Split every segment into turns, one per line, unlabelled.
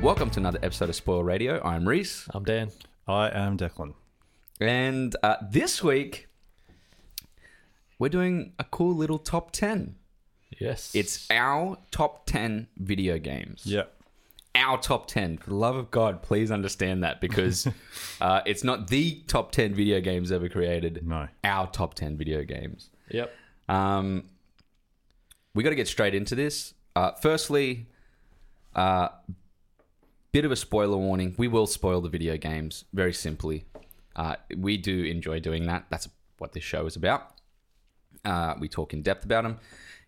Welcome to another episode of Spoil Radio. I'm Reese.
I'm Dan.
I am Declan.
And uh, this week, we're doing a cool little top 10.
Yes.
It's our top 10 video games.
Yeah.
Our top 10. For the love of God, please understand that because uh, it's not the top 10 video games ever created,
No.
our top 10 video games.
Yep.
Um, we got to get straight into this. Uh, firstly, uh, bit of a spoiler warning. We will spoil the video games very simply. Uh, we do enjoy doing that. That's what this show is about. Uh, we talk in depth about them.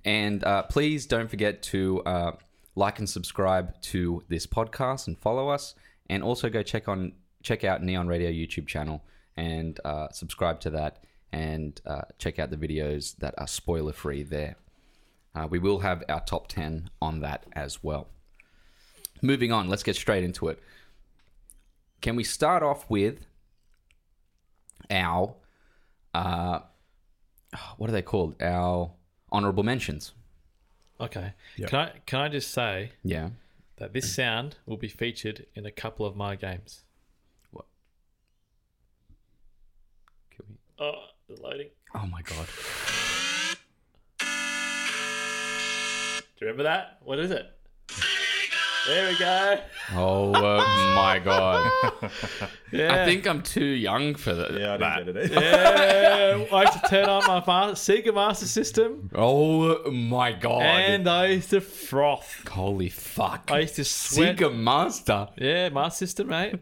And uh, please don't forget to uh, like and subscribe to this podcast and follow us. And also go check on check out Neon Radio YouTube channel and uh, subscribe to that. And uh, check out the videos that are spoiler free there. Uh, we will have our top 10 on that as well. Moving on, let's get straight into it. Can we start off with our, uh, what are they called? Our honorable mentions.
Okay.
Yep.
Can I can I just say
Yeah.
that this sound will be featured in a couple of my games?
Can we-
Oh, the loading.
Oh my God.
Do you remember that? What is it? There we go.
Oh uh, my God.
Yeah.
I think I'm too young for that.
Yeah, I
that.
didn't get it.
Yeah. I used to turn on my ma- Sega Master System,
Oh my God.
and I used to froth.
Holy fuck.
I used to sweat.
Sega Master.
Yeah, Master System, mate.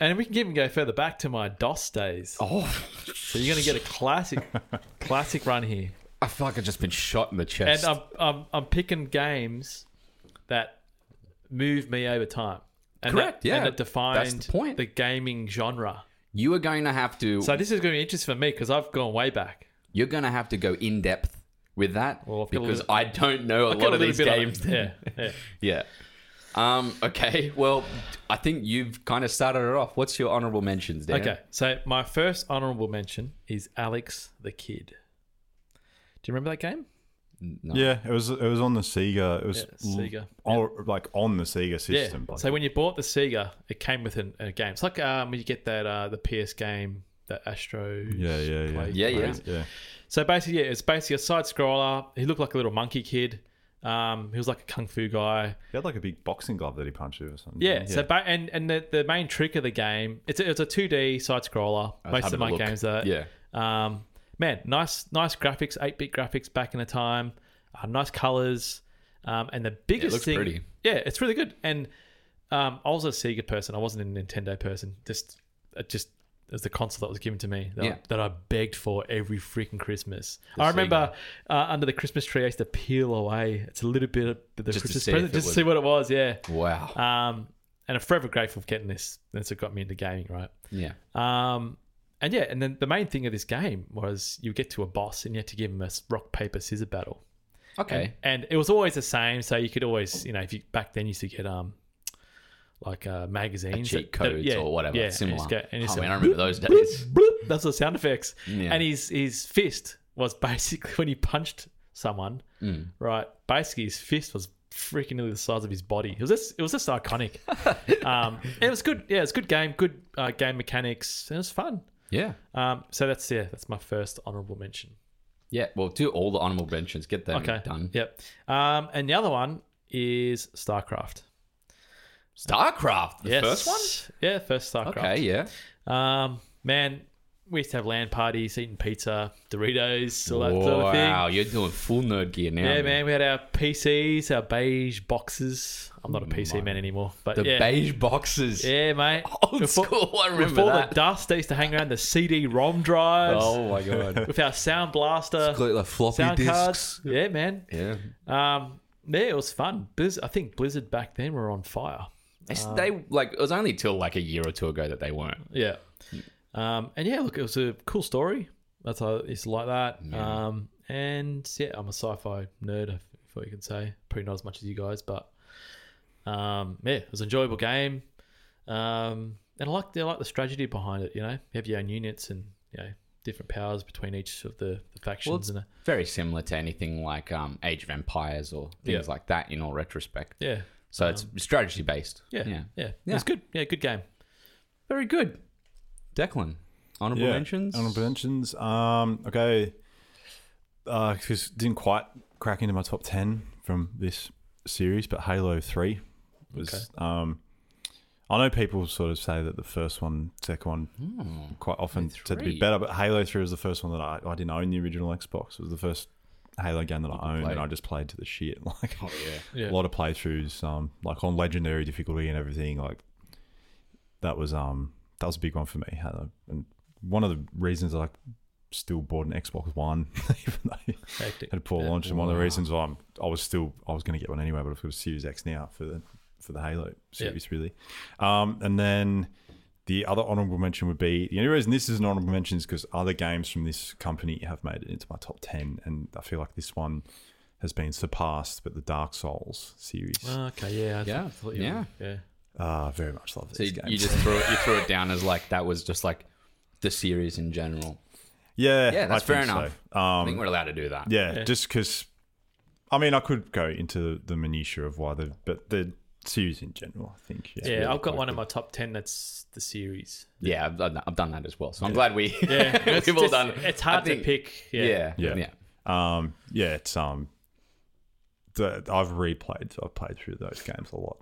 And we can even go further back to my DOS days.
Oh,
So you're gonna get a classic, classic run here.
I feel like I've just been shot in the chest.
and um, I'm, I'm I'm picking games that move me over time. And
Correct,
That,
yeah.
And that defined
That's the point.
gaming genre.
you are going to have to.
So this is going to be interesting for me because I've gone way back.
you're going to have to go in depth with that
Well, I've got a
because
little-
I don't know a
I've got
lot of
little
these
bit on
games.
it. yeah, yeah.
yeah. Um, okay. Well, I think you've kind of started it off. What's your honorable mentions, Dan?
Okay. So my first honorable mention is Alex the Kid. Do you remember that game?
No.
Yeah, it was it was on the Sega. It was
Yeah, Sega.
l- or, like on the Sega system.
Yeah.
Like,
So when you bought the Sega, it came with an, a game. It's like um, when you get that uh, the PS game, that Astro.
yeah, yeah, yeah,
Yeah, yeah.
yeah.
So basically, yeah, it's basically a side scroller. He looked like a little monkey kid. Um, he was like a kung fu guy.
He had like a big boxing glove that he punched with or something.
Yeah. So ba- and and the, the main trick of the game, it's a, it's a 2D side scroller.
I was
Most
having
of
a
my
look.
games are.
Yeah.
Um, man, nice nice graphics, 8-bit graphics back in the time. Uh, nice colors. Um, and the biggest
looks
thing,
pretty.
yeah, it's really good. And um, I was a Sega person. I wasn't a Nintendo person. Just it just it was the console that was given to me that,
Yeah.
I, that I begged for every freaking Christmas. I remember uh, under the Christmas tree, I used to peel away. It's a little bit of the
to
Christmas
see if
present
it
just
was-
to see what it was. Yeah.
Wow.
Um, and I'm forever grateful for getting this. That's what got me into gaming, right?
yeah.
Um, and yeah, and then the main thing of this game was you get to a boss and you had to give him a s- rock paper scissor battle.
Okay.
And it was always the same, so you could always, you know, if you back then you used to get um, like uh, magazines,
Cheat
that- that-
codes
yeah,
or whatever.
yeah,
Similar.
And you just go- and you
oh,
just
man, I
go,
remember those days.
bloop, that's the sound effects.
Yeah.
And his his fist was basically when he punched someone,
Mm.
right? Basically, his fist was freaking nearly the size of his body. It was just it was just iconic. um, and it was good. Yeah, it's a good game. Good uh, game mechanics. And it was fun.
Yeah.
Um, so that's yeah, that's my first honorable mention.
Yeah. Well, do all the honorable mentions. Get them
Okay,
done.
Yep. Um, and the other one is StarCraft.
StarCraft, the first one?
Yeah, first StarCraft.
Okay, yeah.
Um, man, we used to have land parties, eating pizza, Doritos, all that sort of
wow,
thing.
you're doing full nerd gear now.
Yeah, man, we had our PCs, our beige boxes. I'm not a PC man anymore, but
The
yeah,
beige boxes.
yeah, mate.
Old school, I remember
before
that.
the dust, they used to hang around the CD-ROM drives
oh my god.
with our sound blaster,
like floppy
sound
disks.
cards. Yeah, man.
Yeah.
Um, yeah, it was fun. Blizz- I think Blizzard back then were on fire.
It's- they like it was only till like a year or two ago that they weren't.
Yeah. Um, and yeah, look, it was a cool story. That's how it's like that. Um, and yeah, I'm a sci-fi nerd, if if what you can say. Probably not as much as you guys, but um, yeah, it was an enjoyable game. Um, and I like the I like the strategy behind it. You know, you have your own units and you know different powers between each of the, the factions. and
Very similar to anything like um, Age of Empires or things
Yeah.
like that. In all retrospect,
yeah,
So it's strategy based.
Yeah, yeah,
Yeah.
yeah.
Yeah.
It's good. Yeah, good game.
Very good. Declan, honorable
Yeah,
mentions?
Honorable mentions. Um, okay. Uh, 'cause didn't quite crack into my top ten from this series, but Halo Three was.
Okay.
Um, I know people sort of say that the first one, second one,
Hmm.
quite often
Halo
said to be
3.
better, but Halo Three was the first one that I, I didn't own the original Xbox. It was the first Halo game that
You could
I owned,
play.
and I just played to the shit. Like
Oh, yeah.
Yeah,
a lot of playthroughs, um, like on legendary difficulty and everything. Like that was um that was a big one for me. Halo. And one of the reasons I still bought an Xbox One, even though it
hectic.
had a poor
Yeah.
launch, and one of the
Wow.
reasons why I'm I was still I was going to get one anyway, but I've got a Series X now for the for the Halo series really. Um, and then the other honorable mention would be the only reason this is an honorable mention is because other games from this company have made it into my top ten, and I feel like this one has been surpassed, but the Dark Souls series.
Ah, okay, yeah, I
Yeah,
thought you
yeah.
Were, yeah.
Ah, very much love this
So you,
game.
you just threw it, you threw it down as like that was just like the series in general.
yeah,
Yeah, that's
I
fair
think so.
enough. I think
Um,
we're allowed to do that.
yeah,
Yeah.
just because. I mean, I could go into the minutia of why the but the series in general. I think.
yeah,
really
I've got
quite
one
good.
in my top ten. That's the series.
Yeah, I've done, I've done that as well. So I'm glad we
Yeah, it's
we've all
just-
done.
It's
I
hard
think-
to pick. Yeah,
Yeah,
Yeah.
yeah.
Um, yeah, it's um, the, I've replayed. I've played through those games a lot.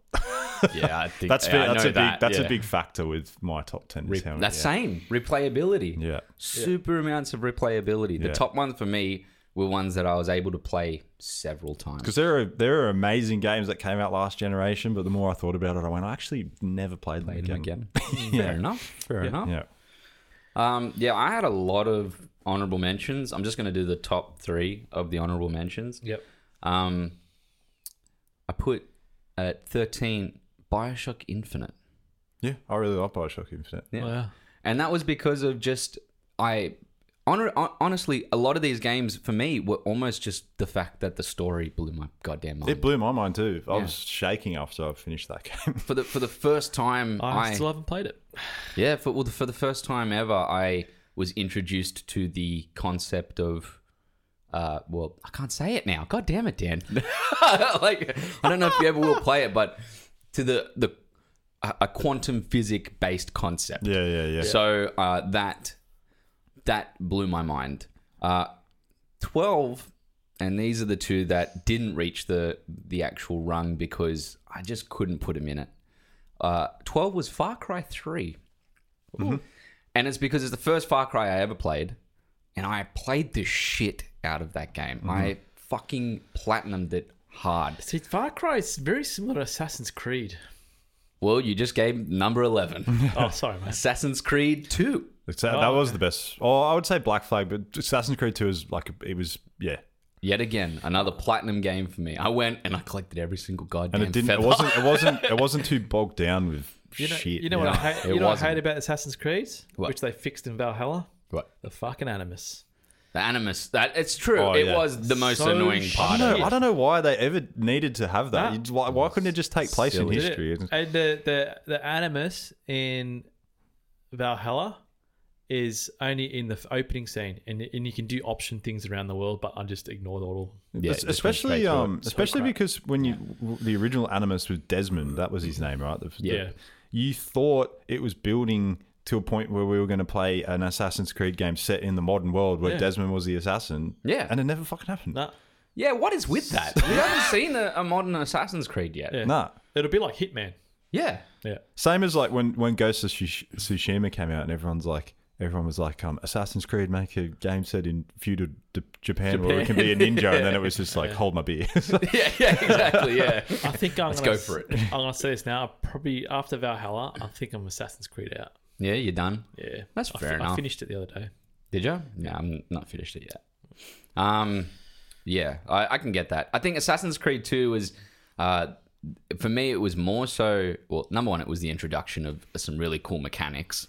Yeah, I think
That's
yeah, I know
that's a big
that,
that's
yeah.
a big factor with my top ten. is
Re-
how many-
that same replayability.
yeah. yeah,
Super amounts of replayability. The
Yeah.
top ones for me were ones that I was able to play several times.
because there are there are amazing games that came out last generation, but the more I thought about it, I went, I actually never played,
Played
them
them
again.
again. Fair enough. Fair enough.
Yeah,
Um, yeah, I had a lot of honorable mentions. I'm just going to do the top three of the honorable mentions.
Yep.
Um, I put at 13 Bioshock Infinite.
yeah, I really like Bioshock Infinite.
Yeah.
Wow.
And that was because of just, I, honor, hon- honestly, a lot of these games for me were almost just the fact that the story blew my goddamn mind.
It blew my mind too. I
Yeah.
was shaking after I finished that game.
for the for the first time,
I,
I,
still haven't played it.
yeah, for well, for the first time ever, I was introduced to the concept of. Uh, well, I can't say it now. God damn it, Dan! like, I don't know if you ever will play it, but to the the a a quantum physic based concept.
yeah, yeah, yeah.
So uh, that that blew my mind. Uh, Twelve, and these are the two that didn't reach the the actual rung because I just couldn't put them in it. Uh, Twelve was Far Cry 3 and it's because it's the first Far Cry I ever played, and I played the shit out of that game. I fucking platinumed it hard.
See, Far Cry is very similar to Assassin's Creed.
Well, you just gave number eleven,
oh, sorry, man.
Assassin's Creed Two.
It's- that was the best. Oh, I would say Black Flag, but Assassin's Creed Two is like it was. Yeah,
Yet again, another platinum game for me. I went and I collected every single goddamn
and it didn't.
feather.
It wasn't. It wasn't. It wasn't too bogged down with
You know,
shit.
you know what I hate?
it
You know what I
wasn't.
hate about Assassin's Creed,
What?
which they fixed in Valhalla.
What?
The fucking Animus.
The animus. That it's true.
Oh,
it
yeah.
was the most
So
annoying
shit.
part.
I
of
don't,
it.
know, I don't know why they ever needed to have that.
Nah.
You'd- why, why couldn't it just take place
Silly.
in
Did it?
history?
And the, the the animus in Valhalla is only in the f- opening scene, and and you can do option things around the world, but I just ignored all.
Yeah,
Es-
it just went straight
especially,
to
um,
it.
especially
crap.
because when you w- the original Animus was Desmond, that was his name, right? The- the-
Yeah.
you thought it was building to a point where we were going to play an Assassin's Creed game set in the modern world where
Yeah.
Desmond was the assassin.
Yeah.
and it never fucking happened.
Nah,
Yeah, what is with that? We haven't seen a, a modern Assassin's Creed yet. Yeah.
Yeah.
Nah.
it'll be like Hitman. Yeah,
Same as like when when Ghost of Tsush- Tsushima came out, and everyone's like, everyone was like, um, Assassin's Creed make a game set in feudal D- Japan, where we can be a ninja, and then it was just like, hold my beer.
yeah, yeah, exactly. Yeah,
I think I'm
Let's
gonna,
go for it.
I'm gonna say this now. Probably after Valhalla, I think I'm Assassin's Creed out.
yeah. You're done.
Yeah,
That's
I
fair
I
enough.
finished it the other day.
Did you? No, I'm not finished it yet. Um, yeah, I, I can get that. I think Assassin's Creed Two was, uh, for me, it was more so. Well, number one, it was the introduction of some really cool mechanics.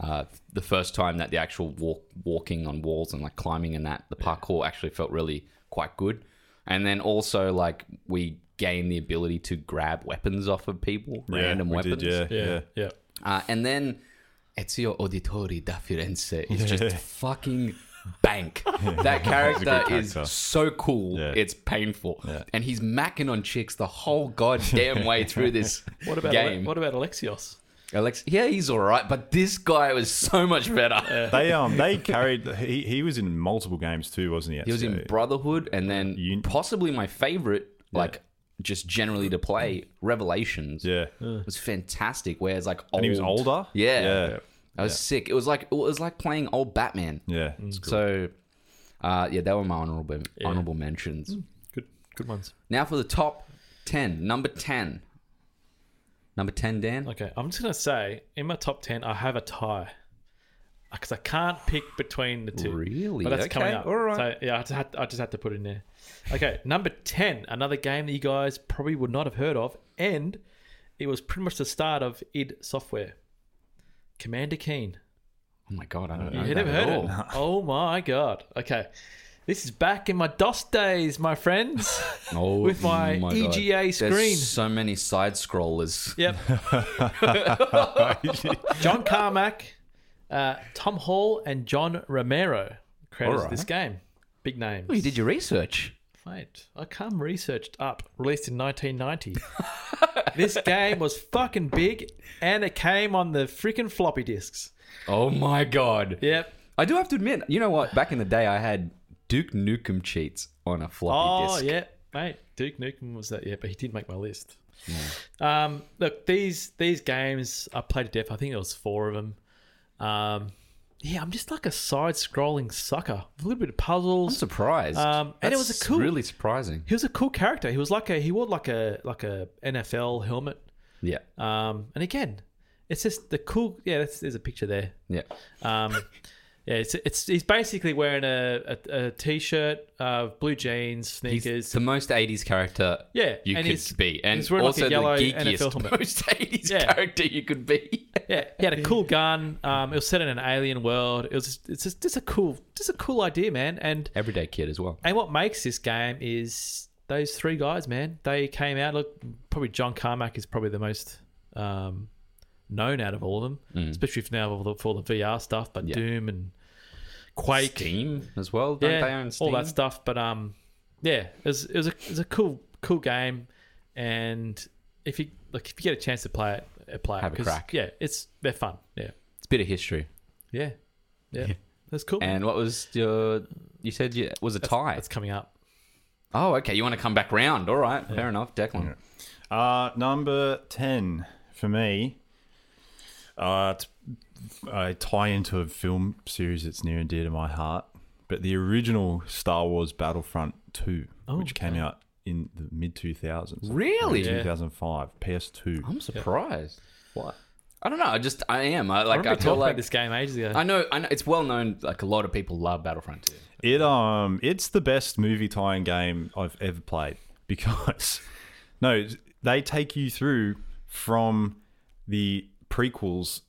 Uh, the first time that the actual walk, walking on walls and like climbing and that the parkour actually felt really quite good, and then also like we gained the ability to grab weapons off of people, random
we
weapons.
did, yeah, yeah.
Yeah, yeah.
Uh, and then Ezio Auditori da Firenze is just fucking bank. that
a good
character is
character.
so cool.
Yeah.
It's painful,
Yeah.
and he's macking on chicks the whole goddamn way through this
What about Ale-
game.
what about Alexios?
Alex, yeah, he's all right, but this guy was so much better.
They um they carried. He, he was in multiple games too, wasn't he?
He was in Brotherhood, and then
You-
possibly my favorite, like just generally to play Revelations.
yeah.
It was fantastic. Where it's like old.
And he was older.
Yeah.
Yeah.
I was sick. It was like it was like playing old Batman.
Yeah.
So, uh, yeah, that were my honorable honorable mentions.
Good, good ones.
Now for the top ten, number ten, number ten, Dan.
Okay, I'm just gonna say in my top ten, I have a tie because I can't pick between the two.
Really?
But that's
Okay,
coming up.
all right.
So yeah, I just, had, I just had to put it in there. Okay, number ten, another game that you guys probably would not have heard of, and it was pretty much the start of id Software. Commander Keen.
oh my god, I don't know.
You
that
never
at
heard
all.
it? Oh my god. Okay, this is back in my DOS days, my friends.
Oh,
With my
God.
EGA screen.
There's so many side scrollers.
Yep. John Carmack, uh, Tom Hall, and John Romero created
Alright.
this game. Big names.
Oh, you did your research.
Mate, I come researched up. Released in 1990. this game was fucking big, and it came on the freaking floppy disks.
Oh my god.
Yep.
I do have to admit, you know what? Back in the day, I had Duke Nukem cheats on a floppy
Oh
disk.
yeah, mate. Duke Nukem was that. Yeah, but he did make my list. Um, look, these these games I played to death. I think there was four of them. Um, yeah, I'm just like a side-scrolling sucker. A little bit of
I'm
puzzles.
surprised.
Um, and it was a
That's
cool-
really surprising.
He was a cool character. He was like a he wore like a like a NFL helmet.
Yeah,
Um, and again, it's just the cool. Yeah, that's, there's a picture there.
yeah.
Um, yeah, it's it's he's basically wearing a a, a t-shirt, uh, blue jeans,
He's
sneakers.
the most '80s character.
Yeah,
you
and
could
he's-
be, and
he's wearing like a
also
yellow
the
NFL
geekiest,
helmet.
most '80s
Yeah.
character you could be.
Yeah, he had a cool gun. Um, it was set in an alien world. It was just, it's just, just a cool, just a cool idea, man. And
Everyday kid as well.
and what makes this game is those three guys, man. They came out. Look, probably John Carmack is probably the most um, known out of all of them, especially if now for the, for the VR stuff, but
Mm. Yeah.
Doom and Quake,
Steam as well. Don't they
yeah,
own Steam?
all that stuff. But um, yeah, it was it was a it was a cool cool game, and if you look if you get a chance to play it, uh, play it
Have a
'cause,
crack.
Yeah, it's they're fun. Yeah.
It's a bit of history.
Yeah. Yeah. That's cool.
And what was your? You said you, it was a tie.
That's coming up.
Oh, okay. You want to come back round? All right, fair enough, Declan.
Uh, number 10 for me. Uh, t- I tie into a film series that's near and dear to my heart, but the original Star Wars Battlefront 2,
Oh,
which came
okay.
out in the mid 2000s.
Really?
Yeah. Oh,
2005, PS2.
I'm surprised. What? I don't know. I just I am. I
I
like. I,
remember
feel
talking
like
about this game ages ago.
I know. I know. It's well known. Like a lot of people love Battlefront 2.
It um, it's the best movie tying game I've ever played because no, they take you through from the prequels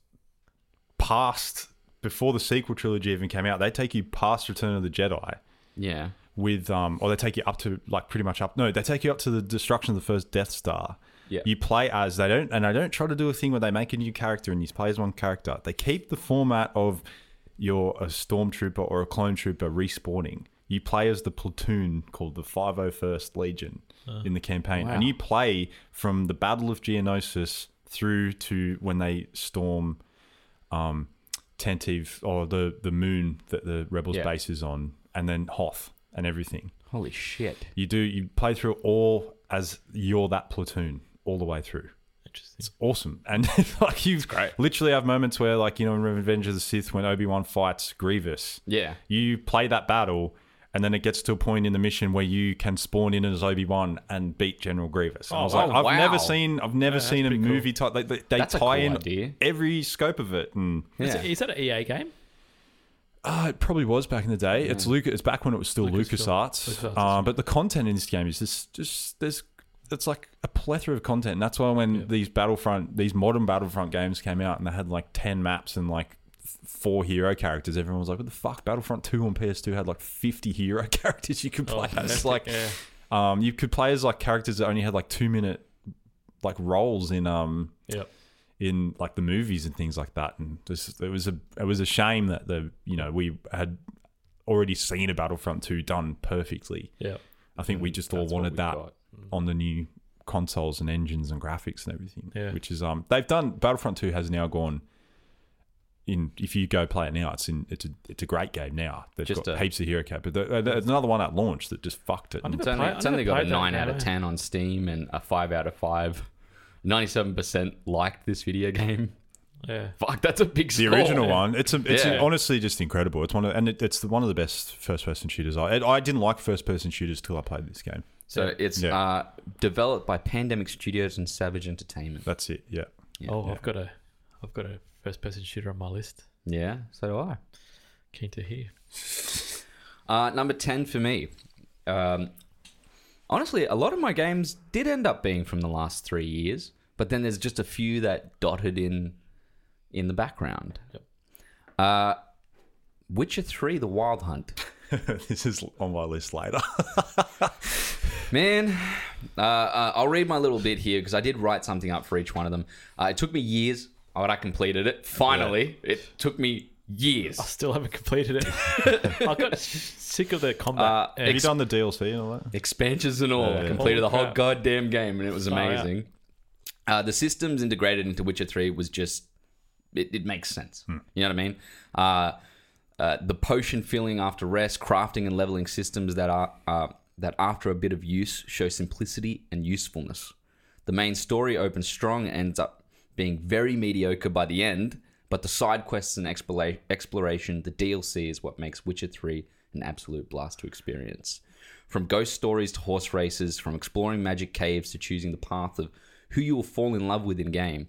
past before the sequel trilogy even came out. They take you past Return of the Jedi
Yeah.
with um, or they take you up to like pretty much up. No, they take you up to the destruction of the first Death Star.
Yeah.
You play as they don't, and they don't try to do a thing where they make a new character and you play as one character. They keep the format of you're a stormtrooper or a clone trooper respawning. You play as the platoon called the 501st Legion
Uh.
in the campaign, and you play from the Battle of Geonosis through to when they storm um, Tentive or the the moon that the rebels
Yeah.
base is on, and then Hoth and everything.
Holy shit.
You do you play through all as you're that platoon all the way through.
Interesting.
Awesome, and like you've literally have moments where like you know in Revenge of the Sith when Obi Wan fights Grievous,
Yeah.
you play that battle. And then it gets to a point in the mission where you can spawn in as Obi Wan and beat General Grievous. And I was
wow.
like, I've
Oh, wow.
never seen, I've never seen a
pretty cool.
movie type. Like they, they
That's a
tie
cool
in
idea.
every scope of it, and
Is,
Yeah.
it, is that an EA game?
uh, it probably was back in the day. It's Mm. Lucas. It's back when it was still LucasArts.
LucasArts,
Arts. Um, but the content in this game is just, just there's it's like a plethora of content. And that's why when these Battlefront, these modern Battlefront games came out and they had like ten maps and like f- four hero characters, everyone was like, "What the fuck?" Battlefront Two on PS2 had like fifty hero characters you could play as. Like,
Oh, yeah.
um, you could play as like characters that only had like two minute like roles in um
Yep.
in like the movies and things like that. And this, it was a it was a shame that the you know we had already seen a Battlefront 2 done perfectly.
Yeah.
I think we just all
Mm, That's what
wanted
we've
that
got.
on the new consoles and engines and graphics and everything.
Yeah.
Which is um they've done Battlefront 2 has now gone in if you go play it now, it's in it's a it's a great game now. They've
Just
got
a-
heaps of hero cap, but there- there- there's another one at launch that just fucked it.
I never
It's only,
played- I
it's only
never
got a
played that
9 out of
game.
10 on Steam and a 5 out of 5. 97% liked this video game.
Yeah.
Fuck, that's a big
The
score.
original one, it's a, it's a-
Yeah.
honestly just incredible. It's one of and it, it's one of the best first person shooters. I I didn't like first person shooters till I played this game.
So it's
Yeah.
uh, developed by Pandemic Studios and Savage Entertainment.
That's it. Yeah.
Yeah.
oh,
yeah.
I've got a, I've got a first-person shooter on my list.
Yeah, so do I.
Keen to hear.
Uh, number 10 for me. Um, honestly, a lot of my games did end up being from the last three years, but then there's just a few that dotted in in the background.
Yep.
Uh, Witcher 3 The Wild Hunt.
this is on my list later.
Man, uh, uh, I'll read my little bit here because I did write something up for each one of them. Uh, it took me years, but I completed it. Finally, it took me years.
I still haven't completed it. I got s- sick of the combat.
Uh,
and
Have you done the DLC and all that?
expansions and all.
Yeah.
I completed the
Holy
whole
crap.
goddamn game, and it was
Far out.
amazing. Uh, the systems integrated into Witcher Three was just it, it makes sense.
Hmm.
You know what I mean? Uh, uh, the potion filling after rest, crafting and leveling systems that are uh, that after a bit of use show simplicity and usefulness. The main story opens strong and ends up being very mediocre by the end, but the side quests and expla- exploration, the DLC is what makes Witcher 3 an absolute blast to experience. From ghost stories to horse races, from exploring magic caves to choosing the path of who you will fall in love with in game,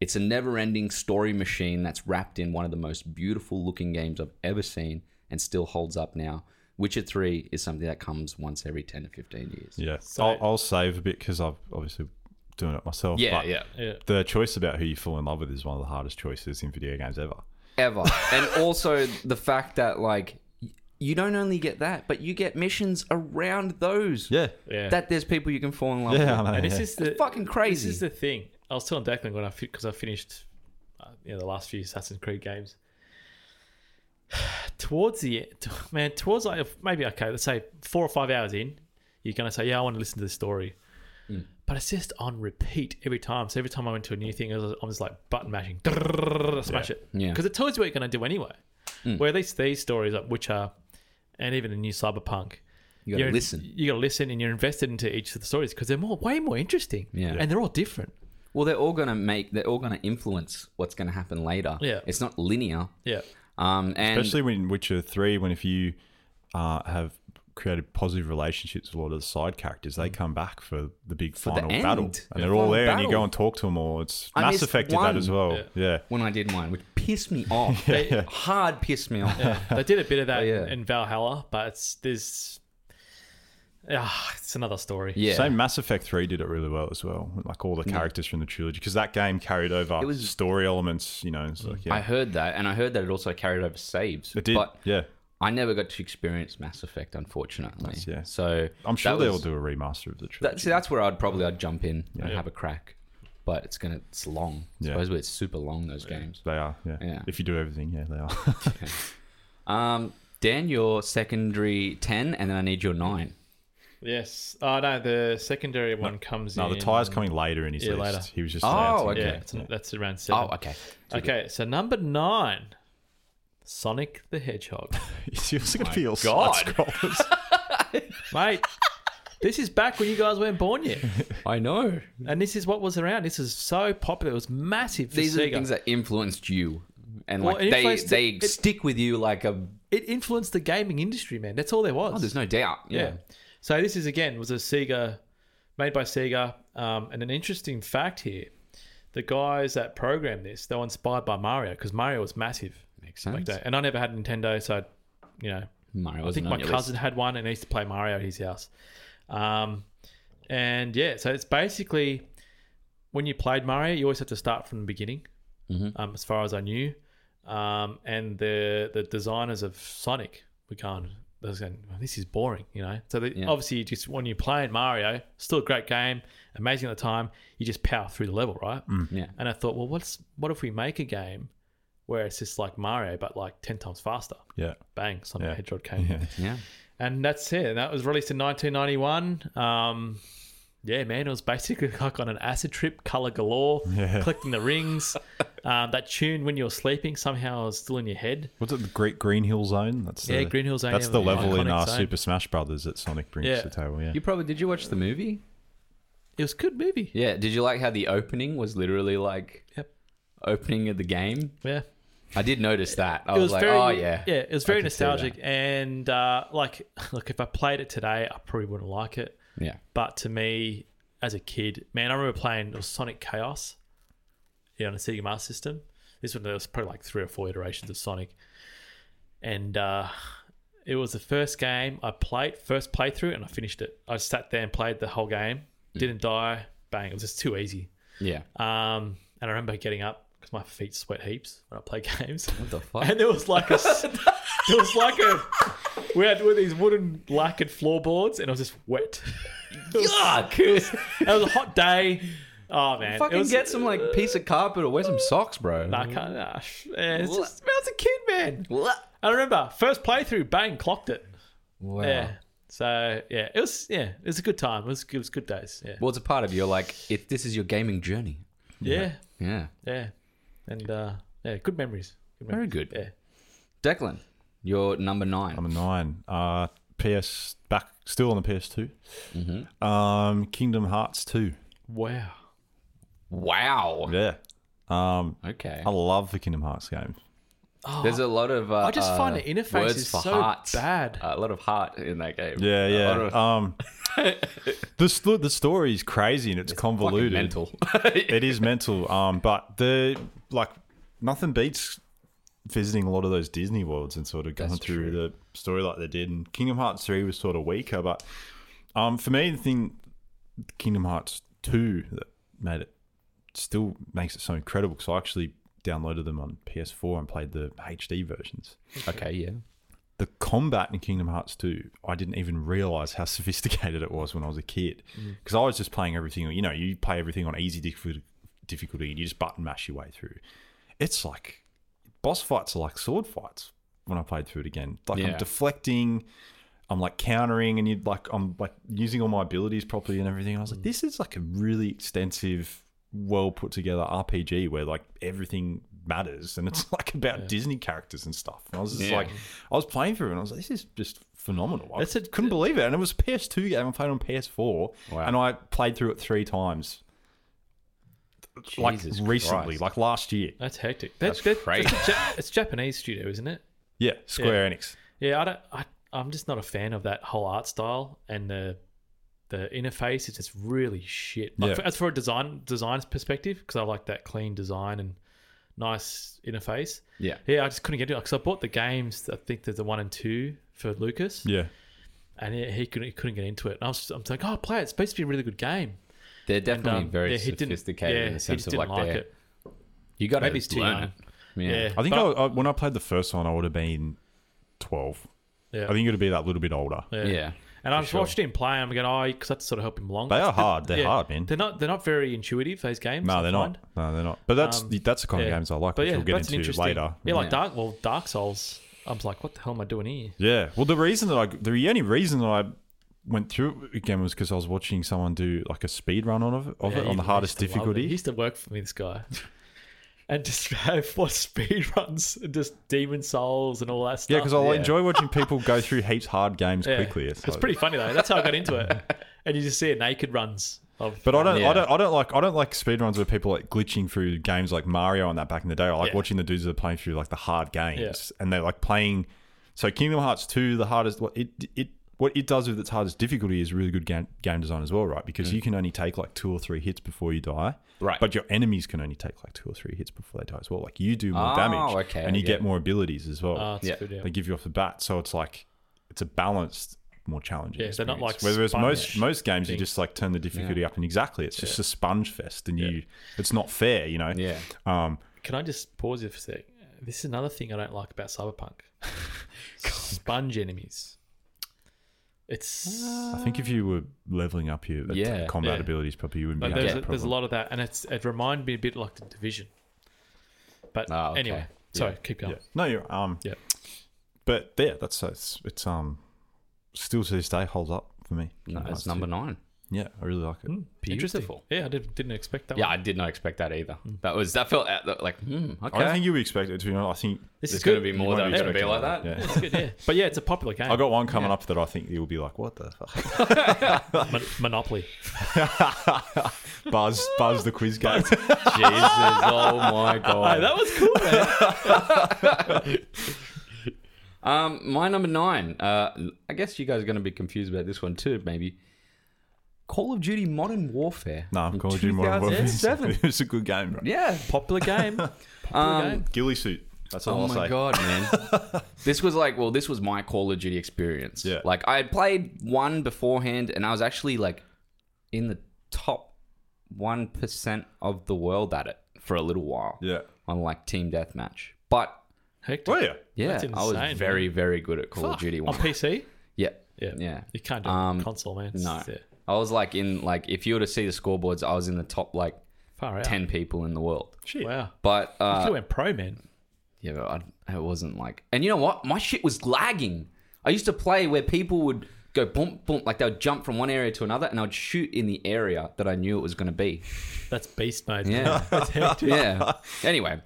it's a never ending story machine that's wrapped in one of the most beautiful looking games I've ever seen and still holds up now. Witcher 3 is something that comes once every 10 to 15 years.
Yeah,
So-
I'll, I'll save a bit because I'm obviously doing it myself.
Yeah,
but
yeah.
yeah.
The choice about who you fall in love with is one of the hardest choices in video games ever.
ever. and also the fact that like y- you don't only get that, but you get missions around those.
Yeah,
Yeah.
That there's people you can fall in love
yeah, I
with.
know,
and this
yeah.
is the
fucking crazy.
This is the thing. I was telling Declan when I because I finished, uh, you know, the last few Assassin's Creed games. towards the end, man, towards like maybe okay, let's say four or five hours in, you're gonna say, yeah, I want to listen to the story. But it's just on repeat every time. So every time I went to a new thing, I was, I'm just like button mashing, smash it,
Yeah.
because it tells you what you're gonna do anyway. Where at least these stories like Witcher, and even the new Cyberpunk,
You gotta
you're-
listen.
You got to listen, and you're invested into each of the stories because they're more, way more interesting.
Yeah.
and they're all different.
Well, they're all gonna make they're all gonna influence what's gonna happen later.
Yeah.
It's not linear.
Yeah,
Um and
especially when Witcher Three, when if you uh, have created positive relationships with a lot of the side characters, they come back for the big
Mm. the
final battle, and
end.
they're
Yeah.
all
Final
there, and you
battle.
go and talk to them all. It's
I
Mass
missed
Effect did
one.
that as well.
Yeah.
Yeah.
when I did mine, which pissed me off.
They-
Hard pissed me off.
they did a bit of that
Oh, yeah.
in Valhalla, but it's there's ah, it's another story.
Yeah. Mm.
Same Mass Effect 3 did it really well as well. Like all the characters from the trilogy, because that game carried over
It was- Mm.
story elements, you know. It's like, yeah.
I heard that, and I heard that it also carried over saves.
it did.
But
yeah.
I never got to experience Mass Effect, unfortunately.
That's- yeah.
So
I'm sure
that
they'll
was-
do a remaster of the trilogy.
That, see, that's where I'd probably I'd jump in and
Yeah.
have a crack, but it's gonna it's long.
Yeah.
Supposedly it's super long those games.
They are, yeah.
Yeah.
If you do everything, yeah, they are.
Um, Dan, your secondary ten, and then I need your nine.
Yes. Oh no, the secondary one comes
no,
in.
the tire's coming later in his
Yeah,
list.
later.
He was just
Oh,
announcing it.
Yeah,
Okay.
it's- that's around
Oh,
seven.
okay.
okay, so number nine, Sonic the Hedgehog,
He's also going to be all
Oh God.
side scrollers.
mate. This is back when you guys weren't born yet,
I know
and this is what was around. This is so popular; it was massive. For
these are
Sega.
the things that influenced you, and
Well,
like
it
they
influenced-
they
it-
stick with you like a.
it influenced the gaming industry, man. That's all there was.
Oh, there's no doubt. Yeah.
yeah. So this is again was a Sega, made by Sega, um, and an interesting fact here: the guys that programmed this, they were inspired by Mario because Mario was massive
makes
back
sense.
then. And I never had a Nintendo, so you know,
Mario
I
wasn't
think my
on your list.
cousin had one and he used to play Mario at his house. Um, and yeah, so it's basically when you played Mario, you always had to start from the beginning,
Mm-hmm.
um, as far as I knew. Um, and the the designers of Sonic were going, they was going "Well, this is boring, you know. So they,
Yeah.
obviously, you just when you're playing Mario, still a great game, amazing at
Mm.
the time, you just power through the level, right?
Yeah.
And I thought, well, what's what if we make a game where it's just like Mario, but like 10 times faster.
Yeah.
Bang, Sonic
Yeah.
the Hedgehog came.
Yeah.
Yeah.
And that's it. And that was released in 1991. Um, yeah, man, it was basically like on an acid trip, color galore,
Yeah.
collecting the rings. um, that tune when you're sleeping somehow is still in your head.
What's it? The Great Green Hill Zone. That's
Yeah,
the,
Green Hill Zone,
That's
yeah,
the
the
level in
iconic
our
zone.
Super Smash Brothers that Sonic brings
Yeah.
to the table. Yeah.
You probably did you watch the movie?
It was a good movie.
Yeah. Did you like how the opening was literally like
Yep.
opening of the game?
Yeah.
I did notice that. I
it
was, like,
very,
oh yeah.
yeah, it was
I
very
can see that.
nostalgic. And uh, like, look, if I played it today, I probably wouldn't like it.
Yeah.
But to me, as a kid, man, I remember playing it was Sonic Chaos, yeah, on a Sega Master System. This one there was probably like three or four iterations of Sonic, and uh, it was the first game I played, first playthrough, and I finished it. I sat there and played the whole game, didn't die, bang! It was just too easy.
Yeah.
Um, and I remember getting up because my feet sweat heaps when I play games.
What the fuck?
And there was like a, s- there was like a, we had with these wooden lacquered floorboards, and it was just wet. It was-
Yuck!
It was a hot day. Oh man,
Fucking
it was,
get some like piece of carpet or wear some socks, bro.
Nah, I can't. Nah. Yeah, it's just, man, I was a kid, man.
Blah.
I remember first playthrough, bang, clocked it.
Wow.
Yeah. So yeah, it was yeah, it was a good time. It was it was good days. Yeah.
Well, it's a part of you. Like, if this is your gaming journey.
yeah,
Yeah.
yeah, and uh, yeah, good memories. Good
Very
memories.
good.
Yeah.
Declan, you're number 9
Number nine. Uh, PS back still on the PS2. Mm-hmm. Um, Kingdom Hearts two.
Wow.
wow.
Yeah. Um,
Okay.
I love the Kingdom Hearts games.
There's a lot of. Uh,
Oh. I just find
uh,
the interface
words
is
for
so
hearts.
bad.
Uh, a lot of heart in that game.
Yeah,
A
yeah.
lot of-
um, the sto- the story is crazy and it's,
fucking
convoluted.
Mental.
it is mental. Um, but the like nothing beats visiting a lot of those Disney worlds and sort of going
That's
through the story like they did. And Kingdom Hearts three was sort of weaker, but um, for me the thing Kingdom Hearts two that made it still makes it so incredible because I actually downloaded them on PS4 and played the HD versions.
okay, yeah.
The combat in Kingdom Hearts 2, I didn't even realize how sophisticated it was when I was a kid.
Mm.
Because I was just playing everything, you know, you play everything on easy diffi- difficulty and you just button mash your way through. It's like boss fights are like sword fights when I played through it again. Like
Yeah.
I'm deflecting, I'm like countering, and you like I'm like using all my abilities properly and everything. I
Mm.
was like, this is like a really extensive, well put together RPG where like everything matters, and it's like about Disney characters and stuff. And I was just
Yeah.
like, I was playing through, it and I was like, this is just phenomenal. I
That's a-
couldn't believe it, and it was a PS2 game. I played on PS4,
Wow.
and I played through it three times,
Jesus
like recently,
Christ.
like last year.
That's hectic.
That's
That's,
crazy.
That's a Ja- it's Japanese studio, isn't it?
Yeah, Square Enix.
Yeah, I don't. I, I'm just not a fan of that whole art style and the the interface. It's just really shit. Like
Yeah.
for, as for a design design perspective, because I like that clean design and nice interface.
Yeah.
Yeah, I just couldn't get it because I bought the games. I think there's the one and two for Lucas,
Yeah,
and he, he couldn't he couldn't get into it. And I was just, I'm like, oh, play it. It's supposed to be a really good game.
They're definitely
Um,
very
yeah, he didn't-
sophisticated
yeah,
in
he
the
just
sense of like,
didn't
like
it.
You got
Maybe it's too young. Yeah.
I think
But-
I, I, when I played the first one, I would have been twelve.
Yeah.
I think it'd be that little bit older.
Yeah. yeah.
And I've watched him play, and I'm going, oh, because that's sort of help him along.
They
It's
are
the-
hard. They're
yeah.
hard, man.
They're not. They're not very intuitive. Those games.
no,
I
they're
find.
not. No, they're not. But that's
Um,
that's the kind
yeah.
of games I like,
But
which
yeah,
we'll get
that's an
into
interesting-
later.
Yeah, like
Yeah.
Dark. Well, Dark Souls. I was like, what the hell am I doing here?
Yeah. Well, the reason that I the only reason that I went through it again was because I was watching someone do like a speed run on of, of
Yeah,
it
he
on the hardest
used to love it. He
difficulty.
used to work for me, this guy, and just have what speed runs, and just Demon Souls and all that stuff.
Yeah, because I
Yeah.
enjoy watching people go through heaps hard games
Yeah.
quickly. It's,
it's
like-
pretty funny though. That's how I got into it. And you just see it naked runs of.
But I don't,
Yeah.
I don't, I don't like, I don't like speedruns where people like glitching through games like Mario and that back in the day. I like
Yeah.
watching the dudes that are playing through like the hard games, and they're like playing. So Kingdom Hearts two, the hardest, what it it what it does with its hardest difficulty is really good game, game design as well, right?
Mm.
Because you can only take like two or three hits before you die,
Right.
But your enemies can only take like two or three hits before they die as well. Like you do more
Oh,
damage,
okay,
and
I
you
get
get
it.
more abilities as well.
Oh, it's
Yeah.
good, yeah.
They give you off the bat, so it's like it's a balanced, more challenging.
Yeah, they're not
experience.
like
whereas most
sponge
most games you
thing.
just like turn the difficulty up and exactly it's just a sponge fest and you it's not fair, you know.
Yeah.
Um,
Can I just pause you for a sec? This is another thing I don't like about Cyberpunk. Sponge enemies. It's
I think if you were leveling up your
Yeah.
yeah, combat
Yeah.
abilities properly, you wouldn't
like
be
there's,
having
a,
that
there's a
problem.
lot of that, and it's it reminded me a bit like the Division. But
Oh, okay.
anyway, Sorry, keep
Yeah.
going.
No, you're um.
Yeah.
But yeah, that's it's, it's um still to this day holds up for me.
No,
Nice
it's number
too.
nine.
Yeah, I really like it.
Mm,
Beautiful.
interesting. Yeah, I did, didn't expect that.
Yeah,
one.
I did not expect that either. That was that felt out- that- like hmm,
I don't
okay.
think you would expect it to. You know, I think
this
There's
is
going
good.
to be
you
more
might
that are going to be like
expecting that.
that.
Yeah.
It's good, yeah. But yeah, it's a popular game.
I got one coming up that I think you'll be like, what the fuck?
Mon- Monopoly.
Buzz, Buzz the quiz game.
Jesus, oh my
Hey,
god.
that was cool, man.
Um, my number nine. Uh, I guess you guys are going to be confused about this one too, maybe. Call of Duty Modern Warfare.
no,
from
I'm calling you Modern Warfare.
2007.
it's a good game, bro.
Yeah.
popular game. Popular
Um,
game.
Ghillie suit. That's all
Oh
I'll
my
say.
god, man! this was like, well, this was my Call of Duty experience.
Yeah.
Like I had played one beforehand, and I was actually like in the top one percent of the world at it for a little while
Yeah.
on like team deathmatch. But
Hector.
Well, yeah.
yeah,
That's
I
insane, man.
was very, very good at Call of
Fuck.
Duty one.
On PC?
yeah,
Yeah.
yeah.
You can't do it
Um,
on console, man. It's-
No,
yeah,
I was like in like if you were to see the scoreboards, I was in the top like
Far out.
ten people in the world.
Shit.
Wow.
But
You
uh,
still went pro, man.
Yeah, but I, it wasn't like. And you know what? My shit was lagging. I used to play where people would go boom, boom, like they would jump from one area to another, and I'd shoot in the area that I knew it was going to be.
That's beast mode.
Yeah.
That's hectic.
Yeah. anyway,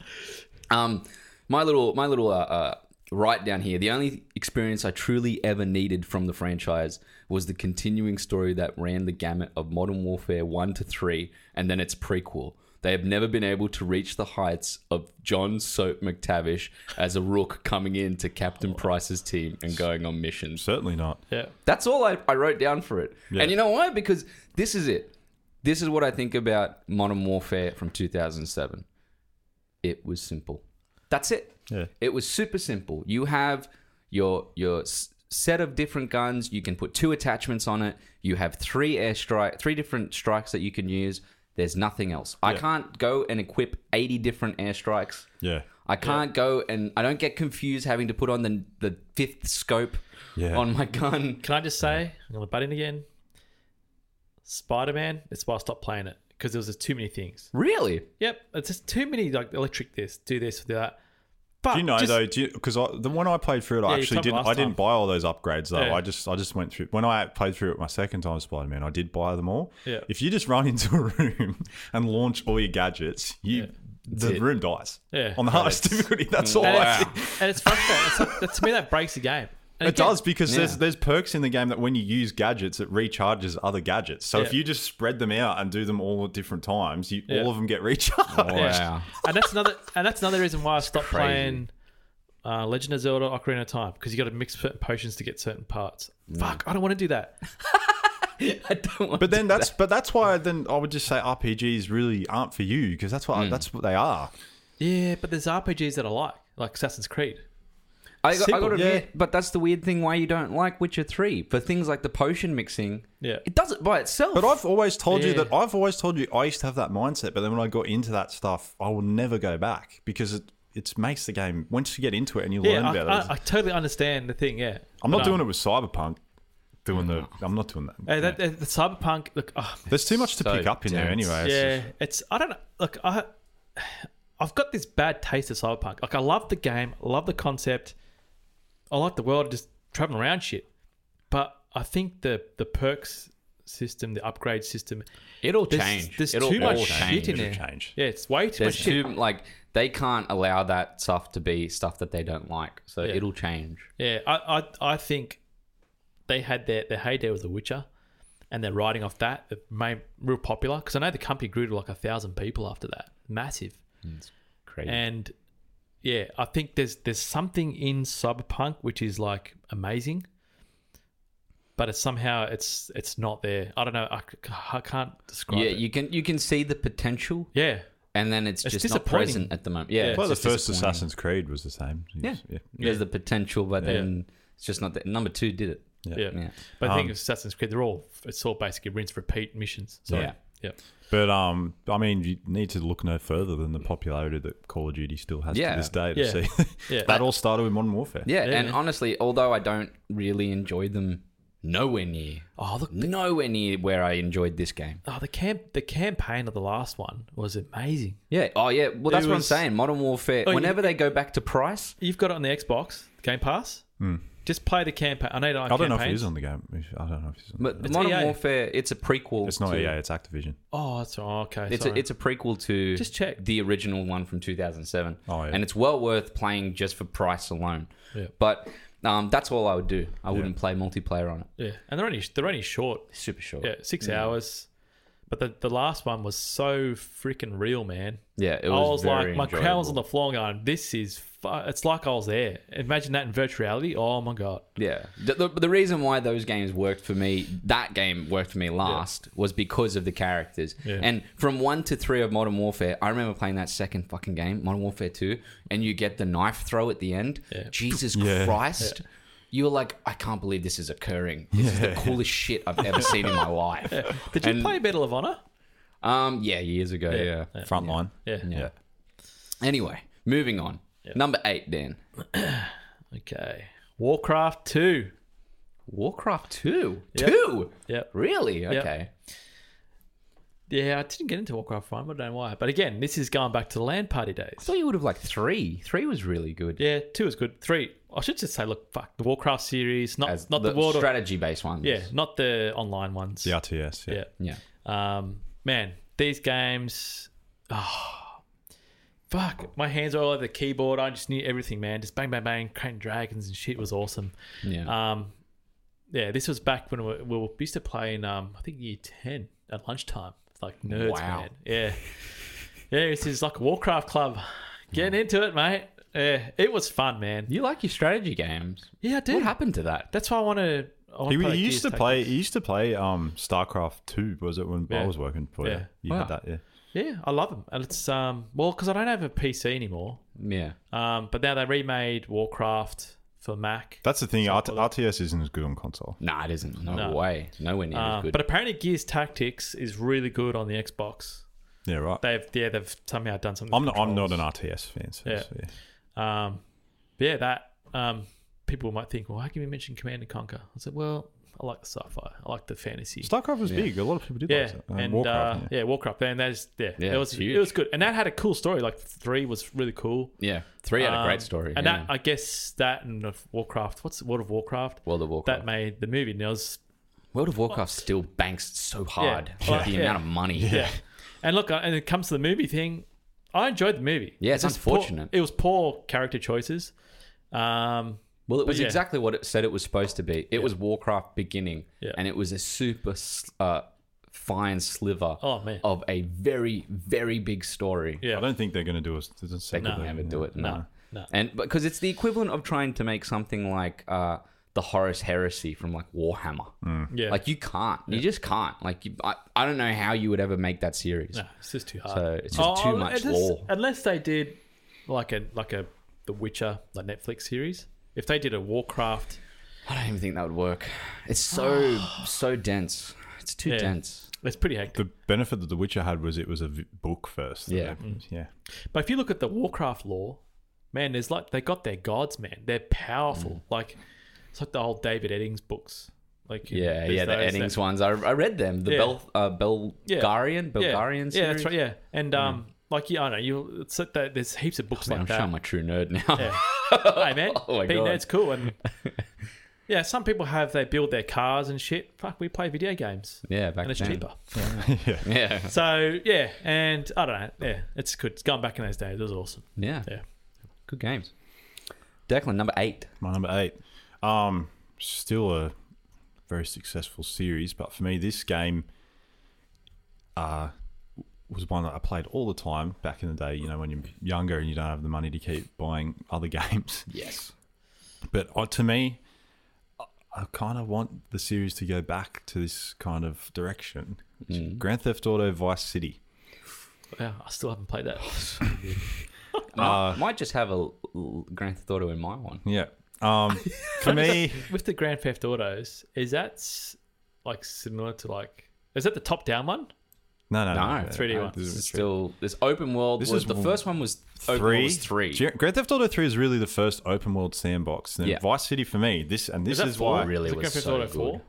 um, my little my little uh, uh, write down here. The only experience I truly ever needed from the franchise was the continuing story that ran the gamut of Modern Warfare one to three, and then its prequel. They have never been able to reach the heights of John Soap McTavish as a rook coming in to Captain Price's team and going on missions.
Certainly not.
Yeah.
That's all I, I wrote down for it. And you know why? Because this is it. This is what I think about Modern Warfare from 2007. It was simple. That's it.
Yeah.
It was super simple. You have your your s- set of different guns. You can put two attachments on it. You have three air strike, three different strikes that you can use. There's nothing else. I can't go and equip 80 different airstrikes.
Yeah.
I can't go and I don't get confused having to put on the the fifth scope
Yeah.
on my gun.
Can I just say, I'm going to butt in again. Spider Man, it's why I stopped playing it because there was just too many things.
Really?
Yep. It's just too many, like, electric this, do this, do that. But
Do you know
Uh, just-
though? Do because the one I played through it,
Yeah,
I
you
actually
told me
didn't.
last
I didn't
time.
buy all those upgrades though.
Yeah.
I just I just went through when I played through it my second time Spider Man. I did buy them all.
Yeah.
If you just run into a room and launch all your gadgets, you the
it.
room dies.
Yeah.
On the hardest difficulty. That's all.
And,
I see.
it's, and it's frustrating. It's like, that- to me, that breaks the game. And
It
again,
does because there's there's perks in the game that when you use gadgets, it recharges other gadgets. So if
Yeah.
you just spread them out and do them all at different times, you
Yeah.
all of them get recharged.
Wow.
and that's another and that's another reason why I stopped
crazy.
playing uh, Legend of Zelda: Ocarina of Time because you got to mix certain potions to get certain parts.
Mm.
Fuck, I don't want to do that.
I don't want
But then that's but that's why then I would just say RPGs really aren't for you because that's what that's what they are.
Yeah, but there's RPGs that I like, like Assassin's Creed.
I, got- I
Simple,
gotta admit,
yeah.
but that's the weird thing why you don't like Witcher 3 for things like the potion mixing.
Yeah.
It does it by itself.
But I've always told you
Yeah.
that I've always told you I used to have that mindset, but then when I got into that stuff, I will never go back because it it makes the game once you get into it and you learn
Yeah, I,
about it.
I, I totally understand the thing. Yeah,
I'm not doing it with Cyberpunk. Doing
Mm.
the I'm not doing that.
Hey, that, that- the cyberpunk. Look, oh,
There's too much to
so
pick up in there
dense.
anyway. It's
yeah, it's I don't know. Look, I I've got this bad taste of cyberpunk. Like I love the game, I love the concept, I like the world, just traveling around shit. But I think the the perks system, the upgrade system,
It'll
there's,
change.
There's
It'll
too much
all
shit
change.
in there.
It'll change.
Yeah, it's way too
There's
much
too
shit.
like they can't allow that stuff to be stuff that they don't like. So it'll change.
Yeah, I, I I think they had their their heyday was The Witcher, and they're riding off that. It made real popular because I know the company grew to like a thousand people after that, massive.
Crazy.
And yeah, I think there's there's something in cyberpunk which is like amazing, but it's somehow it's it's not there. I don't know. I, c- I can't describe
yeah,
it.
you can you can see the potential,
yeah,
and then it's,
It's
just not
disappointing.
present at the moment. Yeah,
Yeah.
it's
Well, the
just
first
disappointing.
Assassin's Creed was the same.
Yeah.
yeah.
There's the potential, but then it's just not that. Number two did it.
yeah,
Yeah. Um,
But I think of Assassin's Creed, they're all it's all basically rinse repeat missions. So,
Yeah.
yeah,
But um, I mean, you need to look no further than the popularity that Call of Duty still has
Yeah.
to this day to
Yeah.
see.
Yeah.
that all started with Modern Warfare.
Yeah,
Yeah,
and
yeah.
honestly, although I don't really enjoy them Nowhere near.
Oh, look,
Nowhere near where I enjoyed this game.
oh, the camp, the campaign of the last one was amazing.
Yeah. Oh, yeah. Well, that's what I'm
was-
saying. Modern Warfare.
Oh, you-
whenever they go back to price,
You've got it on the Xbox Game Pass. Just play the campaign. I know you don't like
I don't know if it
campaigns.
is on the game. I don't know if it's on.
but
the
It's E
Modern
EA.
Warfare, it's a prequel.
it's not
to,
EA. It's Activision.
Oh, that's right. Oh, okay.
It's a,
E sorry.
it's a prequel to
Just check.
the original one from 2007.
Oh, yeah.
And it's well worth playing just for price alone.
Yeah.
But um, that's all I would do. I wouldn't play multiplayer on it.
yeah, and they're only they're only short.
Super short.
Yeah, six hours. But the, the last one was so freaking real, man.
Yeah, it
I was
was,
like,
very
my crown was on
enjoyable.
the floor going, this is, fu- it's like I was there. Imagine that in virtuality. Oh my God.
Yeah. The, the, the reason why those games worked for me, that game worked for me last, was because of the characters.
Yeah.
And from one to three of Modern Warfare, I remember playing that second fucking game, Modern Warfare 2, and you get the knife throw at the end.
Yeah.
Jesus
Yeah.
Christ. You were like, I can't believe this is occurring. This is the coolest shit I've ever seen in my life.
Did you
And-
play Battle of Honor?
Um, yeah, years ago, yeah.
Frontline.
Yeah.
Yeah.
Anyway, moving on. Number eight, Dan.
Okay. Warcraft 2.
Warcraft 2.
Yep.
2?
Yep.
Really? Okay.
Yeah, I didn't get into Warcraft 1, but I don't know why. But again, this is going back to the land party
I
days.
thought you would have liked three. Three was really good.
Yeah, 2 is good. 3, I should just say, look, fuck, the Warcraft series, not,
as
not the, world of.
strategy based ones.
Yeah, not the online ones.
The RTS. Yeah.
Yeah.
yeah.
Um, man, these games. Oh, fuck. My hands are all over the keyboard. I just knew everything, man. Just bang, bang, bang, creating dragons and shit was awesome.
Yeah.
Um, yeah, this was back when we, we used to play in, um, I think, year 10 at lunchtime. It's like nerds,
Wow.
man. Yeah. Yeah, this is like a Warcraft club.
Mm.
Getting into it, mate. Yeah, it was fun, man.
you like your strategy games.
Yeah, I do.
What happened to that?
That's why I want to. I wanna
He,
play
he
Gears
used to
Tactics.
play. He used to play um, StarCraft Two. Was it when
Yeah.
I was working for
Yeah.
you? You
Wow.
had that. Yeah.
Yeah, I love them. And it's, um, well, because I don't have a PC anymore.
Yeah.
Um, but now they remade Warcraft for Mac.
That's the thing.
Something
RT- RTS isn't as good on console.
Nah, it isn't. No,
No.
way. Nowhere near
Um,
as good.
but apparently, Gears Tactics is really good on the Xbox.
Yeah. Right.
They've yeah they've somehow done something.
I'm
with
not. I'm not an
controls.
RTS fan. So,
Yeah.
so, yeah.
Um, but yeah, that um, people might think, well, how can you mention Command and Conquer? I said, well, I like the sci-fi, I like the fantasy.
StarCraft was big. A lot of people did.
yeah,
like that.
and uh, yeah. Warcraft, and that is yeah,
Yeah,
it was
it's huge.
it was good, and that had a cool story. Like three was really cool.
yeah. Three had a
Um,
great story.
and
yeah.
that I guess that and of Warcraft. What's World of Warcraft?
World of Warcraft.
That made the movie, and it was
World of Warcraft still banks so hard.
Yeah.
Like the
Yeah.
amount of money.
Yeah. And look, uh, and it comes to the movie thing. I enjoyed the movie.
Yeah, it's
It was poor-
unfortunate.
it was poor character choices. Um,
Well, it was
yeah.
exactly what it said it was supposed to be. It was Warcraft beginning,
Yeah.
and it was a super s- uh, fine sliver
Oh, man.
of a very, very big story.
yeah.
I don't think they're going to do a, a second.
could never
version,
do
yeah.
it. No,
no.
And because it's the equivalent of trying to make something like uh, the Horus Heresy from like Warhammer.
yeah.
Like you can't. You just can't. Like you, I, I don't know how you would ever make that series.
no, Oh, it's just too hard.
So it's just too much
unless,
lore.
Unless they did like a like a The Witcher, like Netflix series. If they did a Warcraft,
I don't even think that would work. It's so so dense. It's too
Yeah.
dense.
it's pretty hectic.
The benefit that The Witcher had was it was a v- book first. that
Yeah. Mm.
happened. Yeah.
But if you look at the Warcraft lore, man, there's like they got their gods, man. They're
Mm.
powerful. Like it's like the old David Eddings books. Like
Yeah,
there's
yeah. The
those that-
Eddings ones. I, I read them. The
Yeah.
Bel uh, Belgarian Belgarian series.
Yeah, that's right. Yeah, and um, like yeah, I know you. It's like that. There's heaps of books
Man, I'm
like that.
showing my true nerd now.
Yeah. hey man,
Oh my
being
God.
nerds cool. And yeah, some people have they build their cars and shit. Fuck, we play video games.
Yeah, back
and it's
then.
cheaper.
yeah.
Yeah,
So yeah, and I don't know. Yeah, it's good. It's gone back in those days. It was awesome.
yeah,
Yeah.
Good games. Declan number eight.
My number eight. Um, still a very successful series, but for me, this game uh, was one that I played all the time back in the day. You know, when you're younger and you don't have the money to keep buying other games.
Yes.
But uh, to me, I- I kind of want the series to go back to this kind of direction. Grand Theft Auto Vice City.
Yeah, I still haven't played that.
Might, might just have a l- l- Grand Theft Auto in my one.
Yeah. Um, for me,
With the Grand Theft Autos, is that s- like similar to like? Is that the top-down one?
no, no, no,
No,
3D one.
This is
true.
still this open world.
This
was,
is
the
w-
first one was open world
three.
Oh, was three.
Ge- Grand Theft Auto three is really the first open world sandbox. Then
Yeah.
Vice City for me. This and this
that
is
four?
why.
Really
Is it
was
Grand Theft
so
Auto
good.
Four?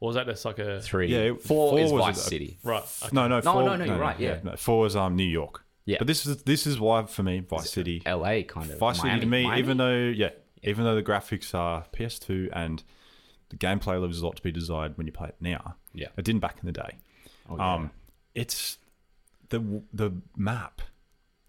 Or was that just like a
Three.
Yeah,
four,
four
is
was
Vice
a-
City.
right?
No, no,
No,
four,
no, no, you're right, yeah.
no, four is um New York.
Yeah.
but this is this is why for me Vice City,
LA kind of.
Vice City
Miami,
to me,
Miami?
even though yeah, even though the graphics are PS2 and the gameplay leaves a lot to be desired when you play it now.
Yeah.
it didn't back in the day.
Oh, yeah.
Um, it's the the map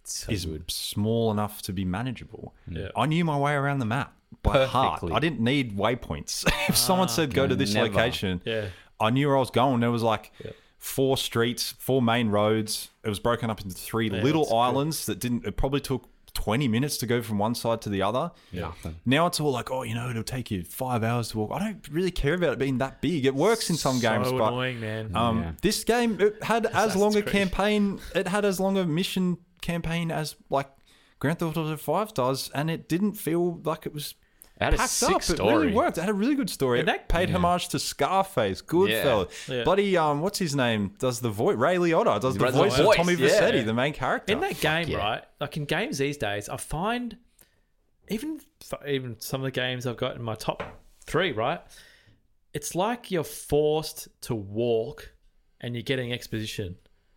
So
is
good.
small enough to be manageable.
Yeah.
I knew my way around the map by heart.
Perfectly.
I didn't need waypoints. if someone said go to this
Never.
location,
Ah, Yeah.
I knew where I was going. There was like
Yeah.
four streets, four main roads. It was broken up into three
Yeah, that's
little
good.
islands that didn't. It probably took twenty minutes to go from one side to the other.
Nothing.
Now it's all like, oh, you know, it'll take you five hours to walk. I don't really care about it being that big. It works in some games,
so
but
annoying, man.
um,
Yeah.
this game it had as long a
Creed.
campaign. It had as long a mission campaign as like Grand Theft Auto Five does, and it didn't feel like it was
It had a
packed
sick
up. It
story.
really worked. It had a really good story.
And that-
it paid homage to Scarface, Goodfellas,
Yeah. Yeah.
bloody um, what's his name? Does the voice Ray Liotta? Does the
Ray
voice
Liotta.
of Tommy
Voice,
Vercetti,
yeah.
the main character?
in that game,
yeah.
right? Like in games these days, I find even even some of the games I've got in my top three, right? It's like you're forced to walk, and you're getting exposition,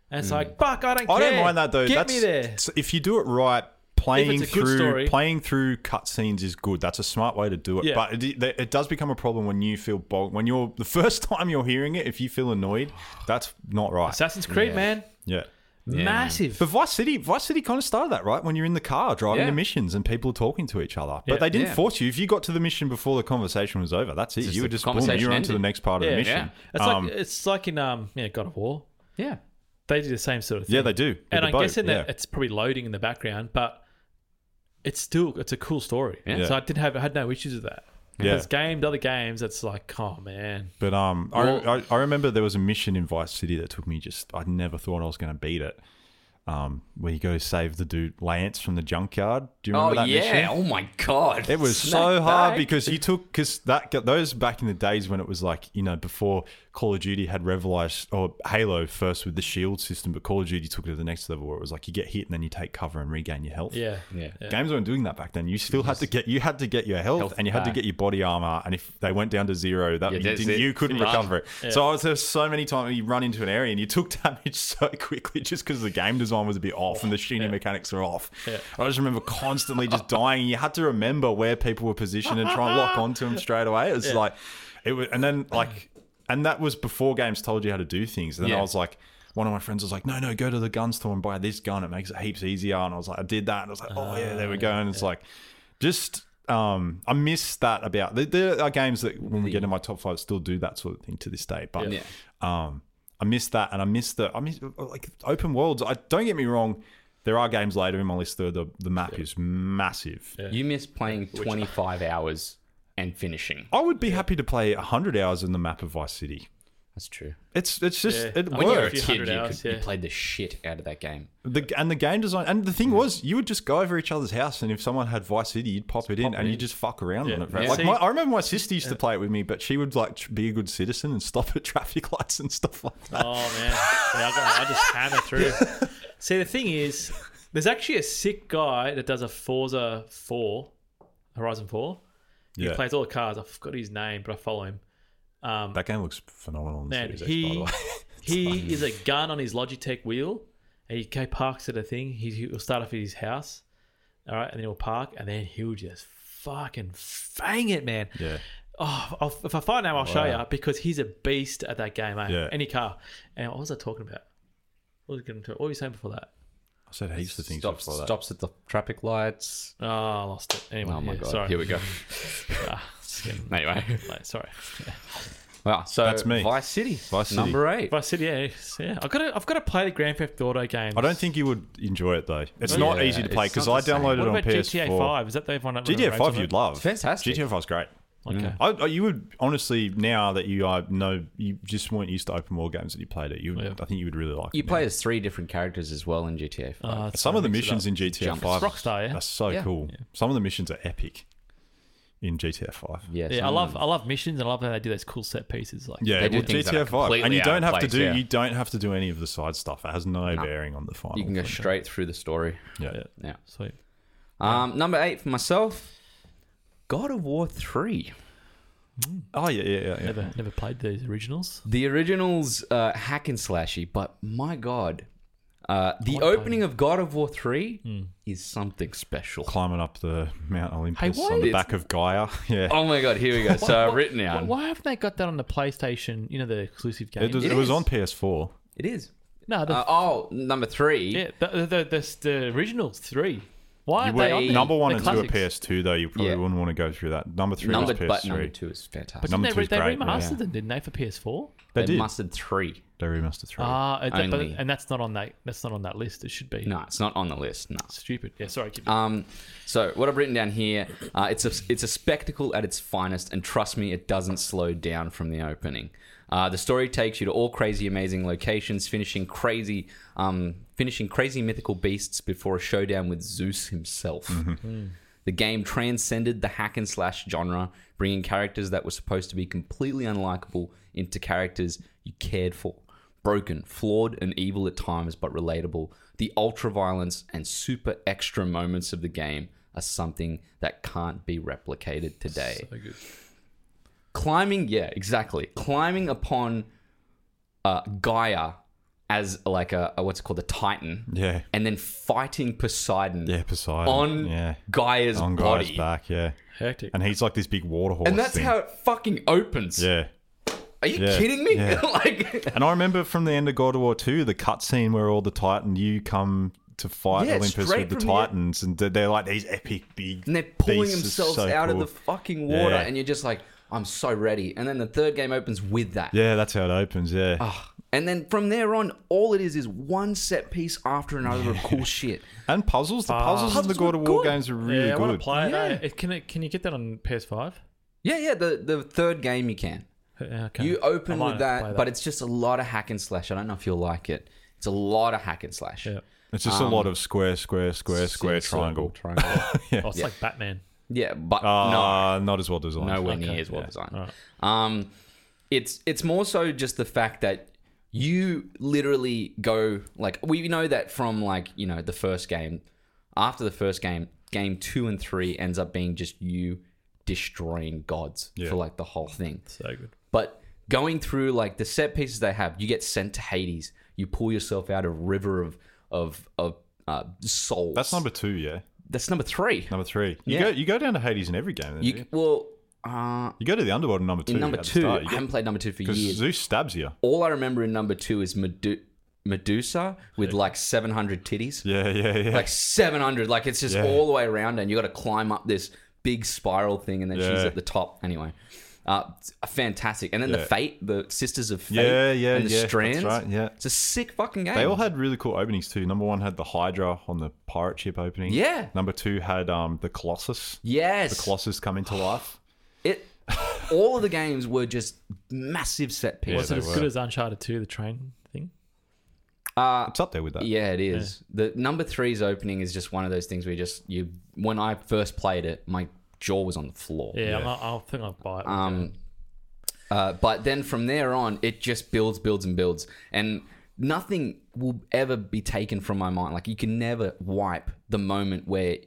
and it's like, fuck, I don't.
Mm. I
care.
don't mind that though.
Get
That's,
me there.
it's- If you do it right, playing
it's a good
through
story.
playing through cutscenes is good. That's a smart way to do it.
Yeah.
But it, it does become a problem when you feel bogged. When you're the first time you're hearing it, if you feel annoyed, that's not right.
Assassin's Creed,
Yeah.
man,
Yeah.
massive.
But Vice City, Vice City kind of started that, right? When you're in the car driving
Yeah.
to missions and people are talking to each other, but
Yeah.
they didn't
Yeah.
force you. If you got to the mission before the conversation was over, that's it.
Just
you were
the
just boom,
conversation
you're on to the
ended.
next part of
Yeah.
the mission.
Yeah.
It's
Um,
like it's like in um yeah God of War.
Yeah.
They do the same sort of thing.
yeah, they do. with
and
the
I'm
boat,
guessing
yeah.
that it's probably loading in the background, but it's still it's a cool story.
Yeah.
So I didn't have I had no issues with that.
Yeah.
There's games, other games, it's like, oh man,
But um,
Well-
I, I I remember there was a mission in Vice City that took me just I never thought I was going to beat it. Um, where you go save the dude Lance from the junkyard. Do you
Oh
remember
yeah.
that mission?
Oh my god.
It was so
Snack
hard
bag.
because you took because that got- those back in the days when it was like you know before Call of Duty had revolutionized or Halo first with the shield system, but Call of Duty took it to the next level where it was like you get hit and then you take cover and regain your health.
yeah,
Yeah.
Games weren't doing that back then. You still had to get you had to get your health,
Health
and you had to
back.
get your body armor, and if they went down to zero, that
Yeah,
you,
that's
didn't,
it.
you couldn't
Finished.
recover it. So I was there so many times you run into an area and you took damage so quickly just because the game design was a bit off and the shooting mechanics were off. I just remember constantly just dying. You had to remember where people were positioned and try and lock onto them straight away. It's like it was, and then like, and that was before games told you how to do things. And then
Yeah.
I was like one of my friends was like, "No, no, go to the gun store and buy this gun. It makes it heaps easier." And I was like, "I did that." And I was like, "Oh yeah, there we go." And it's like, just um, I miss that about there, there are games that when we get in my top five still do that sort of thing to this day. But
Yeah.
um, I miss that, and I miss the I miss like open worlds. I don't get me wrong. There are games later in my list though the, the map is massive.
You miss playing 25 hours and finishing.
I would be happy to play 100 hours in the map of Vice City.
That's true.
It's it's just
Yeah.
it
I mean, you're a
You're a
works.
few
kid, you,
hundred
could-
hours,
you
yeah.
played the shit out of that game.
The, and the game design, and the thing was, you would just go over each other's house, and if someone had Vice City, you'd pop it in, and you just fuck around on it. right?
Yeah.
Like
See-
my, I remember my sister used to play it with me, but she would like tr- be a good citizen and stop at traffic lights and stuff like that.
Oh man, yeah, I, got, I just hammer through. See, the thing is, there's actually a sick guy that does a Forza 4, Horizon 4. He plays all the cars. I forgot his name, but I follow him. Um,
that game looks phenomenal. In
Man,
Series X, by
he-
the way.
He is a gun on his Logitech wheel, and he go parks at a thing. He, he'll start off at his house, all right, and then he'll park, and then he'll just fucking fang it, man.
yeah,
Oh, I'll, if I find out, I'll show you because he's a beast at that game, eh?
Yeah.
Any car. And what was I talking about? What was, I gonna talk- what were you saying before that?
I said heaps of things
Stops,
before that.
stops at the traffic lights.
Oh, I lost it. Anyway,
Oh my
yeah,
god!
Sorry.
Here we go.
Ah, it's getting
Anyway,
late, sorry.
wow. So
That's me.
Vice City.
Vice City.
Number eight.
If I said yeah, it's- yeah. I've got to, I've got to play the Grand Theft Auto games.
I don't think you would enjoy it though. It's
Yeah,
not easy to
it's
play
not
because
the
I
same.
downloaded
What
it on
about
PS4.
GTA Five? Is that the one? that-
GTA Five,
that-
you'd love.
Fantastic.
GTA Five's great.
Okay.
I, I, you would honestly now that you I know you just weren't used to open world games that you played it. You,
Yeah.
I think you would really like.
You
it
play
now.
as three different characters as well in GTA. 5.
Oh, it's
some of the
mix it
missions
up.
in GTA
Jump.
Five.
It's Rockstar, yeah?
That's so
Yeah.
cool. Some of the missions are epic in GTA Five.
yeah,
Yeah,
some
I
of
love
them.
I love missions. I love how they do those cool set pieces. Like
Yeah,
They do
well,
things that are
GTA Five, and
completely
you
out
don't
of
have to
place,
do
yeah.
you don't have to do any of the side stuff. It has no bearing on the final.
You can go
thing.
straight through the story.
Yeah.
Yeah.
Yeah.
sweet.
Um, number eight for myself. God of War three.
Oh yeah, yeah, yeah. yeah.
Never never played these originals.
The original's uh, hack and slashy, but my god, uh, the
What a-
opening of God of War Three is something special.
Climbing up the Mount Olympus
why
on the
did-
back of Gaia. Yeah,
Oh my god, here we go. So I've written
Why,
down.
why haven't they got that on the PlayStation? You know the exclusive game.
it was,
it
it was
is.
on PS4.
It is.
no, the,
Uh, oh, number three.
yeah, the, the, the, the, the original three. Why
You
aren't
were-
they on there?
number one
They're
and
classics.
two are PS2 though. You probably
Yeah.
wouldn't want to go through that. Number three
Numbered,
was
but number
PS3.
two is fantastic.
But
Number
didn't
two
they,
is
re- they
great, yeah.
remastered them, didn't they, for PS4?
they,
they
did.
mustered three.
They remastered three.
Ah, uh, that- but-
Only.
and that's not on that. That's not on that list. It should be.
No, it's not on the list. No.
Stupid. Yeah, sorry.
Uh,
Keep
Um, so what I've written down here, uh, it's a it's a spectacle at its finest, and trust me, it doesn't slow down from the opening. Uh, the story takes you to all crazy, amazing locations, finishing crazy, um, finishing crazy mythical beasts before a showdown with Zeus himself.
Mm-hmm.
The game transcended the hack and slash genre, bringing characters that were supposed to be completely unlikable into characters you cared for. Broken, flawed, and evil at times, but relatable. The ultra violence and super extra moments of the game are something that can't be replicated today
so good.
climbing yeah exactly climbing upon uh gaia as like a, a- what's it called a titan
yeah,
and then fighting poseidon
yeah. Poseidon.
on
yeah,
gaia's
on Gaia's
body
back. Yeah,
Hectic.
and he's like this big water horse.
and that's
thing.
how it fucking opens
Yeah.
are you
Yeah.
kidding me
Yeah.
like
And I remember from the end of God of War 2, the cutscene where all the Titan you come to fight
Yeah,
Olympus
straight
with the
from the- e-
Titans, and they're- they're like these epic big.
and they're pulling
beasts. It's
themselves
so
out
cool.
of the fucking water
Yeah.
and you're just like i'm so ready and then the third game opens with that
Yeah, that's how it opens. Yeah,
Ah. and then from there on all it is is one set piece after another of cool shit
and puzzles. The puzzles, in the
Puzzles were
God of War
good.
games are really
yeah, I want
good.
to play it.
Yeah.
Uh, can it. Can you get that on PS5?
yeah yeah the, the third game you can
Uh, Okay.
You
I
open
might
with
have to
that,
play
but it's just a lot of hack and slash. I don't know if you'll like it. It's a lot of hack and slash.
yeah.
It's just
Um,
a lot of square, square, square, square, triangle.
Triangle.
Oh, it's like Batman.
yeah, but
Uh, not as well
no,
designed.
nowhere near
okay,
as well
yeah,
designed.
alright.
Um, it's it's more so just the fact that you literally go like we know that from like you know the first game. After the first game, game two and three ends up being just you destroying gods
Yeah.
for like the whole thing.
So good.
But going through like the set pieces they have, you get sent to Hades. You pull yourself out of a river of of of uh, souls.
That's number two. Yeah,
that's number three.
number three. You
Yeah.
go, you go down to Hades in every game. Then, you,
You
you?
well, uh,
you go to the underworld in number two.
in number
at the
two,
start. You
I
go-
haven't played number two for
'cause
years.
Zeus stabs you.
All I remember in number two is Medu- Medusa with like seven hundred titties,
Yeah, yeah, yeah.
like seven hundred. Like it's just
Yeah.
all the way around, and you got to climb up this big spiral thing, and then she's
Yeah.
at the top. Anyway. Uh, it's fantastic, and then the
Yeah.
Fate, the Sisters of Fate,
yeah, yeah,
and the
yeah. that's
Strands.
right, yeah.
It's a sick fucking game.
They all had really cool openings too. Number one had the Hydra on the pirate ship opening.
Yeah.
Number two had um the Colossus. The
yes.
Colossus come into life.
it. All of the games were just massive set
Yeah,
pieces.
So
they
as
were.
good as Uncharted 2, the train thing.
Uh,
It's up there with that.
yeah, it is. The number three's opening is just one of those things where you just you. When I first played it, my jaw was on the floor.
Yeah, I'm, I'll think I'll buy it.
Um, uh, but then from there on, it just builds, builds, and builds, and nothing will ever be taken from my mind. Like you can never wipe the moment where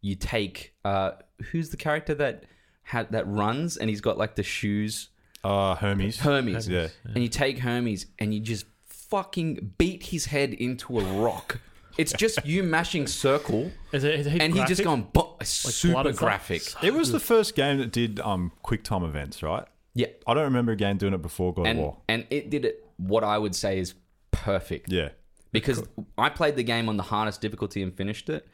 you take uh, who's the character that had that runs and he's got like the shoes
Uh Hermes.
Hermes,
Yeah.
and you take Hermes and you just fucking beat his head into a rock. It's just you mashing circle,
is it, is it
and he just
graphic?
going "Bo- super
and stuff?
graphic.
It was the first game that did um quick time events, right?
Yeah,
I don't remember a game doing it before God
and
of War.
and it did it what I would say is perfect
Yeah.
because I played the game on the hardest difficulty and finished it.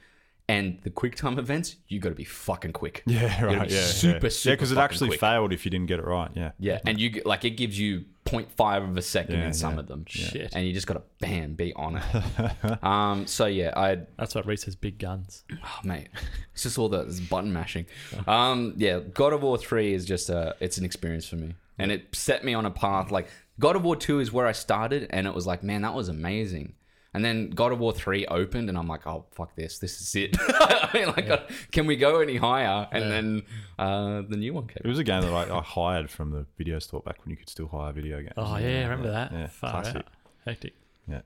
And the quick time events, you got to be fucking quick.
Yeah,
You gotta
right.
be
Yeah.
super,
yeah.
super.
Yeah, because it
fucking
actually
quick.
failed if you didn't get it right. Yeah.
Yeah, and you get- like it gives you 0.5 of a second
Yeah,
in some
yeah.
of them.
Shit.
And you just got to bam, be on it. um. So yeah, I
That's what Reese says, big guns.
Oh, mate, it's just all the this button mashing. Um, yeah, God of War three is just a it's an experience for me, and it set me on a path. Like God of War two is where I started, and it was like, man, that was amazing. And then God of War three opened, and I'm like, oh fuck this, this is it. I mean, like, uh, can we go any higher? And then uh, the new one
It
came.
was a game that I, I hired from the video store back when you could still hire video games.
Oh, yeah, I remember that.
Yeah,
Far
classic.
out. Hectic.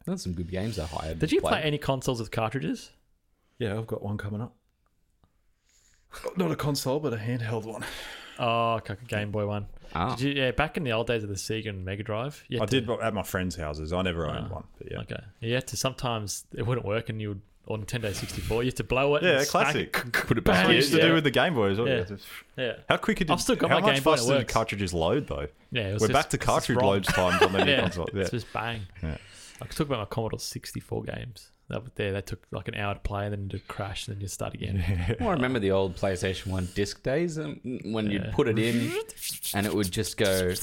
That's some good games I hired.
Did you play any consoles with cartridges?
Yeah, I've got one coming up. Not a console, but a handheld one.
Oh, okay, okay, Game Boy one.
Ah.
Did you, yeah, back in the old days of the Sega and Mega Drive. you
I
had to-
did but at my friends' houses. I never owned
Ah,
one. But yeah.
Okay. You had to sometimes it wouldn't work, and you would on Nintendo sixty four. You had to blow it.
Yeah,
and smack
classic.
it.
Put it
That's what
back.
you
Bang.
used to
Yeah.
do with the Game Boys. wasn't
Yeah.
it?
Yeah.
How quick did
I've still got my
how much
Game Boy and it
faster did
works.
cartridges load though?
Yeah. it was
We're
just-
back to
it's just
cartridge
wrong.
loads times on the new
Yeah.
console. Yeah.
It's just bang.
Yeah.
I could talk about my Commodore sixty four games. That was there. That took like an hour to play, and then it would crash, and then you start again.
Well, I remember the old PlayStation 1 disc days um, when you'd
Yeah.
put it in and it would just go,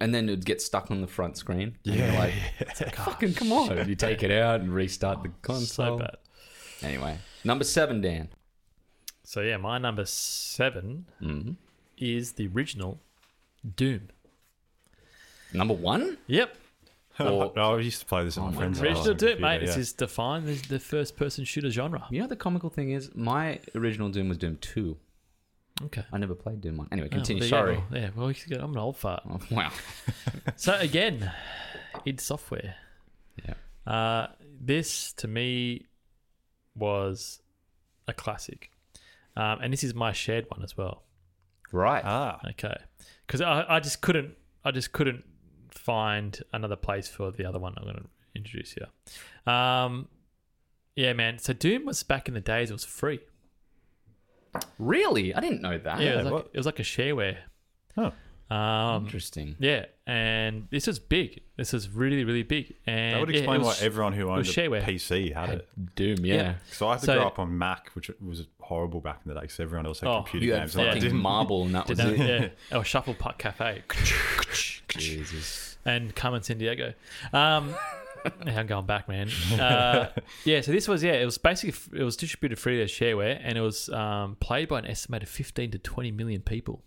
and then it would get stuck on the front screen. And you're
Yeah.
like, fucking come on. And you take it out and restart the
Oh, so
console.
bad.
Anyway, number seven, Dan.
So yeah, my number seven
Mhm.
is the original Doom.
Number one?
Yep.
Or-
I used to play this at
Oh
my
my
friends'
God.
Original
houses. on the
Doom, mate.
computer,
This is defined as the first person shooter genre.
You know, the comical thing is, my original Doom was Doom 2.
Okay.
I never played Doom 1. Anyway,
Oh, well,
continue.
there you go.
Sorry.
Yeah, well, he's good. I'm an old fart.
Oh, wow.
So again, id Software.
Yeah.
Uh, this to me was a classic, um, and this is my shared one as well.
Right.
Uh,
Ah,
Okay, because I, I just couldn't I just couldn't find another place for the other one I'm going to introduce here. Um, yeah, man. So Doom was back in the days; it was free.
really? I didn't know that.
Yeah, it, was like,
what?
it was like a shareware.
Oh.
Um,
Interesting.
Yeah, and this is big. This is really, really big. And
that would
yeah, it
explain
was-
why everyone who owned
was
a
shareware.
PC had it.
Doom, yeah.
Yeah.
So I had to
So-
grow up on Mac, which was horrible back in the day because everyone else had
Oh,
computer
You had
games. and I
fucking
didn't.
marble and that was
Did
it.
that- yeah. Or Shuffle Putt Cafe
Jesus.
and Carmen San Diego. Um, yeah, I'm going back, man. Uh, yeah, so this was yeah, it was basically it was distributed free as shareware, and it was um, played by an estimated 15 to 20 million people.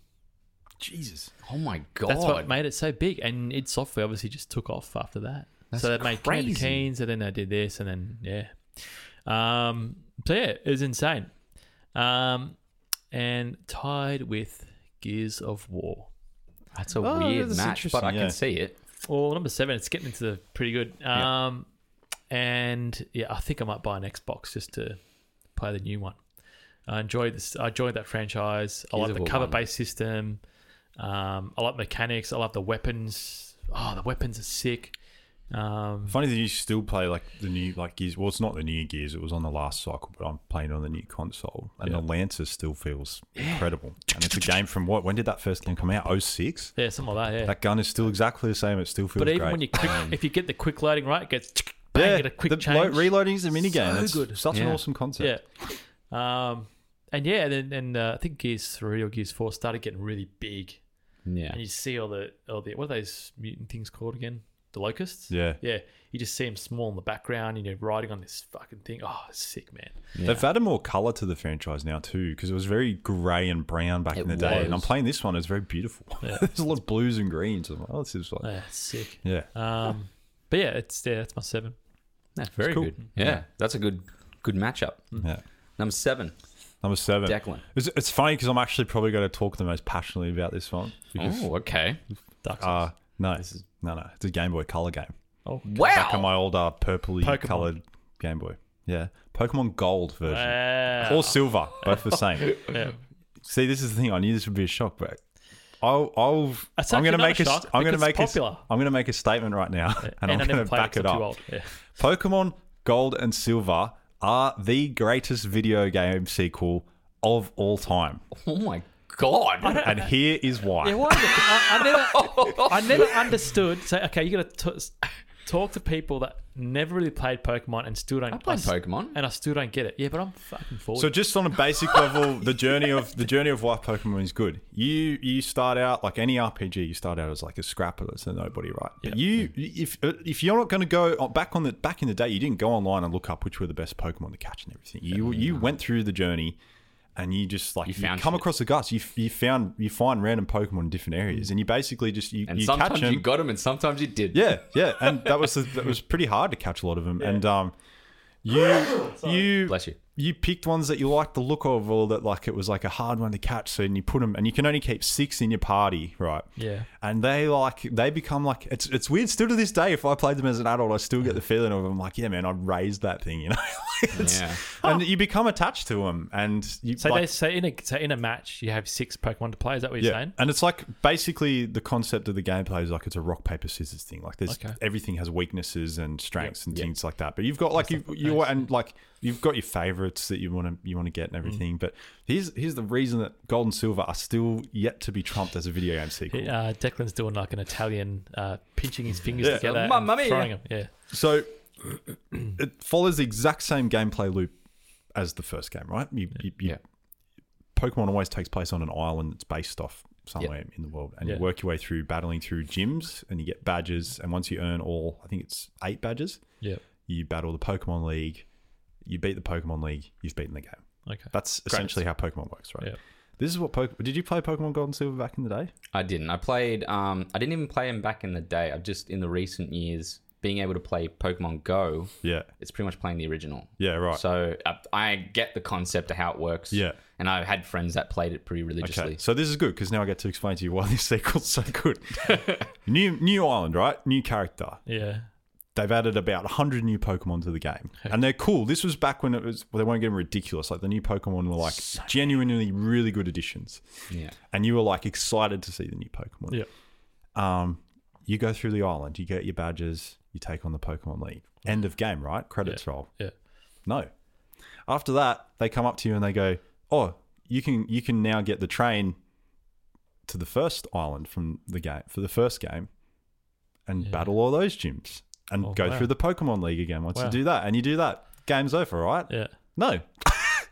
Jesus.
Oh my god.
That's what made it so big, and id Software obviously just took off after that.
That's
so they made Candy
crazy.
Canes, and then they did this, and then yeah. Um, so yeah, it was insane. Um, and tied with Gears of War.
That's a
Oh,
weird
that's
match, but I
interesting, yeah.
can see it.
Well, number seven, it's getting into the pretty good. Um, and yeah, I think I might buy an Xbox just to play the new one. I enjoyed this. I enjoyed that franchise. I
Gears
like
of
the
War
cover
one.
based system. Um, I like mechanics. I love the weapons. Oh, the weapons are sick. Um,
Funny that you still play like the new like Gears. Well, it's not the new Gears. It was on the last cycle, but I'm playing on the new console, and the Lancer still feels incredible. And it's a game from what? When did that first game come out? 06?
yeah, something like that. Yeah.
That gun is still exactly the same. It still feels
but even
great.
when you click, if you get the quick loading right, it gets bang at a quick
the
change.
lo- reloading is a minigame.
So
It's
good.
Such an
Yeah.
awesome concept.
yeah. Um, and yeah, and then and, uh, I think Gears three or Gears four started getting really big.
Yeah.
and you see all the all the what are those mutant things called again? The locusts.
Yeah.
yeah. You just see them small in the background, and you're riding on this fucking thing. Oh, it's sick man.
They've added more color to the franchise now too, because it was very grey and brown back
It
in the day. And I'm
was.
playing this one; it's very beautiful. There's a lot of blues and greens. I'm like, oh, this is like,
Yeah, Ah, it's sick.
yeah,
Um, but yeah, it's yeah, that's my seven.
That's very
cool.
good. Yeah. That's a good good matchup.
Mm.
yeah.
Number seven,
Number seven.
Declan.
It's, it's funny because I'm actually probably going to talk the most passionately about this one. Because,
Oh, okay.
Dark Souls.
uh, no, no, no. It's a Game Boy Color game.
oh,
Back on
Wow.
my old uh, purpley
Pokemon.
coloured Game Boy. Yeah. Pokemon Gold version.
wow.
or silver. Both the same.
Ah. Yeah.
See, this is the thing. I knew this would be a shock, but I'll, I'll
That's
I'm going
actually
to
not a
make
shock,
a, am going to
because
make
it's popular.
A, I'm going to make a statement right now, and,
And, I
I'm
never
going to
played
back
it.
it
'cause I'm
up.
Too old. Yeah.
Pokemon Gold and Silver are the greatest video game sequel of all time,
Oh my god.
and here is why.
Yeah, why? the- I, I never, I never understood. So, okay, you got to talk to people that never really played Pokemon and still don't.
I played
s-
Pokemon.
and I still don't get it. Yeah, but I'm fucking forward.
So just on a basic level, the journey of the journey of why Pokemon is good. You you start out like any RPG. You start out as like a scrapper that's a nobody, right? But you if if you're not going to go on- back on the back in the day, you didn't go online and look up which were the best Pokemon to catch and everything. You you went through the journey, and you just like you,
found
come
shit.
across the guts. You you found you find random Pokemon in different areas, and you basically just you,
and
you catch
sometimes
them.
you got them and sometimes you didn't.
Yeah, yeah, and that was the, that was pretty hard to catch a lot of them, and um, you you
Bless you.
you picked ones that you liked the look of, or that like it was like a hard one to catch. So and you put them, and you can only keep six in your party, right?
Yeah.
And they like they become like it's it's weird still to this day. If I played them as an adult, I still get the feeling of them like, yeah, man, I raised that thing, you know. It's-
Yeah.
And you become attached to them, and you
So
like,
they so in a so in a match you have six Pokemon to play. Is that what you're saying?
And it's like basically the concept of the gameplay is like it's a rock paper scissors thing. Like there's
Okay.
everything has weaknesses and strengths and things like that. But you've got like you you and like you've got your favorites that you want to you want to get
Mm.
and everything. But here's here's the reason that Gold and Silver are still yet to be trumped as a video game sequel.
Uh, Declan's doing like an Italian, uh, pinching his fingers
Yeah.
together,
Mamma
and
mia.
throwing 'em. Yeah.
So it follows the exact same gameplay loop as the first game, right? You, you, you,
Yeah.
Pokemon always takes place on an island that's based off somewhere in the world, and
Yeah.
you work your way through battling through gyms, and you get badges, and once you earn all, I think it's eight badges,
Yeah.
you battle the Pokemon League. You beat the Pokemon League, you've beaten the game.
Okay.
That's essentially how Pokemon works, right?
Yeah.
This is what Pokemon. Did you play Pokemon Gold and Silver back in the day?
I didn't. I played. Um, I didn't even play him back in the day. I've just in the recent years being able to play Pokemon Go.
Yeah.
It's pretty much playing the original.
Yeah, right.
So I, I get the concept of how it works.
Yeah.
And I had friends that played it pretty religiously.
Okay, so this is good because now I get to explain to you why this sequel's so good. new new island, right? New character.
Yeah.
They've added about 100 new Pokemon to the game, and they're cool. This was back when it was well, they weren't getting ridiculous. Like the new Pokemon were like genuinely really good additions,
Yeah.
and you were like excited to see the new
Yeah.
Pokemon. Um, you go through the island, you get your badges, you take on the Pokemon League. End of game, right? Credits roll.
Yeah.
No. After that, they come up to you and they go, "Oh, you can you can now get the train to the first island from the game for the first game, and
Yeah.
battle all those gyms and
Oh,
go
wow.
through the Pokemon League again. Once
Wow.
you do that, and you do that, game's over, right?
Yeah.
No,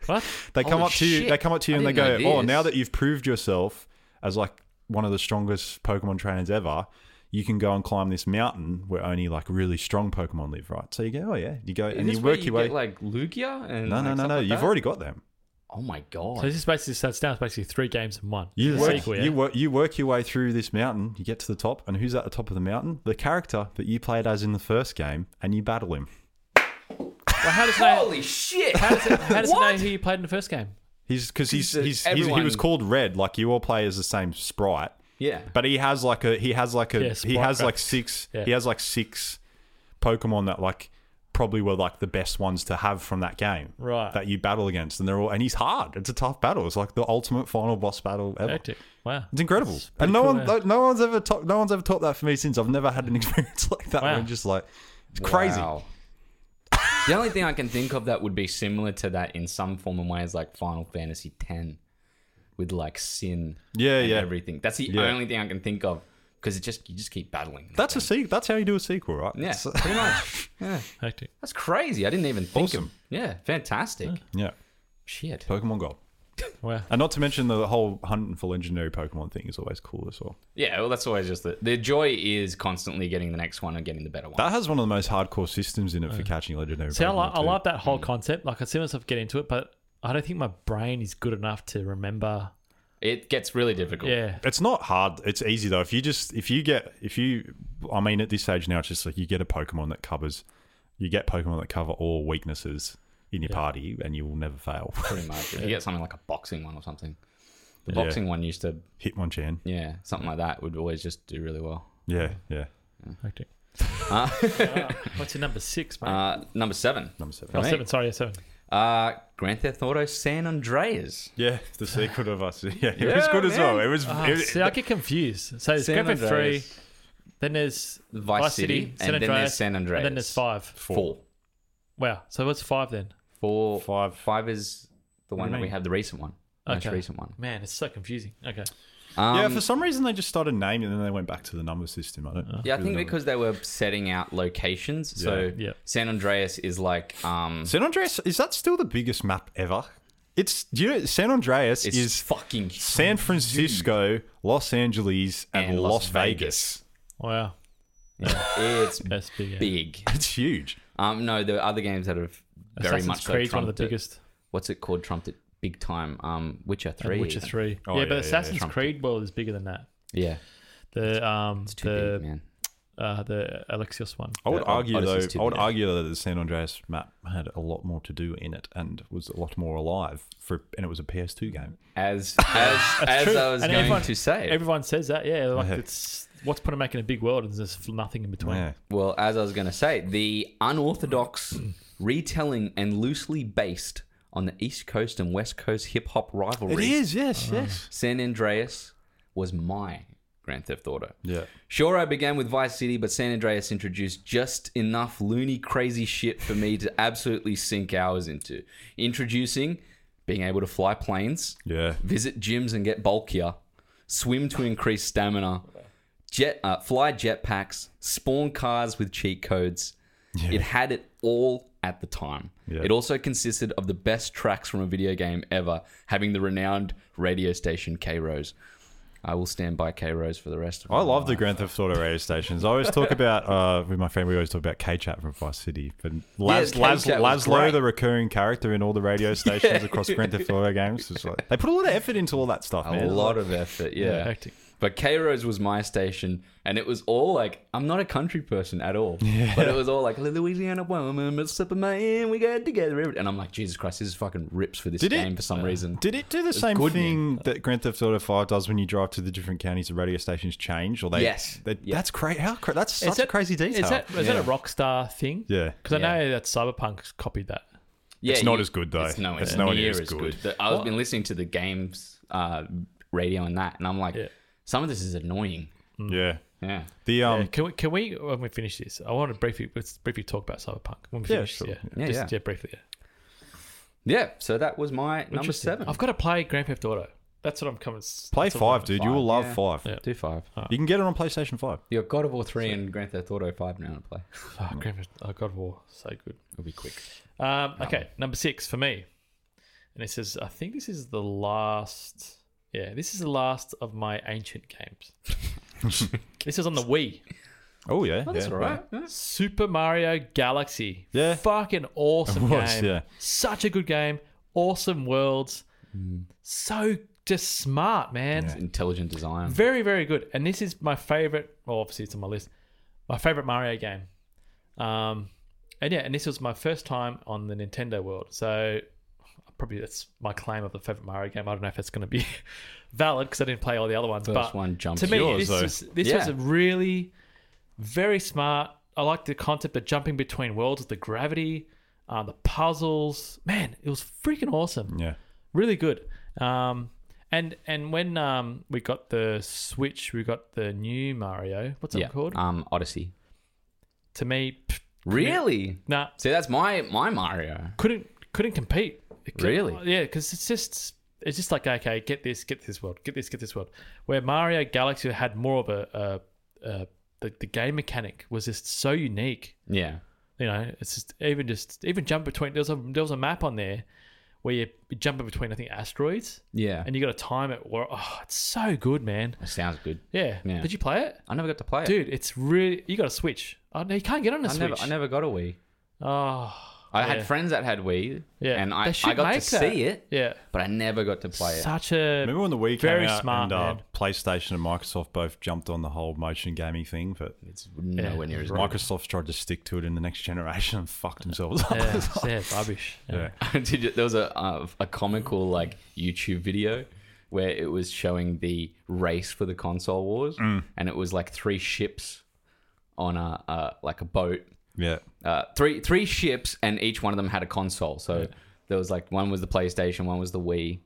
What?
they come
Holy
up to you.
shit.
They come up to
I
you and they go,
didn't know
"Oh,
this."
now that you've proved yourself as like one of the strongest Pokemon trainers ever, you can go and climb this mountain where only like really strong Pokemon live." Right? So you go, "Oh yeah," you go
Is
and
this
you
where
work
you
your way.
Get, like Lugia and
no,
like,
no, no,
stuff
no.
like
You've
that?
already got them.
Oh my
So
god.
this is basically so it's now basically three games in one.
You
The
work,
sequel, yeah?
you work, you work your way through this mountain. You get to the top, and who's at the top of the mountain? The character that you played as in the first game, and you battle him.
Well, how does it know?
Holy shit.
How does it, how does it know
What?
who you played in the first game?
He's because he's,
He's, uh,
he's, he's he
everyone-
was called Red. Like you all play as the same sprite.
yeah.
But he has like a he has like a
Yeah,
he
sprite
has like
graphics.
six
Yeah.
he has like six Pokemon that like probably were like the best ones to have from that game.
Right.
That you battle against and they're all and he's hard. It's a tough battle. It's like the ultimate final boss battle ever.
Hectic. Wow.
It's incredible.
pretty
and no
cool,
one
yeah.
no one's ever top, no one's ever taught that for me since. I've never had an experience like that where
Wow.
I'm just like it's crazy.
Wow. the only thing I can think of that would be similar to that in some form and way is like Final Fantasy X with like sin
Yeah,
and
yeah.
everything. That's the
Yeah.
only thing I can think of because it just you just keep battling.
That's a sequel. That's how you do a sequel, right?
yeah,
It's-
pretty much. Yeah.
Hectic.
That's crazy. I didn't even think
Awesome.
of. Yeah, fantastic.
yeah.
Shit.
Pokemon Gold.
Wow.
And not to mention the whole hunting for legendary Pokemon thing is always cool as well.
Yeah, well, that's always just the the joy is constantly getting the next one and getting the better one.
That has one of the most hardcore systems in it for catching legendary.
See, I,
Pokemon
like, I
too. Mm.
like that whole concept. Like, I see myself get into it, but I don't think my brain is good enough to remember.
it gets really difficult.
Yeah.
It's not hard. It's easy though. If you just if you get if you, I mean, at this age now, it's just like you get a Pokemon that covers, you get Pokemon that cover all weaknesses in your party, and you will never fail.
pretty much. If you get something like a boxing one or something, the
Yeah.
boxing one used to,
Hitmonchan.
yeah, something like that would always just do really well.
Yeah, yeah.
Hectic.
Ah.
What's your number six, mate?
Uh, number seven.
Number seven.
oh,
mate.
seven. Sorry, yeah, seven.
Uh, Grand Theft Auto San Andreas.
Yeah, the secret of us. Yeah, it was
Yeah,
good as well.
man. Ah,
It was.
Oh,
it-
see, I get confused. So there's
San
Grand Theft Three,
Andreas.
then there's
Vice City, and then there's San
and then
Andreas.
there's five.
Four.
Wow. So what's five then?
Four.
Five.
Five is the one
do you
that we
mean?
have, the recent one. Most
Okay.
recent one.
Man, it's so confusing. Okay.
Um,
yeah, for some reason they just started naming, and then they went back to the number system. I don't.
Yeah, I
really
think
know.
because they were setting out locations. So
Yeah. Yeah.
San Andreas is like um,
San Andreas is that still the biggest map ever? It's do you know San Andreas
it's
is
fucking
San Francisco, Los Angeles, and,
And
Las,
Las
Vegas.
Wow.
it's
That's big. Yeah.
big.
It's huge.
Um, no, the other games that have very
Assassin's
much so
Creed's one of the
trumped it.
biggest.
What's it called? Trumped it big time. Um, Witcher three.
And Witcher Three.
Oh,
yeah,
yeah,
but
yeah,
Assassin's
yeah.
Creed world is bigger than that.
Yeah,
The um
it's too
the
big, man.
uh, the Alexios one.
I would
The
argue
Odyssey's
though.
too
I would
big.
argue though that the San Andreas map had a lot more to do in it and was a lot more alive for, and it was a PS2 game.
As as as
true.
I was
And
going
everyone-
to say,
Everyone says that, yeah. Like
Yeah.
it's what's point of making a big world and there's just nothing in between.
Yeah.
well, as I was going to say, the unorthodox retelling and loosely based on the East Coast and West Coast hip hop rivalry,
Yes. Yes.
San Andreas was my Grand Theft Auto.
Yeah.
Sure, I began with Vice City, but San Andreas introduced just enough loony, crazy shit for me to absolutely sink hours into. Introducing being able to fly planes,
Yeah.
visit gyms and get bulkier, swim to increase stamina, jet uh, fly jetpacks, spawn cars with cheat codes. It had it all at the time.
Yeah.
It also consisted of the best tracks from a video game ever, having the renowned radio station K Rose. I will stand by K Rose for the rest of.
I
my
love the
life.
Grand Theft Auto radio stations. I always talk about uh, with my family. We always talk about K Chat from Vice City, but Laz,
Yeah,
Laz,
K-Chat was
Laszlo,
great.
the recurring character in all the radio stations across Grand Theft Auto games, is like, they put a lot of effort into all that stuff.
a
man.
lot of effort.
Yeah,
Yeah.
hectic.
But K Rose was my station, and it was all like, I'm not a country person at all. But it was all like, Louisiana woman, Mississippi man, we got together. And I'm like, Jesus Christ, this is fucking rips for this
Did it?
game for some reason.
Did it do the same
good
thing that Grand Theft Auto Five does when you drive to the different counties? The radio stations change, or they?
Yes.
they-
Yeah.
That's crazy. How cra- that's such
that-
crazy detail.
Is that is
Yeah.
that a Rockstar thing?
yeah,
Because
Yeah.
I know that Cyberpunk copied that.
Yeah,
It's not as good, though.
It's nowhere,
It's
near,
nowhere near
as
as
good.
good.
The- I've been listening to the games uh, radio and that, and I'm like,
Yeah.
some of this is annoying.
yeah.
Yeah.
The um,
yeah, can we can we when we finish this? I want to briefly let's briefly talk about Cyberpunk when we
Yeah,
finish.
sure.
Yeah,
Yeah,
Just,
yeah.
briefly. Yeah.
Yeah, so that was my number
Interesting.
seven.
I've got to play Grand Theft Auto. That's what I'm coming.
play
that's what I'm
five, dude.
coming
You will love
yeah.
five.
Yeah.
Two five.
You can get it on PlayStation Five.
You got God of War three and Grand Theft Auto five now to play.
for. Oh, Grand Theft, oh, God of War, so good.
It'll be quick.
Um, okay, number six for me, and it says I think this is the last. Yeah, this is the last of my ancient games. this is on the Wii.
Oh yeah,
That's
yeah.
all right.
Super Mario Galaxy.
Yeah.
Fucking awesome
It was,
game.
yeah.
Such a good game. Awesome worlds.
Mm.
So just smart, man.
Intelligent design.
Very, very good. And this is my favorite. Well, obviously, it's on my list. My favorite Mario game. Um, and yeah, and this was my first time on the Nintendo World. So probably that's my claim of the favorite Mario game. I don't know if that's going to be valid because I didn't play all the other ones.
First
but
one jumps
to me, this,
yours, though.
was, this
Yeah.
was a really very smart. I like the concept of jumping between worlds with the gravity, uh, the puzzles. Man, it was freaking awesome.
Yeah.
Really good. Um, and and when um, we got the Switch, we got the new Mario. What's it
yeah.
called?
Um, Odyssey.
to me, pff,
Really?
nah,
See, that's my my Mario.
couldn't couldn't compete. It cou-
Really?
Yeah, because it's just it's just like okay, get this, get this world, get this, get this world. Where Mario Galaxy had more of a, a, a the, the game mechanic was just so unique.
Yeah.
You know, it's just even just even jump between. There was a there was a map on there where you jump in between I think asteroids,
Yeah.
and you got to time it. Where oh, it's so good, man.
That sounds good.
Yeah.
Yeah.
Did you play it,
I never got to play it.
dude? It's really you got to switch. Oh no, you can't get on the
I
switch.
never, I never got a Wii.
Oh
I
Yeah.
had friends that had Wii.
yeah.
And
They
I,
should
I got to
make that.
see it,
Yeah.
but I never got to play it.
Such a
Remember when the Wii
Very
came out
smart,
and uh,
man.
PlayStation and Microsoft both jumped on the whole motion gaming thing, but
It's nowhere near as good.
Microsoft's tried to stick to it in the next generation and fucked themselves up.
yeah, yeah, rubbish.
Yeah.
Did you, there was a uh, a comical like YouTube video where it was showing the race for the console wars, and it was like three ships on a uh, like a boat,
Yeah.
uh, three three ships, and each one of them had a console. So there was like one was the PlayStation, one was the Wii,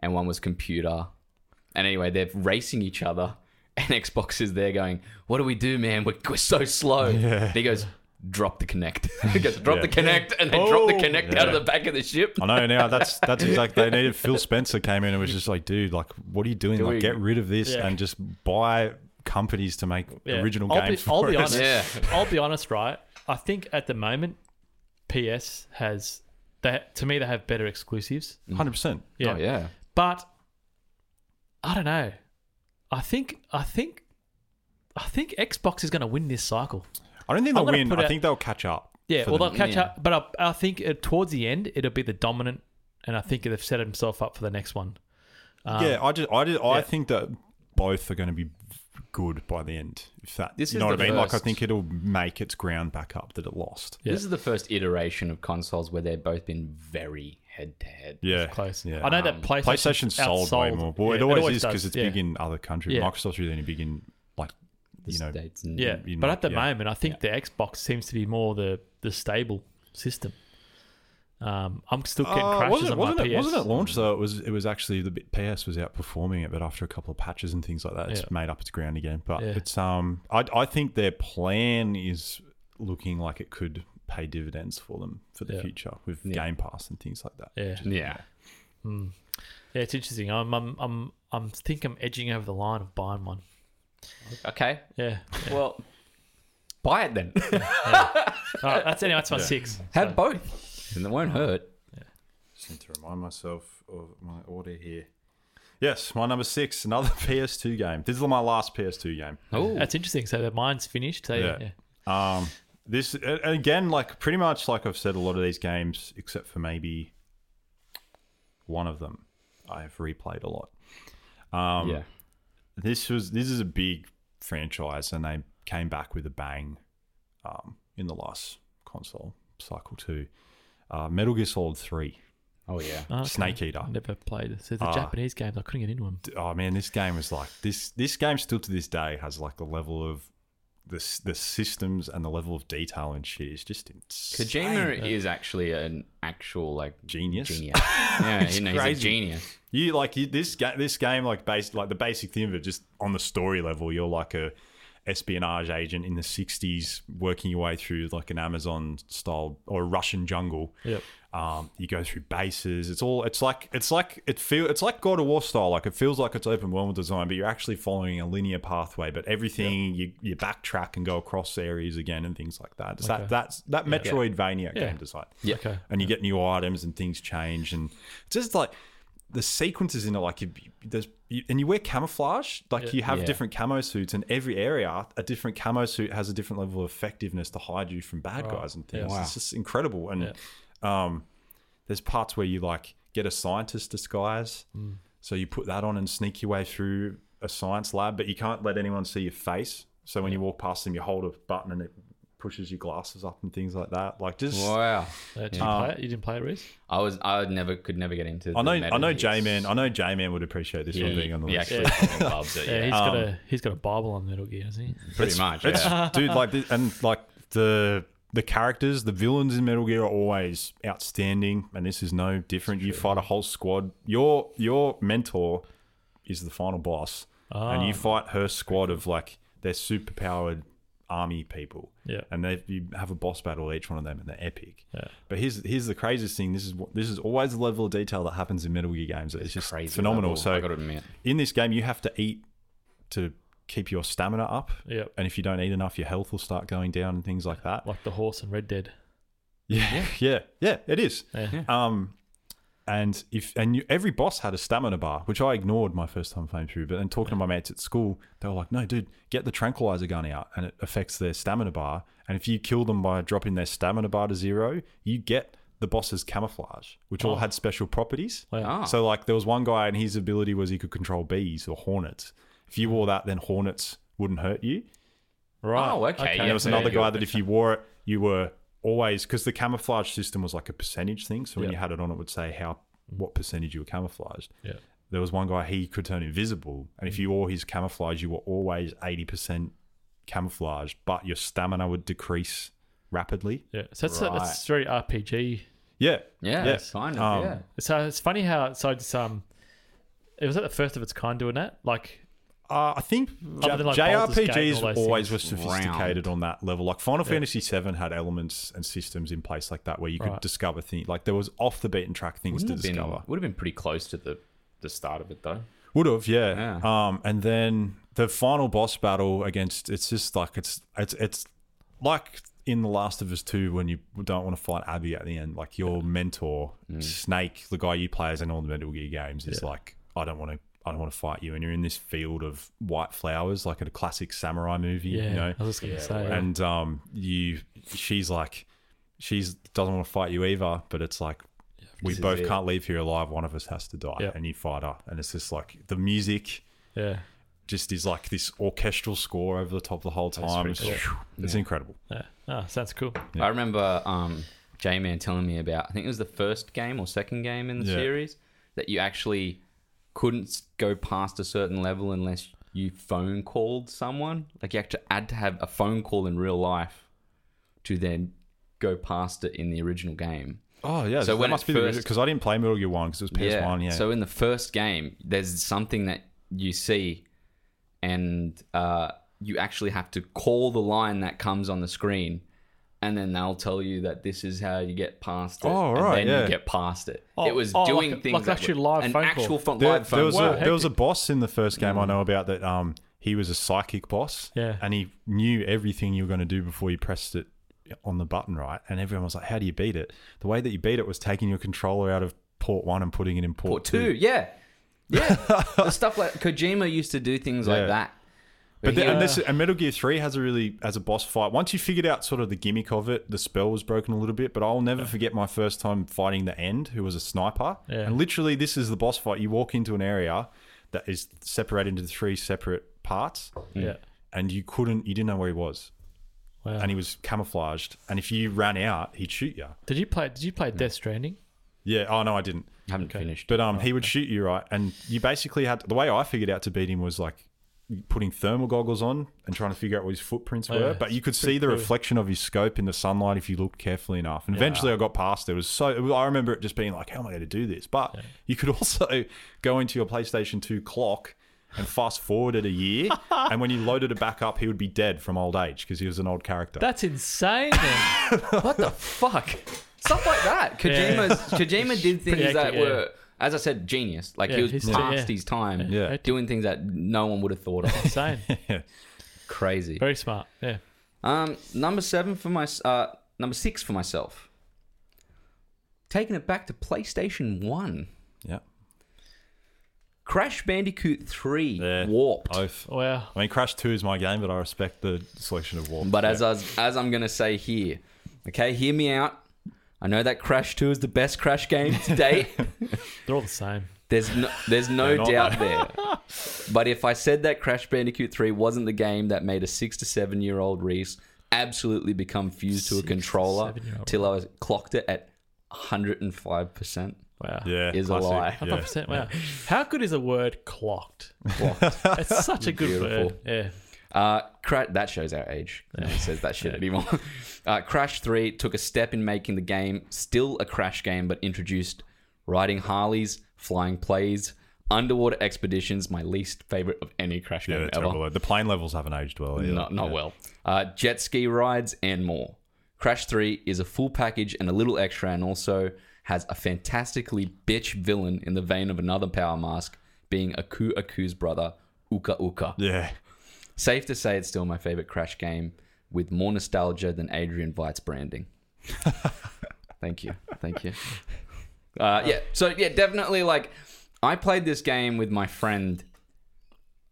and one was computer. And anyway, they're racing each other, and Xbox is there going, "What do we do, man? We're, we're so slow." And he goes, "Drop the connect." he goes, "Drop the
Yeah.
connect," and they drop the
Oh.
connect out of the back of the ship. Oh,
I know now that's that's exactly they needed Phil Spencer came in and was just like, dude, like what are you doing?
we-
like get rid of this
Yeah.
and just buy companies to make
Yeah.
original
I'll
games
Be, I'll
for
be
us.
honest.
Yeah.
I'll be honest, right? I think at the moment, PS has that to me they have better exclusives.
Hundred percent.
Yeah,
Oh yeah.
but I don't know. I think I think I think Xbox is going to win this cycle.
I don't think
I'm
they'll
gonna
win.
put
I
out-
think they'll catch up.
Yeah,
for
well
the-
they'll catch
yeah.
up, but I, I think uh, towards the end it'll be the dominant, and I think they've set themselves up for the next one. Um,
yeah, I just I just, I
yeah.
think that both are going to be good by the end. If that,
This
you
is
know what
the
I mean? Like I
first-
think it'll make its ground back up that it lost.
Yeah.
This is the first iteration of consoles where they've both been very head to head.
Yeah,
close.
Yeah.
I know that
Um,
PlayStation
PlayStation sold way more. Well, it always, is because it's big in other countries.
Yeah.
Microsoft's really only big in like
The
you know
States and-
Yeah,
in-
but at the
yeah.
moment, I think the Xbox seems to be more the the stable system. Um, I'm still getting
Uh,
crashes
wasn't, it,
on
wasn't,
my
it,
PS.
wasn't it launched though? It was. It was actually the bit- PS was outperforming it, but after a couple of patches and things like that, it's
Yeah.
made up its ground again. But
Yeah.
it's um, I, I think their plan is looking like it could pay dividends for them for the
Yeah.
future with
Yeah.
Game Pass and things like that.
Yeah.
Yeah.
Mm. yeah, it's interesting. I'm, I'm, I'm, I'm think I'm edging over the line of buying one.
Okay.
Yeah.
Well, buy it then.
All right, that's anyway. That's my
Yeah.
six.
Have both, and it won't hurt.
Just need to remind myself of my order here. Yes, my number six, another PS2 game. This is my last PS2 game.
Oh,
That's interesting. So that mine's finished. So, yeah.
Yeah.
yeah.
Um, this and again, like pretty much like I've said, a lot of these games, except for maybe one of them, I have replayed a lot. Um,
yeah.
This was this is a big franchise, and they came back with a bang um, in the last console cycle too. Uh, Metal Gear Solid Three,
Oh yeah.
Oh, okay.
Snake Eater.
Never played it. So the
Ah.
Japanese games, I couldn't get into them.
oh man, this game is like this. This game still to this day has like the level of the s- the systems and the level of detail and shit is just insane.
Kojima is actually an actual like
Genius.
genius. yeah, you know, he's a
crazy.
genius.
You like you, this game. This game, like base, like the basic thing of it, just on the story level, you're like a espionage agent in the '60s, working your way through like an Amazon style or Russian jungle.
Yep.
Um, you go through bases. It's all. It's like. It's like. It feel. It's like God of War style. Like it feels like it's open world design, but you're actually following a linear pathway. But everything you you backtrack and go across areas again and things like that. It's
Okay.
that that's that Metroidvania
Yeah.
game design
Yeah.
Okay.
and you get new items and things change and it's just like the sequences in it like you, you- there's you, and you wear camouflage like
Yeah.
you have
Yeah.
different camo suits and every area a different camo suit has a different level of effectiveness to hide you from bad
Oh,
Right.
guys and things
Yeah.
Wow.
it's just incredible and um there's parts where you like get a scientist disguise
Hmm.
so you put that on and sneak your way through a science lab but you can't let anyone see your face so when you walk past them you hold a button and it pushes your glasses up and things like that like just
Wow.
Uh, did you
Um,
play it? You didn't play it, Reese?
I was. I would never could never get into.
I know,
the
I
metal
know,
gears.
J Man. I know, J Man would appreciate this
Yeah,
one being on the
he
list.
actually fucking loves it.
Yeah,
Yeah,
he's got
Um,
a he's got a Bible on Metal Gear, hasn't he?
pretty much.
It's-
yeah.
dude, like, this, and like the the characters, the villains in Metal Gear are always outstanding, and this is no different. You fight a whole squad. Your your mentor is the final boss, and
Ah.
you fight her squad of like they're super powered army people.
Yeah.
and they you have a boss battle each one of them, and they're epic.
Yeah.
But here's here's the craziest thing. This is what this is always the level of detail that happens in Metal Gear games. It's, just
Crazy
phenomenal.
level,
so
I got to admit.
in this game you have to eat to keep your stamina up
Yep.
and if you don't eat enough your health will start going down and things like that
Like the horse in Red Dead.
yeah yeah yeah it is
Yeah.
um and if and you, every boss had a stamina bar which i ignored my first time playing through but then talking to my mates at school they were like no dude get the tranquilizer gun out and it affects their stamina bar and if you kill them by dropping their stamina bar to zero you get the boss's camouflage which all had special properties
Wow.
Ah.
so like there was one guy and his ability was he could control bees or hornets. If you wore that, then hornets wouldn't hurt you.
Right.
Oh, okay,
And
yeah.
there was
there
another
you go.
guy that if you wore it, you were always because the camouflage system was like a percentage thing. So when
Yeah.
you had it on, it would say how what percentage you were camouflaged.
Yeah.
There was one guy he could turn invisible, and if you wore his camouflage, you were always eighty percent camouflaged, but your stamina would decrease rapidly.
Yeah. So that's, that's very RPG.
Yeah,
Yeah,
Yeah.
it's kind of.
Um,
yeah.
So it's funny how so I just um, it was that the first of its kind doing that. Like
Uh, I think J-
Other than, like, Baldur's Gate and all
JRPGs
those
always
things.
were
Round.
sophisticated on that level. Like Final Fantasy VII had elements and systems in place like that, where you could
Right.
discover things. Like there was off the beaten track things
Wouldn't
to
have been,
discover.
would have been pretty close to the the start of it though.
Would have, yeah. Um, and then the final boss battle against it's just like it's it's it's like in The Last of Us Two when you don't want to fight Abby at the end. Like your mentor Snake, the guy you play as in all the Metal Gear games, is like I don't want to. I don't want to fight you, and you're in this field of white flowers, like in a classic samurai movie.
yeah,
you know,
I was just gonna say.
and um, you, she's like, she's doesn't want to fight you either, but it's like, we
is
both
it.
can't leave here alive. One of us has to die,
Yep.
and you fight her, and it's just like the music
yeah.
just is like this orchestral score over the top the whole
That's
time. It's,
pretty
it's
Yeah.
incredible.
Yeah. Oh, sounds cool.
Yeah.
I remember um, J Man telling me about, I think it was the first game or second game in the
Yeah.
series, that you actually couldn't s- go past a certain level unless you phone called someone. Like you actually had to have a phone call in real life to then go past it in the original game.
Oh yeah,
So
so
when
that must
it
be the
first-
because I didn't play Metal Gear One because it was PS One. Yeah,
So in the first game, there's something that you see, and uh, you actually have to call the line that comes on the screen, and then they'll tell you that this is how you get past it.
Oh, right,
And then
yeah.
you get past it.
Oh,
it was
oh, like
doing
a- like
things
an
that
actual
were-
live
an
phone call.
actual phone,
there,
live phone
there was
call.
a, there was a boss in the first game I know about that. Um, he was a psychic boss.
Yeah.
and he knew everything you were going to do before you pressed it on the button, right? And everyone was like, "How do you beat it?" The way that you beat it was taking your controller out of port one and putting it in port,
Or two, yeah, yeah. the stuff like Kojima used to do things
Yeah.
like that.
But
He
then, and
would-
this and Metal Gear Three has a really as a boss fight. Once you figured out sort of the gimmick of it, the spell was broken a little bit. But I'll never forget my first time fighting the End, who was a sniper.
Yeah.
And literally, this is the boss fight. You walk into an area that is separated into three separate parts,
Yeah.
and you couldn't, you didn't know where he was,
Wow.
and he was camouflaged. And if you ran out, he'd shoot you.
did you play? Did you play Death Stranding?
Yeah. Oh no, I didn't.
haven't finished.
But
Oh,
um, he would shoot you right, and you basically had the way I figured out to beat him was like putting thermal goggles on and trying to figure out what his footprints were.
Oh, yeah,
but you could
it's
see the
pretty cool.
reflection of his scope in the sunlight if you looked carefully enough. And eventually, I got past. It was so it was, I remember it just being like, "How am I going to do this?" But you could also go into your PlayStation Two clock. And fast forward it a year, and when you loaded it back up, he would be dead from old age because he was an old character.
That's insane. man.
what the fuck? Stuff like that. Kojima's, Kojima did things that
accurate, yeah.
were, as I said, genius. Like
Yeah,
he was
he's-
past
yeah.
his time,
Yeah.
doing things that no one would have thought of.
insane.
Crazy.
Very smart. Yeah.
Um, number seven for my, uh, number six for myself. Taking it back to PlayStation One,
yeah,
Crash Bandicoot Three
Yeah. Oh,
Warped.
oath.
Wow.
I mean, Crash Two is my game, but I respect the selection of War.
But as I was, as I'm gonna say here, okay, hear me out. I know that Crash Two is the best Crash game to date.
They're all the same.
There's no, there's no
They're not
doubt there. But if I said that Crash Bandicoot 3 wasn't the game that made a six to seven year old Reese absolutely become fused to a
Six to
controller
seven-year-old.
till I was clocked it at 105%.
Wow.
yeah,
is a lie.
Yeah.
100%. Wow. How good is the word clocked? It's such a good word. Yeah.
Uh, Cra- that shows our age. No one says that shit anymore. Uh, Crash 3 took a step in making the game still a Crash game, but introduced riding Harleys, flying planes, underwater expeditions, my least favorite of any Crash
Yeah,
game
they're
ever.
terrible. The plane levels haven't aged well. Either.
not, not
Yeah.
well. Uh, jet ski rides and more. Crash 3 is a full package and a little extra, and also has a fantastically bitch villain in the vein of another power mask, being Aku Aku's brother, Uka Uka.
Yeah,
Safe to say it's still my favorite Crash game with more nostalgia than Adrian Vite's branding. Thank you. Thank you. Uh, yeah, so yeah, definitely like I played this game with my friend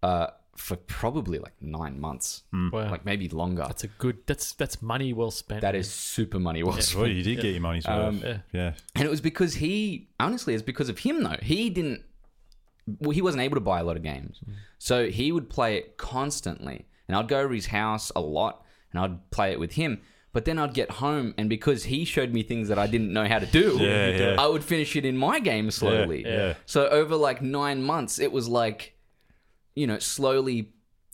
uh, for probably like nine months,
Hmm.
Wow.
like maybe longer.
that's a good. That's that's money well spent.
That is super money well spent.
well, you did get your money's worth.
yeah.
yeah,
And it was because he, honestly, it's because of him though. He didn't, well, he wasn't able to buy a lot of games.
Mm.
So he would play it constantly. And I'd go over his house a lot and I'd play it with him. But then I'd get home and because he showed me things that I didn't know how to do,
Yeah, yeah.
I would finish it in my game slowly.
Yeah, yeah.
So over like nine months, it was like, you know, slowly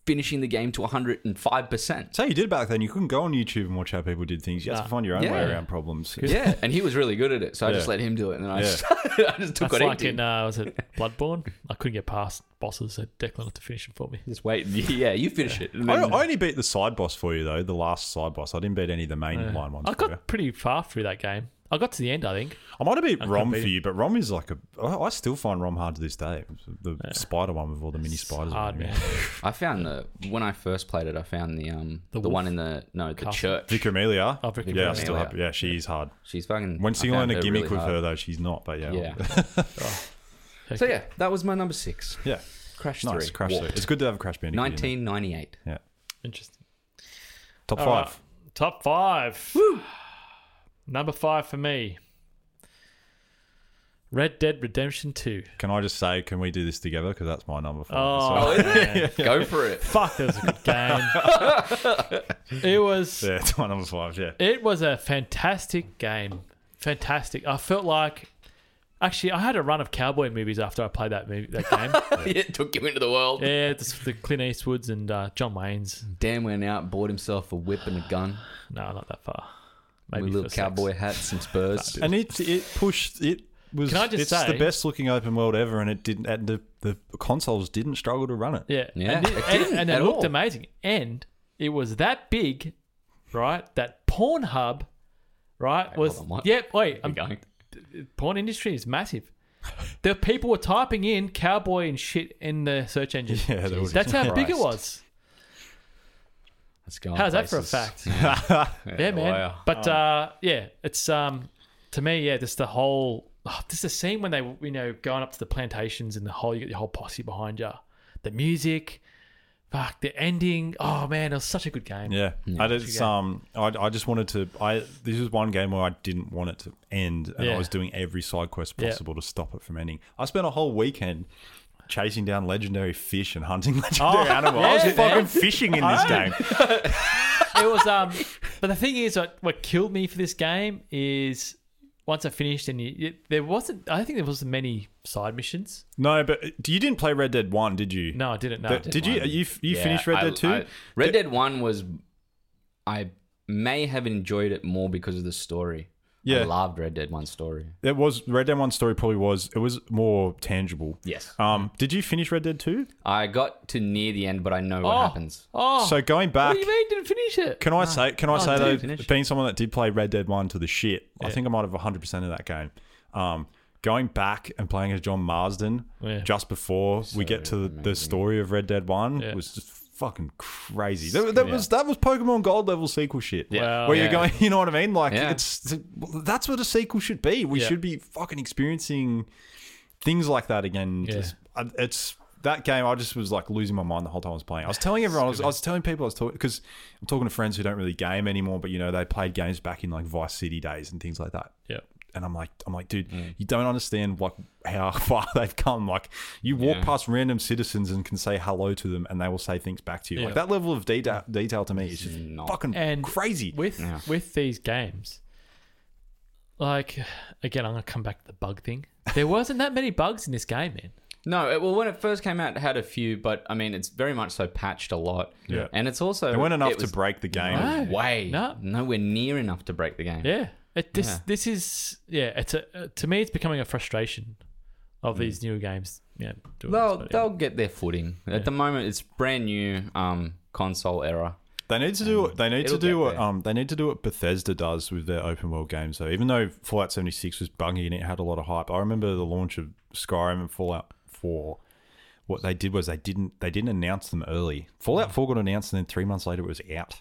finishing the game to 105%.
So you did back then. You couldn't go on YouTube and watch how people did things. You had
Nah.
to find your own
Yeah.
way around problems.
Yeah, and he was really good at it, so I just
Yeah.
let him do it, and then I,
Yeah.
just, I just took
That's
what
like
he did.
in uh, was it Bloodborne? I couldn't get past bosses, so Declan had to finish them for me.
Just wait. Yeah, you finish it. And
I,
then-
I only beat the side boss for you though. The last side boss. I didn't beat any of the main line ones.
I
for you.
got pretty far through that game. I got to the end, I think.
I might have beat Rom for you, but Rom is like a. I I still find Rom hard to this day. The spider one with all the mini spiders.
Hard
on it.
man.
I found the when I first played it, I found the um the,
The
one in the no the
Castle.
church.
Vicar Amelia.
Oh, Vicar
yeah, I
Amelia.
still have, yeah, she is hard.
She's fucking.
Once
I
you learn
found
a gimmick
really
with her
hard.
though, she's not. But yeah,
yeah.
Oh,
so yeah, that was my number six.
yeah.
Crash
Nice
three.
crash. It's good to have a crash bandicoot. in there.
Nineteen ninety eight.
Yeah.
Interesting.
Top
All
five.
right. Top five. Number five for me. Red Dead Redemption 2.
Can I just say, can we do this together? Because that's my number five.
Oh,
Oh,
So-
is it? Go for it.
Fuck, that was a good game. it was
yeah, it's my number five. Yeah.
it was a fantastic game. Fantastic. I felt like actually I had a run of cowboy movies after I played that movie that game.
it took him into the world.
yeah, this, the Clint Eastwoods and uh, John Wayne's.
Dan went out and bought himself a whip and a gun,
No, not that far.
with
Maybe
little
for six.
cowboy hat, some spurs.
And it it pushed it was.
Can I just
it's
say-
the best looking open world ever, and it didn't. And the the consoles didn't struggle to run it.
Yeah,
Yeah,
and
it
it, and,
didn't
and it
at
looked
all.
amazing. And it was that big, right? That Pornhub, right? Was
hold on, what?
yep. Wait, I'm
going.
porn industry is massive. The people were typing in cowboy and shit in the search engine.
Yeah, that was-
that's how big it
Christ.
was.
Let's go. on
How's that for a
places.
fact?
Yeah,
Yeah, man.
wow.
But uh, yeah, it's um to me, yeah, just the whole oh, just the scene when they you know going up to the plantations and the whole you get your whole posse behind you, the music, fuck the ending. Oh man, it was such a good game.
Yeah, I just um, I, I just wanted to. I this is one game where I didn't want it to end, and
Yeah.
I was doing every side quest
Yeah.
possible to stop it from ending. I spent a whole weekend chasing down legendary fish and hunting legendary
Oh,
animals. I was
yeah,
fucking
man.
fishing in this game.
It was um, but the thing is, what, what killed me for this game is once I finished and you, you, there wasn't. I don't think there wasn't many side missions.
No, but you didn't play Red Dead One, did you?
No, I didn't. No, I
But
didn't.
did you?
one.
You you
Yeah,
finished Red
I-
Dead Two?
I- Red Dead One was, I may have enjoyed it more because of the story.
Yeah.
I loved Red Dead One's story.
It was Red Dead One story. Probably was it was more tangible.
Yes,
Um, did you finish Red Dead Two?
I got to near the end, but I know what
Oh,
happens.
Oh,
so going
what
back,
do you mean didn't finish it?
Can I say? Can I say
dude,
though,
finish.
being someone that did play Red Dead One to the shit, I think I might have 100 percent of that game. Um, going back and playing as John Marsden
Yeah.
just before we get to the, the story of Red Dead One
Yeah.
was just fucking crazy. That, that was that was Pokemon Gold level sequel shit.
Yeah.
Well,
Where
yeah.
you're going, you know what I mean? Like
Yeah.
it's that's what a sequel should be. We
Yeah.
should be fucking experiencing things like that again.
Yeah.
Just- I- it's that game. I just was like losing my mind the whole time I was playing. I was telling everyone. I was, I was telling people. I was talking because I'm talking to friends who don't really game anymore, but you know they played games back in like Vice City days and things like that.
Yeah.
And I'm like, I'm like, dude,
Mm.
you don't understand like how far they've come. Like, you walk past random citizens and can say hello to them, and they will say things back to you.
Yeah. Mm.
Like that level of detail, detail to me is just
Not-
fucking
And
crazy.
with
Yeah.
with these games like again i'm gonna come back to the bug thing there wasn't that many bugs in this game man
No, it, well, when it first came out, it had a few, but I mean, it's very much so patched a lot.
Yeah.
and it's also
It went enough
it
to
was
break the game.
No.
way
No.
nowhere near enough to break the game.
yeah it, this
Yeah.
this is yeah it's a uh, to me it's becoming a frustration of
Mm.
these newer games yeah doing this,
They'll
but yeah.
they'll get their footing. At the moment, it's brand new um, console era.
They need to
Um,
do. They need
it'll
to do
get
what.
there.
Um, they need to do what Bethesda does with their open world games. So even though Fallout seventy six was buggy and it had a lot of hype, I remember the launch of Skyrim and Fallout four. What they did was they didn't they didn't announce them early. Fallout four got announced and then three months later it was out.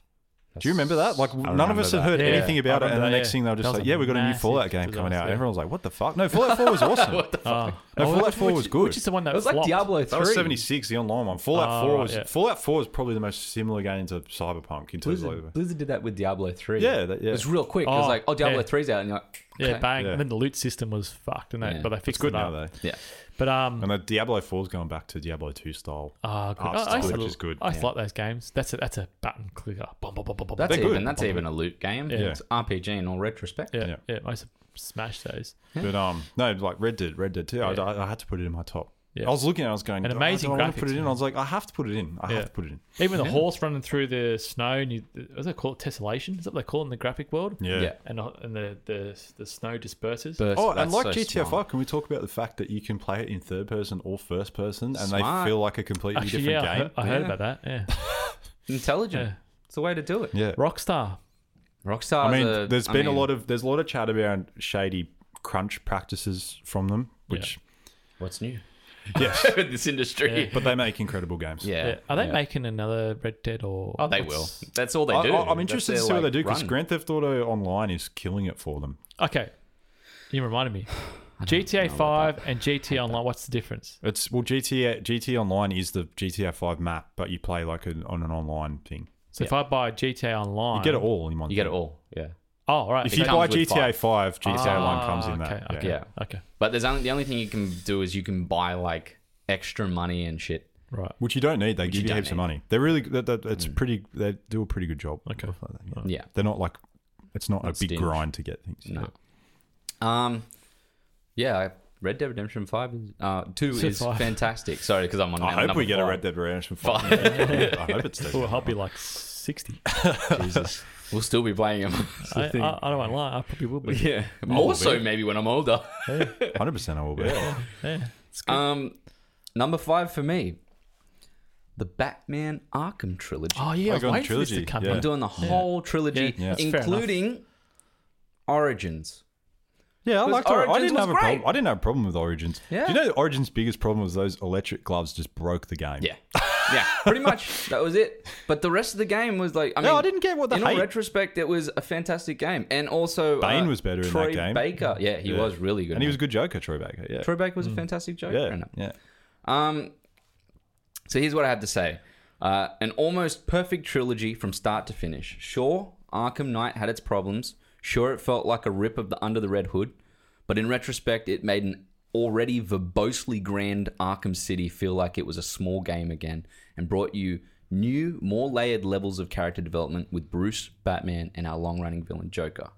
do you remember that? Like none of
remember
us had
that.
heard
Yeah.
anything
I
about it, and
remember
the
that,
next
yeah.
thing they were
That
just
was
like,
a
"Yeah, we got a new
massive
Fallout game coming out."
disaster.
And everyone was like, "What the fuck?" No, Fallout four was awesome.
Oh,
No,
oh,
Fallout
which-
four was good.
which is the one that
It was like
flopped.
Diablo
That was
three.
seventy six, the online one. Fallout
Oh,
four
right,
was
yeah.
Fallout four is probably the most similar game to Cyberpunk in terms of
Blizzard,
like,
Blizzard did that with Diablo three.
Yeah, that- yeah.
It's real quick. It's
Oh,
like, oh, Diablo
yeah.
three's out, and you're like,
yeah
okay.
bang
Yeah.
and then the loot system was fucked and that
Yeah.
but they
It's
fixed
it's good
it
now
up.
though.
yeah.
but um
And the Diablo 4 is going back to Diablo 2 style.
oh, good.
Oh, it's
I, I used
good,
to-
which is good,
I used to
yeah.
like those games that's a that's a button clicker Bum, bum, bum, bum, bum,
That's
They're
even
good.
that's even a loot game.
Yeah.
It's RPG in all retrospect.
yeah,
Yeah.
yeah yeah i used to smash those
But um, no, like Red Dead, Red Dead 2. I,
Yeah.
I, I had to put it in my top.
Yeah.
I was looking, I was going,
And
"Oh,
amazing
do I want to put
graphics,
it in.
man.
I was like, I have to put it in. I
Yeah.
have to put it in.
Even the horse running through the snow, and you, what do they call it? Tessellation? Is that what they call it in the graphic world?
Yeah.
Yeah.
And, uh, and the, the the snow disperses.
Burst,
Oh, and
that's
like
so
GTA
smart.
5, can we talk about the fact that you can play it in third person or first person and
Smart.
they feel like a completely
Actually, yeah,
different
I heard, I
game?
heard
Yeah.
about that. Yeah.
Intelligent.
Yeah.
It's the way to do it.
Yeah.
Rockstar.
Rockstar.
I mean,
there's
there's been a lot of there's a lot of chat about shady crunch practices from them, which
What's new?
yes,
with this industry.
Yeah.
but they make incredible games.
Yeah.
Yeah. Are they
yeah.
making another Red Dead or?
Oh, they will.
what's-
That's all they
I,
do.
I, am
That's
interested to
their,
see what they
like,
do because
run.
Grand Theft Auto Online is killing it for them.
Okay. You reminded me. GTA Five and GTA Online. What's the difference?
It's well, GTA GTA Online is the GTA Five map, but you play like an, on an online thing.
So if I buy GTA Online,
You get it all in one.
Oh. You get it
thing.
all. Yeah.
Oh, right.
If
okay.
you
comes
buy
with
GTA
five.
Five, GTA One
Ah,
comes in that.
Okay, okay,
Yeah.
okay.
But there's only the only thing you can do is you can buy like extra money and shit.
Right.
Which you don't need. They
you
give you
don't
heaps of
need.
money. They're really. That, that, it's pretty. They do a pretty good job.
Okay.
with Like that, yeah.
Yeah.
They're not like. It's not
Not
a big
stingy.
grind to get things.
No. Um, yeah, I- Red Dead Redemption Five, is, uh, two
So
is
five.
fantastic. Sorry, because I'm on.
I hope
number
we get a
five.
Red Dead Redemption Five. I hope it's.
We'll help you like 60.
Jesus, we'll still be playing him.
I, I, I don't want to lie. I probably will be.
yeah, more so maybe when I'm older.
Hundred percent, I will be.
Yeah. It's good.
Um, number five for me, the Batman Arkham trilogy.
oh, yeah. I was
Playground
waiting for this to
Trilogy,
come
yeah.
I'm
up.
doing the whole trilogy,
Yeah. That's
fair enough.
including Origins.
Yeah, I
Because
liked Origins. I
Origins
didn't
was
have a
great.
problem. I didn't have a problem with Origins.
Yeah.
Do you know that Origins' biggest problem was those electric gloves just broke the game?
Yeah, yeah, pretty much that was it. But the rest of the game was like, I mean,
No, I didn't get what the
in all
hate.
retrospect, it was a fantastic game, and also uh,
Bane was better in that
Troy
game.
Baker, yeah, he was really good.
and he
in
was a
it.
good Joker, Troy Baker. Yeah.
Troy Baker was a fantastic joker.
yeah.
in it.
Yeah.
Um, so here's what I have to say: uh, an almost perfect trilogy from start to finish. Sure, Arkham Knight had its problems. Sure, it felt like a rip of the Under the Red Hood, but in retrospect, it made an already verbosely grand Arkham City feel like it was a small game again, and brought you new, more layered levels of character development with Bruce, Batman, and our long-running villain Joker.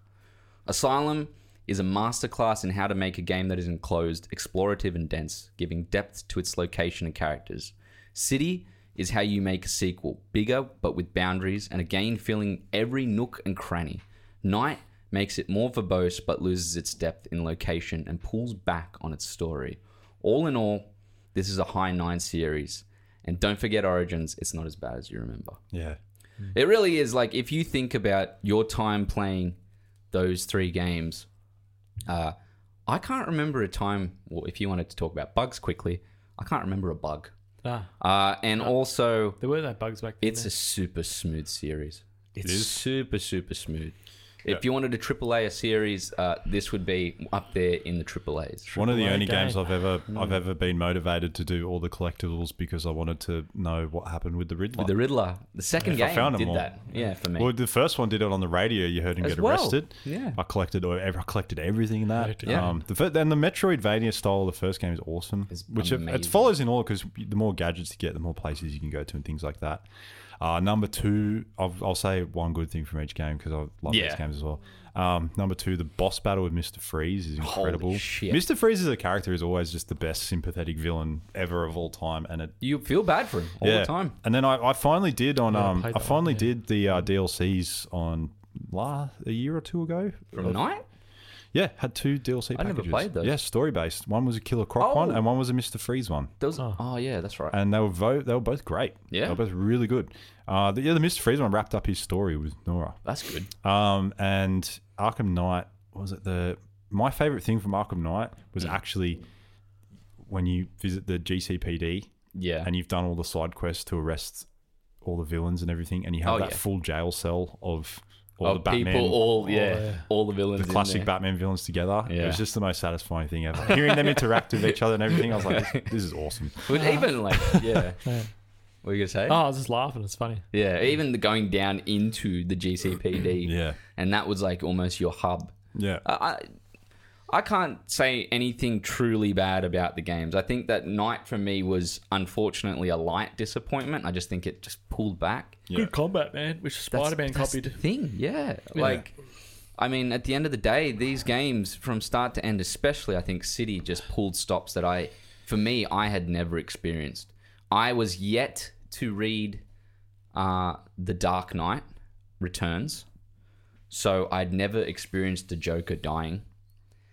Asylum is a masterclass in how to make a game that is enclosed, explorative, and dense, giving depth to its location and characters. City is how you make a sequel, bigger but with boundaries, and again filling every nook and cranny. Night makes it more verbose but loses its depth in location and pulls back on its story. All in all, this is a high nine series. And don't forget Origins, it's not as bad as you remember.
Yeah.
It really is like if you think about your time playing those three games, uh, I can't remember a time. Well, if you wanted to talk about bugs quickly, I can't remember a bug.
Nah,
Uh, and also,
there were no bugs back then.
it's a super smooth series. It's
is.
super super smooth. If you wanted a AAA series, uh, this would be up there in the AAAs.
One of the
AAA
only
game.
games I've ever
Hmm.
I've ever been motivated to do all the collectibles because I wanted to know what happened with the Riddler.
The Riddler, the second
Yeah, I
game
found 'em
did
all.
that. Yeah, for me.
well, the first one did it on the radio. You heard him
As
get
well.
arrested.
Yeah.
I collected or I collected everything in that.
Yeah.
Um, the first, and the Metroidvania style of the first game is awesome.
It's
which it, it
amazing.
follows in all because the more gadgets you get, the more places you can go to and things like that. Uh, number two, I've, I'll say one good thing from each game because I love
Yeah.
these games as well. Um, number two, the boss battle with Mister Freeze is incredible.
shit.
Mister Freeze as a character is always just the best sympathetic villain ever of all time, and it
you feel bad for him all the time.
and then I, I finally did on
I
um
played
I
that
finally
one, yeah.
did the uh, DLCs on la a year or two ago.
From Night,
Yeah, had two DLC.
I never
packages.
played those.
Yeah, story based. One was a Killer Croc one,
Oh.
and one was a Mister Freeze one.
those. Oh. yeah, that's right.
And they were vo- they were both great.
Yeah.
they were both really good. Uh, the, yeah, the Mister Freeze one wrapped up his story with Nora.
that's good.
Um, and Arkham Knight was it the my favorite thing from Arkham Knight was
Mm.
actually when you visit the GCPD
Yeah.
and you've done all the side quests to arrest all the villains and everything, and you have
Oh,
that
yeah.
full jail cell of all
of
the Batman,
people, all yeah,
yeah.
all the villains,
the classic
in there.
Batman villains together. It
Yeah.
was just the most satisfying thing ever. Hearing them interact with each other and everything, I was like, this, this is awesome.
But even like, yeah,
Yeah.
what were you gonna say?
Oh, I was just laughing. It's funny.
Yeah, even the going down into the GCPD,
Yeah,
and that was like almost your hub.
yeah.
I, I, I can't say anything truly bad about the games. I think that Night for me was unfortunately a light disappointment. I just think it just pulled back.
Yeah.
Good combat, man, which Spider Man
that's
copied.
the thing, yeah. Like, I mean, at the end of the day, these games from start to end, especially, I think City just pulled stops that I, for me, I had never experienced. I was yet to read uh, The Dark Knight Returns, so I'd never experienced the Joker dying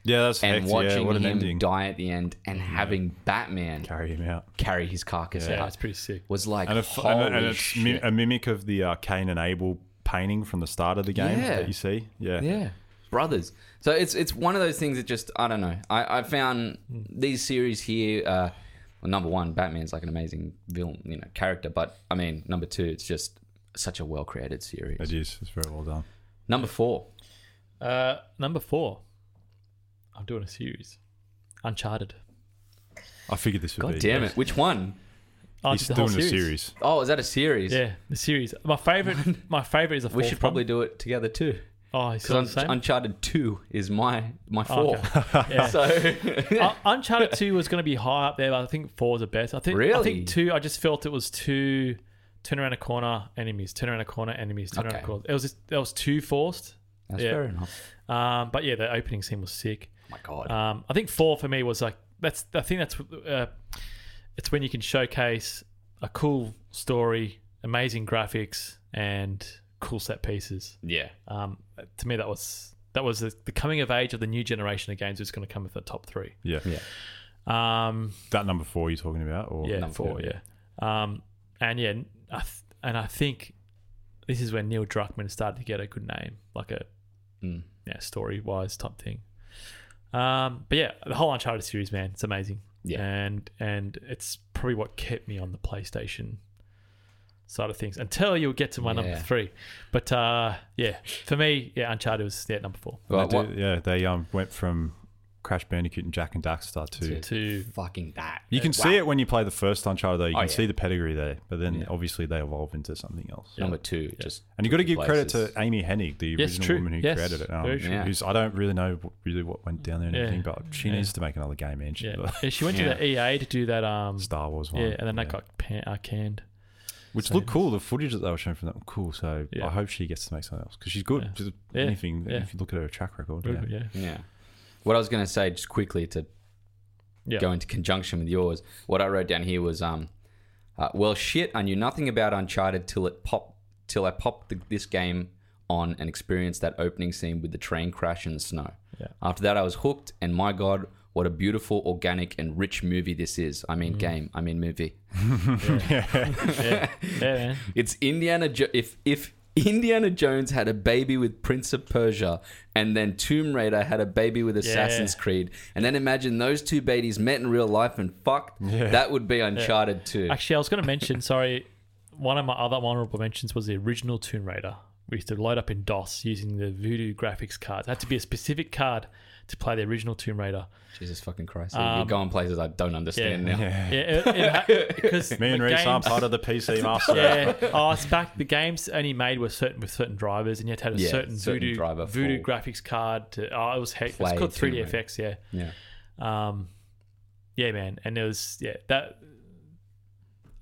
Yeah, that's
and
hecked.
watching
yeah, what an
him
ending.
die at the end and having Batman
Carry him out.
carry his carcass
Yeah,
out
it's pretty sick.
was like
And, a,
holy
and, a, and it's mi-
shit.
a mimic of the uh, Cain and Abel painting from the start of the game
Yeah.
that you see. Yeah.
Yeah. Brothers. So it's it's one of those things that just I don't know. I, I found these series here, uh well, number one, Batman's like an amazing villain, you know, character, but I mean, number two, it's just such a well created series.
It is. It's very well done.
Number four.
Uh, number four. I'm doing a series. Uncharted.
I figured this would
God
be.
damn it. Which one?
Oh, I
He's
did the whole
doing a series.
Oh, is that a series?
Yeah, the series. My favorite. my favorite is a.
We should probably do it together too.
Oh, he's still the
Because
same.
Uncharted Two is my my
Oh,
four.
okay. Yeah.
So
Un- Uncharted Two was going to be high up there, but I think four is the best. I think I
Really?
think two. I just felt it was too turn around a corner enemies, turn around a corner enemies, turn around
Okay.
a corner. It was just that was too forced.
that's
Yeah.
fair enough.
Um, but yeah, the opening scene was sick.
Oh my god.
Um, I think four for me was like that's. I think that's. Uh, it's when you can showcase a cool story, amazing graphics, and cool set pieces.
yeah.
Um, to me, that was that was the, the coming of age of the new generation of games. That's going to come with the top three.
Yeah.
Yeah.
Um,
That number four you're talking about, or
yeah,
number
four,
two.
yeah. Um, and yeah, I th- and I think this is when Neil Druckmann started to get a good name, like a
Mm.
yeah, story wise type thing. Um, but yeah, the whole Uncharted series, man, it's amazing.
Yeah.
and and it's probably what kept me on the PlayStation side of things until you get to my number
Yeah.
three. But uh, yeah, for me, yeah, Uncharted was yeah number four
They
Well,
do-
what-
yeah, they um went from Crash Bandicoot and Jack and Daxter to.
That's
to
Fucking that.
You can see it when you play the first Uncharted, though. You
Oh,
can
yeah.
see the pedigree there, but then
Yeah.
obviously they evolve into something else.
Number two, just
And you got to give credit
Places.
to Amy Hennig, the
Yes,
original
true.
woman who
Yes,
created it. Um,
very true.
Yeah.
Who's I don't really know what, really what went down there and
Yeah.
everything, but she
Yeah.
needs to make another game engine.
yeah.
but
yeah, she went
Yeah.
to the EA to do that. Um,
Star Wars one.
yeah, and then that got pan- uh, canned.
which
so-
looked cool. The footage that they were showing from that was cool. So
Yeah.
I hope she gets to make something else because she's good.
Yeah.
Just
Yeah.
Anything
Yeah.
if you look at her track record.
Yeah.
Yeah.
yeah.
yeah. What I was going to say, just quickly to
Yeah.
go into conjunction with yours, what I wrote down here was, um, uh, well, shit, I knew nothing about Uncharted till it popped, till I popped the, this game on and experienced that opening scene with the train crash in the snow.
Yeah.
After that, I was hooked, and my god, what a beautiful, organic, and rich movie this is. I
Mm.
mean, game. I mean, movie.
yeah. yeah, man.
It's Indiana jo- if if Indiana Jones had a baby with Prince of Persia and then Tomb Raider had a baby with Assassin's Creed and then imagine those two babies met in real life and fucked that would be uncharted too.
Actually, I was going to mention. sorry, one of my other honorable mentions was the original Tomb Raider. We used to load up in DOS using the Voodoo graphics cards. It had to be a specific card to play the original Tomb Raider.
Jesus fucking Christ. You're going places I don't understand
yeah.
now.
Yeah, it, it ha- because
Me and
the
Reese aren't
games-
part of the PC master.
Yeah, oh, it's back. The games only made with certain with certain drivers, and you had to have a
Yeah,
certain,
certain
Voodoo
driver
Voodoo
for-
graphics card. To, oh, it was heck. It's
Play
called
Tomb
3DFX. Yeah.
Yeah.
Um, yeah, man, and it was yeah that.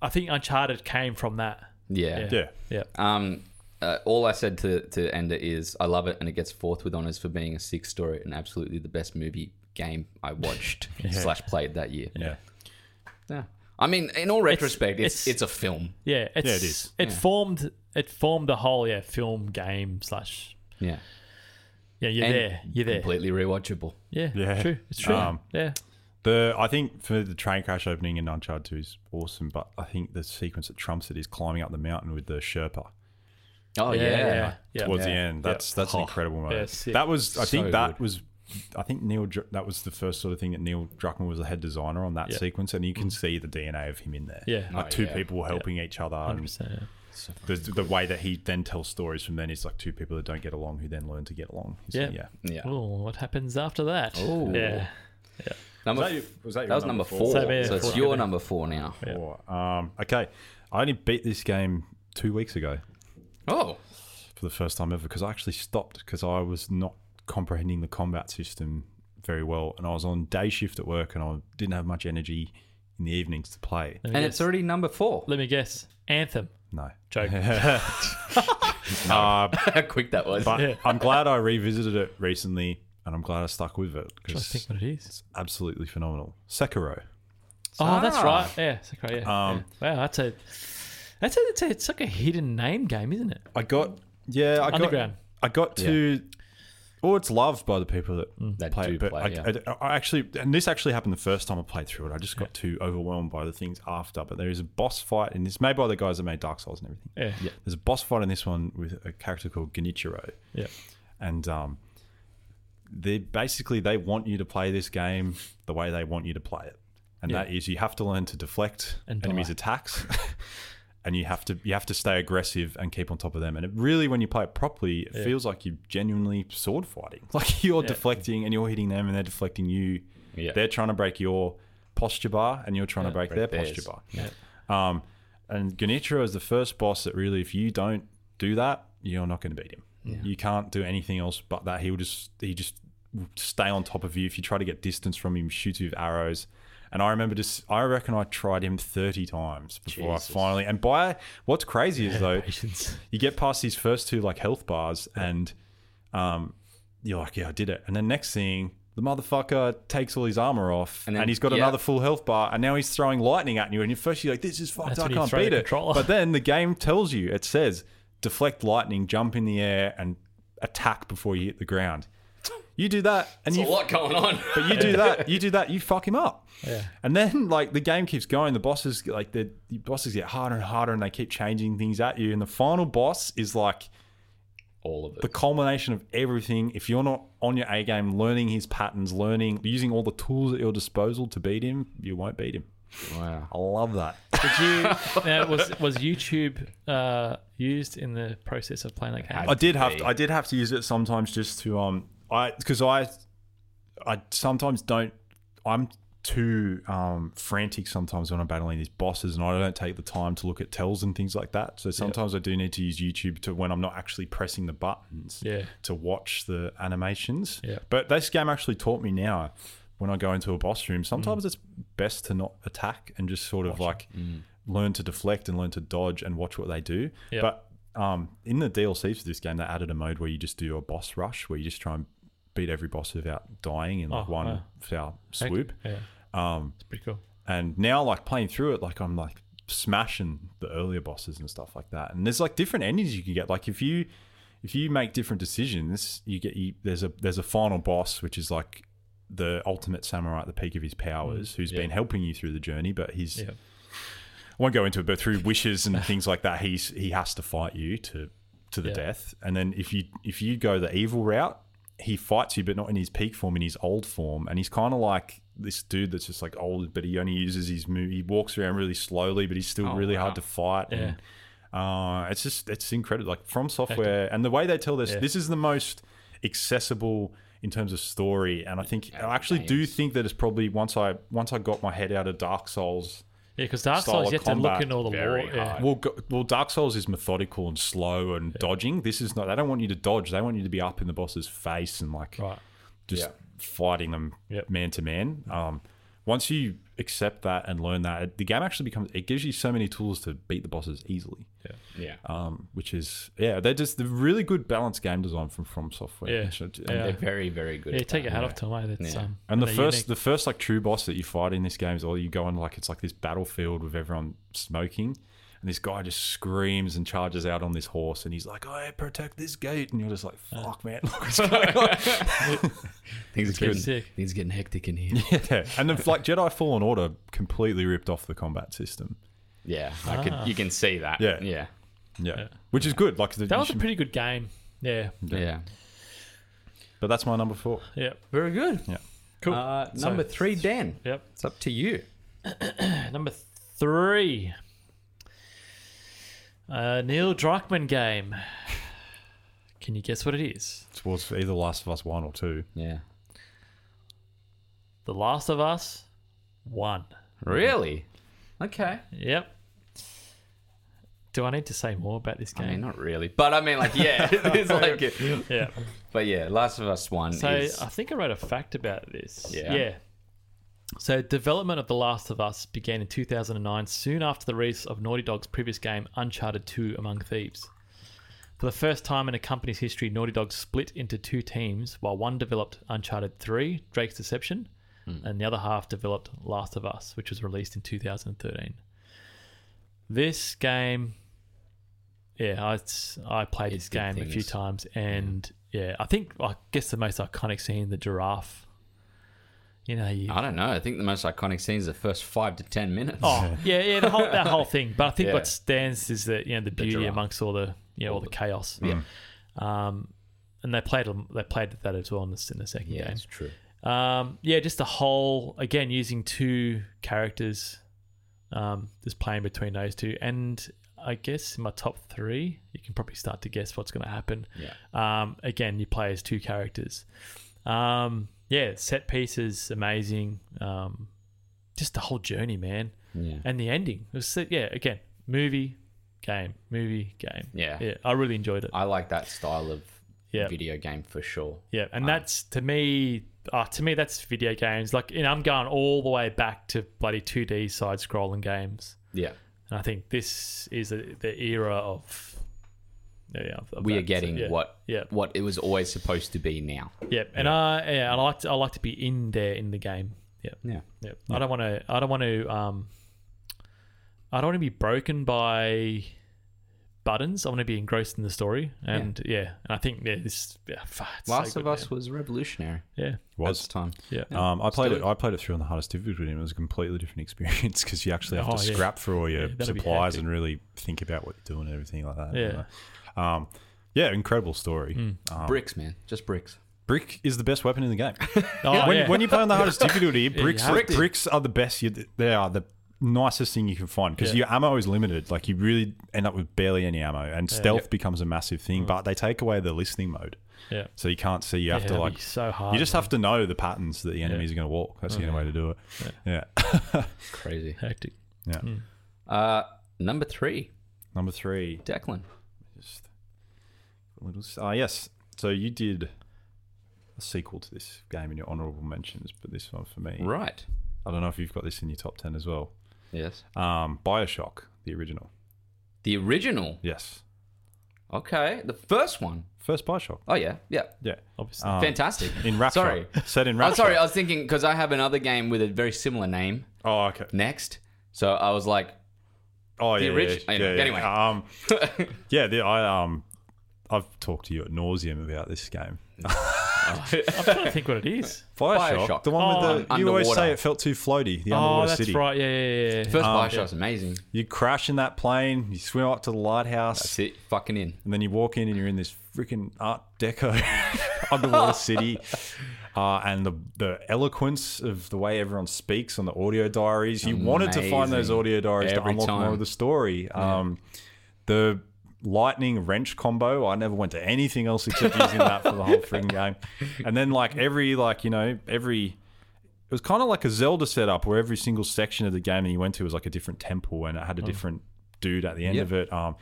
I think Uncharted came from that.
Yeah.
Yeah.
Yeah.
Yeah,
Um uh, all I said to to end it is I love it and it gets fourth with honors for being a six story and absolutely the best movie game I watched slash played that year.
Yeah.
Yeah. I mean, in all retrospect, it's it's,
it's-
a film.
yeah, it's,
Yeah, it is.
It formed it formed the whole yeah film game slash
Yeah.
yeah you're
And
there you're there
Completely rewatchable.
yeah
Yeah.
true it's true
Um,
yeah
The I think for the train crash opening in Uncharted 2 is awesome, but I think the sequence that trumps it is climbing up the mountain with the Sherpa
Oh
yeah yeah yeah,
towards the
Yeah.
end. That's that's an incredible
Yeah,
moment.
sick.
that was I
So
think that
good.
was I think Neil Dr- that was the first sort of thing that Neil Druckmann was the head designer on that
Yeah. Mm.
sequence, and you can see the DNA of him in there.
Yeah.
like
Oh,
two
yeah.
people helping each other. And
100%, yeah.
the, the way that he then tells stories from then is like two people that don't get along who then learn to get along. He's-
Yeah.
yeah.
Yeah.
Oh, what happens after that?
Ooh.
yeah,
Number f-
Was that your- was that your
was
number
number
four?
four.
So, yeah,
So it's
four.
your number four now.
Or, um, okay, I only beat this game two weeks ago.
Oh.
for the first time ever because I actually stopped because I was not comprehending the combat system very well, and I was on day shift at work, and I didn't have much energy in the evenings to play.
Let me
And
guess.
it's already number four.
Let me guess. Anthem.
No,
Joke.
uh,
How quick that was.
but
Yeah.
I'm glad I revisited it recently, and I'm glad I stuck with it
I
because
think what it is.
it's absolutely phenomenal. Sekiro.
Oh, that's
Ah.
right. Yeah, it's okay, yeah.
Um,
yeah. Wow, that's a that's a, that's a it's like a hidden name game, isn't it?
I got yeah, I
Underground.
got I got to. Oh, it's loved by the people that,
That
play
do
it. But
play,
I,
yeah.
I, I actually, and this actually happened the first time I played through it. I just got too overwhelmed by the things after. But there is a boss fight in this, made by the guys that made Dark Souls and everything.
Yeah. Yeah.
There's a boss fight in this one with a character called Genichiro,
Yeah.
and um, they basically they want you to play this game the way they want you to play it, and that is you have to learn to deflect
And
enemies'
die.
attacks, and you have to you have to stay aggressive and keep on top of them. And it really, when you play it properly, it feels like you're genuinely sword fighting. Like you're deflecting and you're hitting them, and they're deflecting you.
Yeah.
They're trying to break your posture bar, and you're trying to break, their
break theirs.
posture bar. Um, and Genichiro is the first boss that really, if you don't do that, you're not going to beat him.
Yeah.
You can't do anything else but that. He will just he just will stay on top of you. If you try to get distance from him, shoots you with arrows. And I remember just I reckon I tried him thirty times before
Jesus.
I finally. And by what's crazy is though
Patience.
you get past these first two like health bars and um you're like yeah i did it and then next thing the motherfucker takes all his armor off
And
and,
then-
he's got
yeah.
another full health bar and now he's throwing lightning at you and at first you're like this is fucked
That's
i
when you
can't
throw the
beat it
controller.
but then the game tells you it says deflect lightning jump in the air and attack before you hit the ground you do that and
There's
you
a lot going on.
but you do that, you do that, you fuck him up.
Yeah.
And then like the game keeps going. The bosses like the, the bosses get harder and harder, and they keep changing things at you. And the final boss is like
All of it.
the culmination of everything. If you're not on your A game, learning his patterns, learning using all the tools at your disposal to beat him, you won't beat him.
Wow.
I love that.
Did you? now, was was YouTube uh, used in the process of playing that game?
I did have
be.
to, I did have to use it sometimes just to um I because I I sometimes don't I'm too um, frantic sometimes when I'm battling these bosses and I don't take the time to look at tells and things like that. So sometimes I do need to use YouTube to when I'm not actually pressing the buttons
Yeah.
to watch the animations.
Yeah.
But this game actually taught me now when I go into a boss room, sometimes
Mm.
it's best to not attack and just sort of like learn to deflect and learn to dodge and watch what they do.
Yeah.
But um, in the DLC for this game, they added a mode where you just do a boss rush where you just try and beat every boss without dying in like
Oh,
one
wow.
foul swoop.
Yeah.
Um,
It's pretty cool.
and now like playing through it like i'm like smashing the earlier bosses and stuff like that and there's like different endings you can get like if you if you make different decisions you get you, there's a there's a final boss which is like the ultimate samurai at the peak of his powers who's
Mm, yeah.
been helping you through the journey but he's
Yeah.
I won't go into it, but through wishes and things like that, he's he has to fight you to to the
Yeah.
death. And then if you if you go the evil route, he fights you, but not in his peak form, in his old form. And he's kind of like this dude that's just like old, but he only uses his move. He walks around really slowly, but he's still
Oh,
really
wow.
hard to fight.
Yeah.
And, uh, it's just it's incredible. Like from software and the way they tell this,
Yeah.
this is the most accessible in terms of story. And I think I actually do
games.
think that it's probably once I once I got my head out of Dark Souls.
Yeah, because Dark
Style
Souls,
of
you have to look
combat,
in all the lore.
very
Yeah.
hard.
Well, go, well, Dark Souls is methodical and slow and dodging. This is not. They don't want you to dodge. They want you to be up in the boss's face and like
Right.
just
Yeah.
fighting them
Yep.
man to man. Um, once you accept that and learn that, it, the game actually becomes. It gives you so many tools to beat the bosses easily.
Yeah.
Oh.
Um, which is yeah, they're just the really good balanced game design from From Software.
Yeah.
Which I- and-
Yeah.
They're very, very good.
Yeah,
at
take
that.
your hat off to them. eh? That's
Yeah.
um,
And the
they're
first,
unique.
the first like true boss that you fight in this game is all you go on like it's like this battlefield with everyone smoking, and this guy just screams and charges out on this horse, and he's like, "I protect this gate," and you're just like, "Fuck, man!" Look what's going on.
Things are
pretty
getting,
sick.
things getting hectic in here.
yeah. And then like Jedi Fallen Order completely ripped off the combat system.
Yeah, I could.
Ah.
You can see that.
Yeah.
Yeah.
Yeah,
Yeah.
which is good. Like the,
That
you
was a
should- Mm.
pretty good game. Yeah.
Yeah.
but that's my number four.
Yeah. Very good.
Yeah.
Cool.
Uh,
So-
number three, Dan.
Yep.
It's up to you.
Number three. Uh, Neil Druckmann game. Can you guess what it is?
It was either Last of Us one or two.
Yeah.
The Last of Us One.
Really? Okay.
Yep. Do I need to say more about this
I mean,
game?
not really, but I mean, like, yeah, it's like,
yeah.
but yeah, Last of Us one
So
is
I think I wrote a fact about this.
Yeah.
So development of The Last of Us began in 2009, soon after the release of Naughty Dog's previous game Uncharted 2: Among Thieves. For the first time in a company's history, Naughty Dog split into two teams, while one developed Uncharted 3: Drake's Deception, and the other half developed Last of Us, which was released in 2013. This game, yeah, I, I played
It
this
did
game a few
things.
times, and yeah. I think I guess the most iconic scene, the giraffe. You know, you,
I don't know. I think the most iconic scene is the first five to ten minutes.
Oh yeah, yeah, the whole, that whole thing. But I think
Yeah.
what stands is that you know the beauty
giraffe.
amongst all the you know, all, the, Mm. chaos.
Yeah.
Um, and they played they played that as well in the, in the second
yeah,
game.
it's true.
Um, yeah, just the whole again using two characters, um, just playing between those two, and I guess in my top three, you can probably start to guess what's going to happen.
Yeah.
Um, again, you play as two characters. Um, yeah, set pieces amazing. Um, just the whole journey, man,
Yeah.
and the ending. It was so, yeah, again, movie, game, movie, game.
Yeah.
yeah, I really enjoyed it.
I like that style of
Yeah.
video game for sure.
Yeah, and that's to me, uh, to me that's video games. Like, you know, I'm going all the way back to bloody 2D side-scrolling games,
Yeah.
and I think this is a, the era of. Yeah, yeah, of- of
We
that.
are
So,
getting
yeah.
what
Yeah,
what it was always supposed to be now.
yeah, and I yeah, I like to, I like to be in there in the game. Yeah,
Yeah.
yeah. I don't want to. I don't want to. Um, I don't want to be broken by buttons. I want to be engrossed in the story, and yeah, and I think yeah, this yeah, fuck, it's so
Last
good,
of Us
man.
was revolutionary
Yeah,
at
Was
the time.
yeah.
um, I played
Still-
it. I played it through on the hardest difficulty, and it was a completely different experience because you actually have
Oh,
to
yeah.
scrap through all your
Yeah, that'd be
supplies
hectic.
and really think about what you're doing and everything like that.
Yeah. Hmm.
Um, yeah, incredible story. Um,
Bricks, man. Just bricks.
brick is the best weapon in the game.
Oh,
when,
yeah.
when you play on the hardest difficulty,
you
bricks
have
are,
to.
bricks are the best. You, they are the nicest thing you can find because
Yeah.
your ammo is limited. Like you really end up with barely any ammo, and stealth becomes a massive thing.
Hmm.
But they take away the listening mode,
yeah.
so you can't see. You have
Yeah,
to
that'd be
like.
so hard.
You just have to know the patterns that the enemies are going to walk. That's the only way to do it. Yeah.
Crazy.
hectic.
Yeah.
Uh, number three,
Number three.
Declan.
Just a little. Ah, yes. So you did a sequel to this game in your honorable mentions, but this one for me.
Right.
I don't know if you've got this in your top ten as well.
Yes.
Um, Bioshock, the original.
The original.
Yes.
Okay. The first one.
First Bioshock.
Oh, yeah. Yeah.
Yeah.
Obviously.
Um,
Fantastic.
In Rapture.
Sorry.
Said in
I'm
Rapture.
sorry. I was thinking because I have another game with a very similar name
Oh, okay.
next. So I was like,
Oh,
The
yeah, yeah,
origi-
yeah,
anyway,
yeah.
anyway.
Um, yeah, the, I um, I've talked to you at nauseum about this game.
I'm trying to think what it is.
Bioshock,
Bioshock.
the one with the.
Oh,
you always
underwater.
say it felt too floaty. The underwater
Oh, that's
city.
right. Yeah, yeah, yeah, yeah.
first Bioshock's amazing.
You crash in that plane. You swim up to the lighthouse.
That's it. Fucking in.
And then you walk in and you're in this freaking Art Deco underwater city. Uh, and the, the eloquence of the way everyone speaks on the audio diaries. You wanted to find those
Amazing.
audio diaries to
Every
unlock more
time.
of the story. Um, The lightning wrench combo, I never went to anything else except using that for the whole freaking game. And then, like, every, like, you know, every it was kind of like a Zelda setup where every single section of the game that you went to was like a different temple and it had a different dude at the end
Hmm. Yeah.
of it. Um,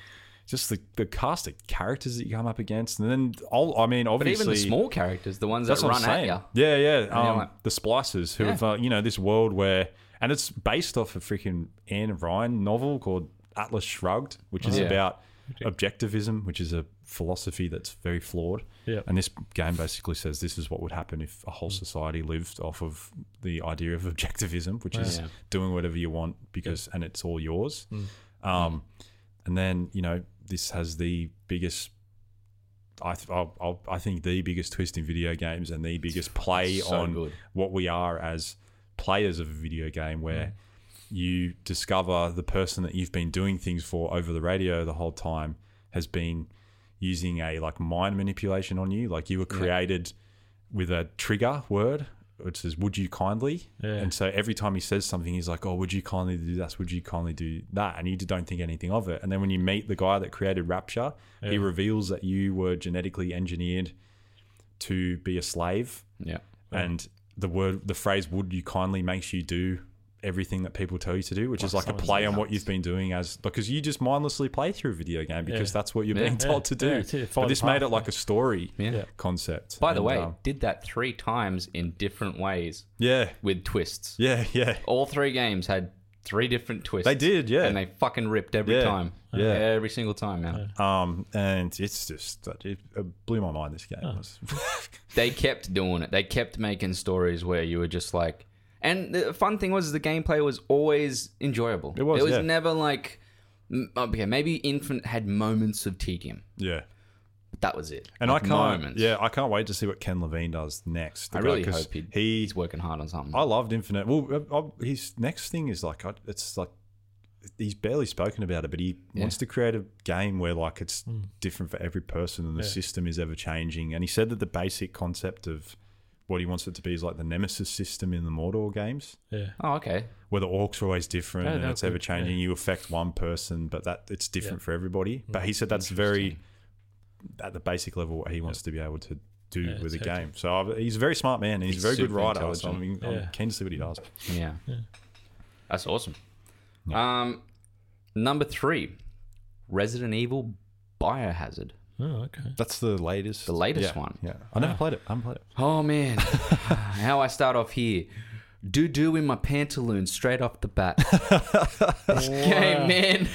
just the, the cast of characters that you come up against, and then all I mean,
But
obviously,
even the small characters, the ones that
that's what
run
I'm
at
saying.
you.
Yeah, yeah, um,
like-
the splicers who have uh, you know this world where, and it's based off a freaking Anne Ryan novel called Atlas Shrugged, which is
Oh, Yeah.
about objectivism, which is a philosophy that's very flawed.
Yeah.
And this game basically says this is what would happen if a whole society lived off of the idea of objectivism, which is
Yeah.
doing whatever you want because and it's all yours. Um, and then you know this has the biggest. I, th- I'll, I'll, I think the biggest twist in video games and the biggest play
So
on
good.
what we are as players of a video game, where you discover the person that you've been doing things for over the radio the whole time has been using a like mind manipulation on you. Like you were created with a trigger word. Which says, "Would you kindly?"
Yeah.
And so every time he says something, he's like, "Oh, would you kindly do this? Would you kindly do that?" And you don't think anything of it. And then when you meet the guy that created Rapture, he reveals that you were genetically engineered to be a slave
Yeah.
and the word the phrase would you kindly makes you do everything that people tell you to do which is like a play on what you've been doing as because you just mindlessly play through a video game because
Yeah.
that's what you're
Yeah.
being told to do
Yeah, it's it, follow
but
the
this
path,
made it like a story
Yeah.
Yeah.
concept
By the
And,
way,
um,
did that three times in different ways
yeah
with twists.
yeah yeah
All three games had three different twists.
they did yeah
And they fucking ripped every
Yeah.
time.
Yeah.
Every single time, man.
um and it's just uh, it, it blew my mind this game was
they kept doing it. They kept making stories where you were just like, and the fun thing was the gameplay was always enjoyable.
It was,
It was
yeah.
never like, m- oh, okay, maybe Infant had moments of tedium,
yeah
but that was it.
and
Like,
I can't,
moments.
yeah, I can't wait to see what Ken Levine does next.
I really
'Cause
hope he,
he
he's working hard on something.
I loved Infinite. Well, I, I, his next thing is like I, it's like he's barely spoken about it, but he wants to create a game where like it's different for every person and the system is ever changing. And he said that the basic concept of what he wants it to be is like the Nemesis system in the Mordor games,
Yeah.
oh, okay.
where the orcs are always different
Oh,
and
no,
it's ever
good.
changing. You affect one person, but that it's different for everybody.
Mm-hmm.
But he said that's very at the basic level what he wants to be able to. Do
Yeah,
with a
it's
game, so I, he's a very smart man and he's,
He's
a very good
super
writer. So I'm,
intelligent.
I'm
Yeah.
keen to see what he does.
Yeah. That's awesome. Um, number three, Resident Evil Biohazard.
Oh, okay.
That's the latest. Um,
The latest
yeah,
one.
Yeah. I
Ah.
never played it. I haven't played it.
Oh man, how I start off here. Doo doo in my pantaloons straight off the bat. this game, man.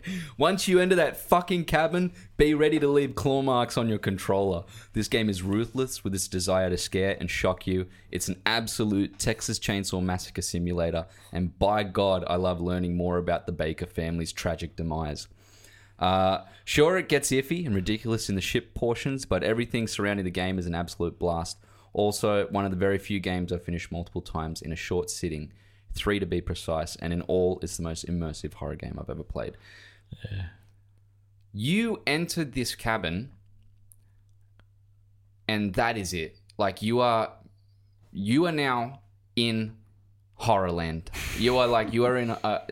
Once you enter that fucking cabin, be ready to leave claw marks on your controller. This game is ruthless with its desire to scare and shock you. It's an absolute Texas Chainsaw Massacre simulator, and by God, I love learning more about the Baker family's tragic demise. Uh, sure, it gets iffy and ridiculous in the ship portions, but everything surrounding the game is an absolute blast. Also, one of the very few games I've finished multiple times in a short sitting, three to be precise, and in all, it's the most immersive horror game I've ever played. You entered this cabin, and that is it. Like you are, you are now in Horrorland. You are like you are in a.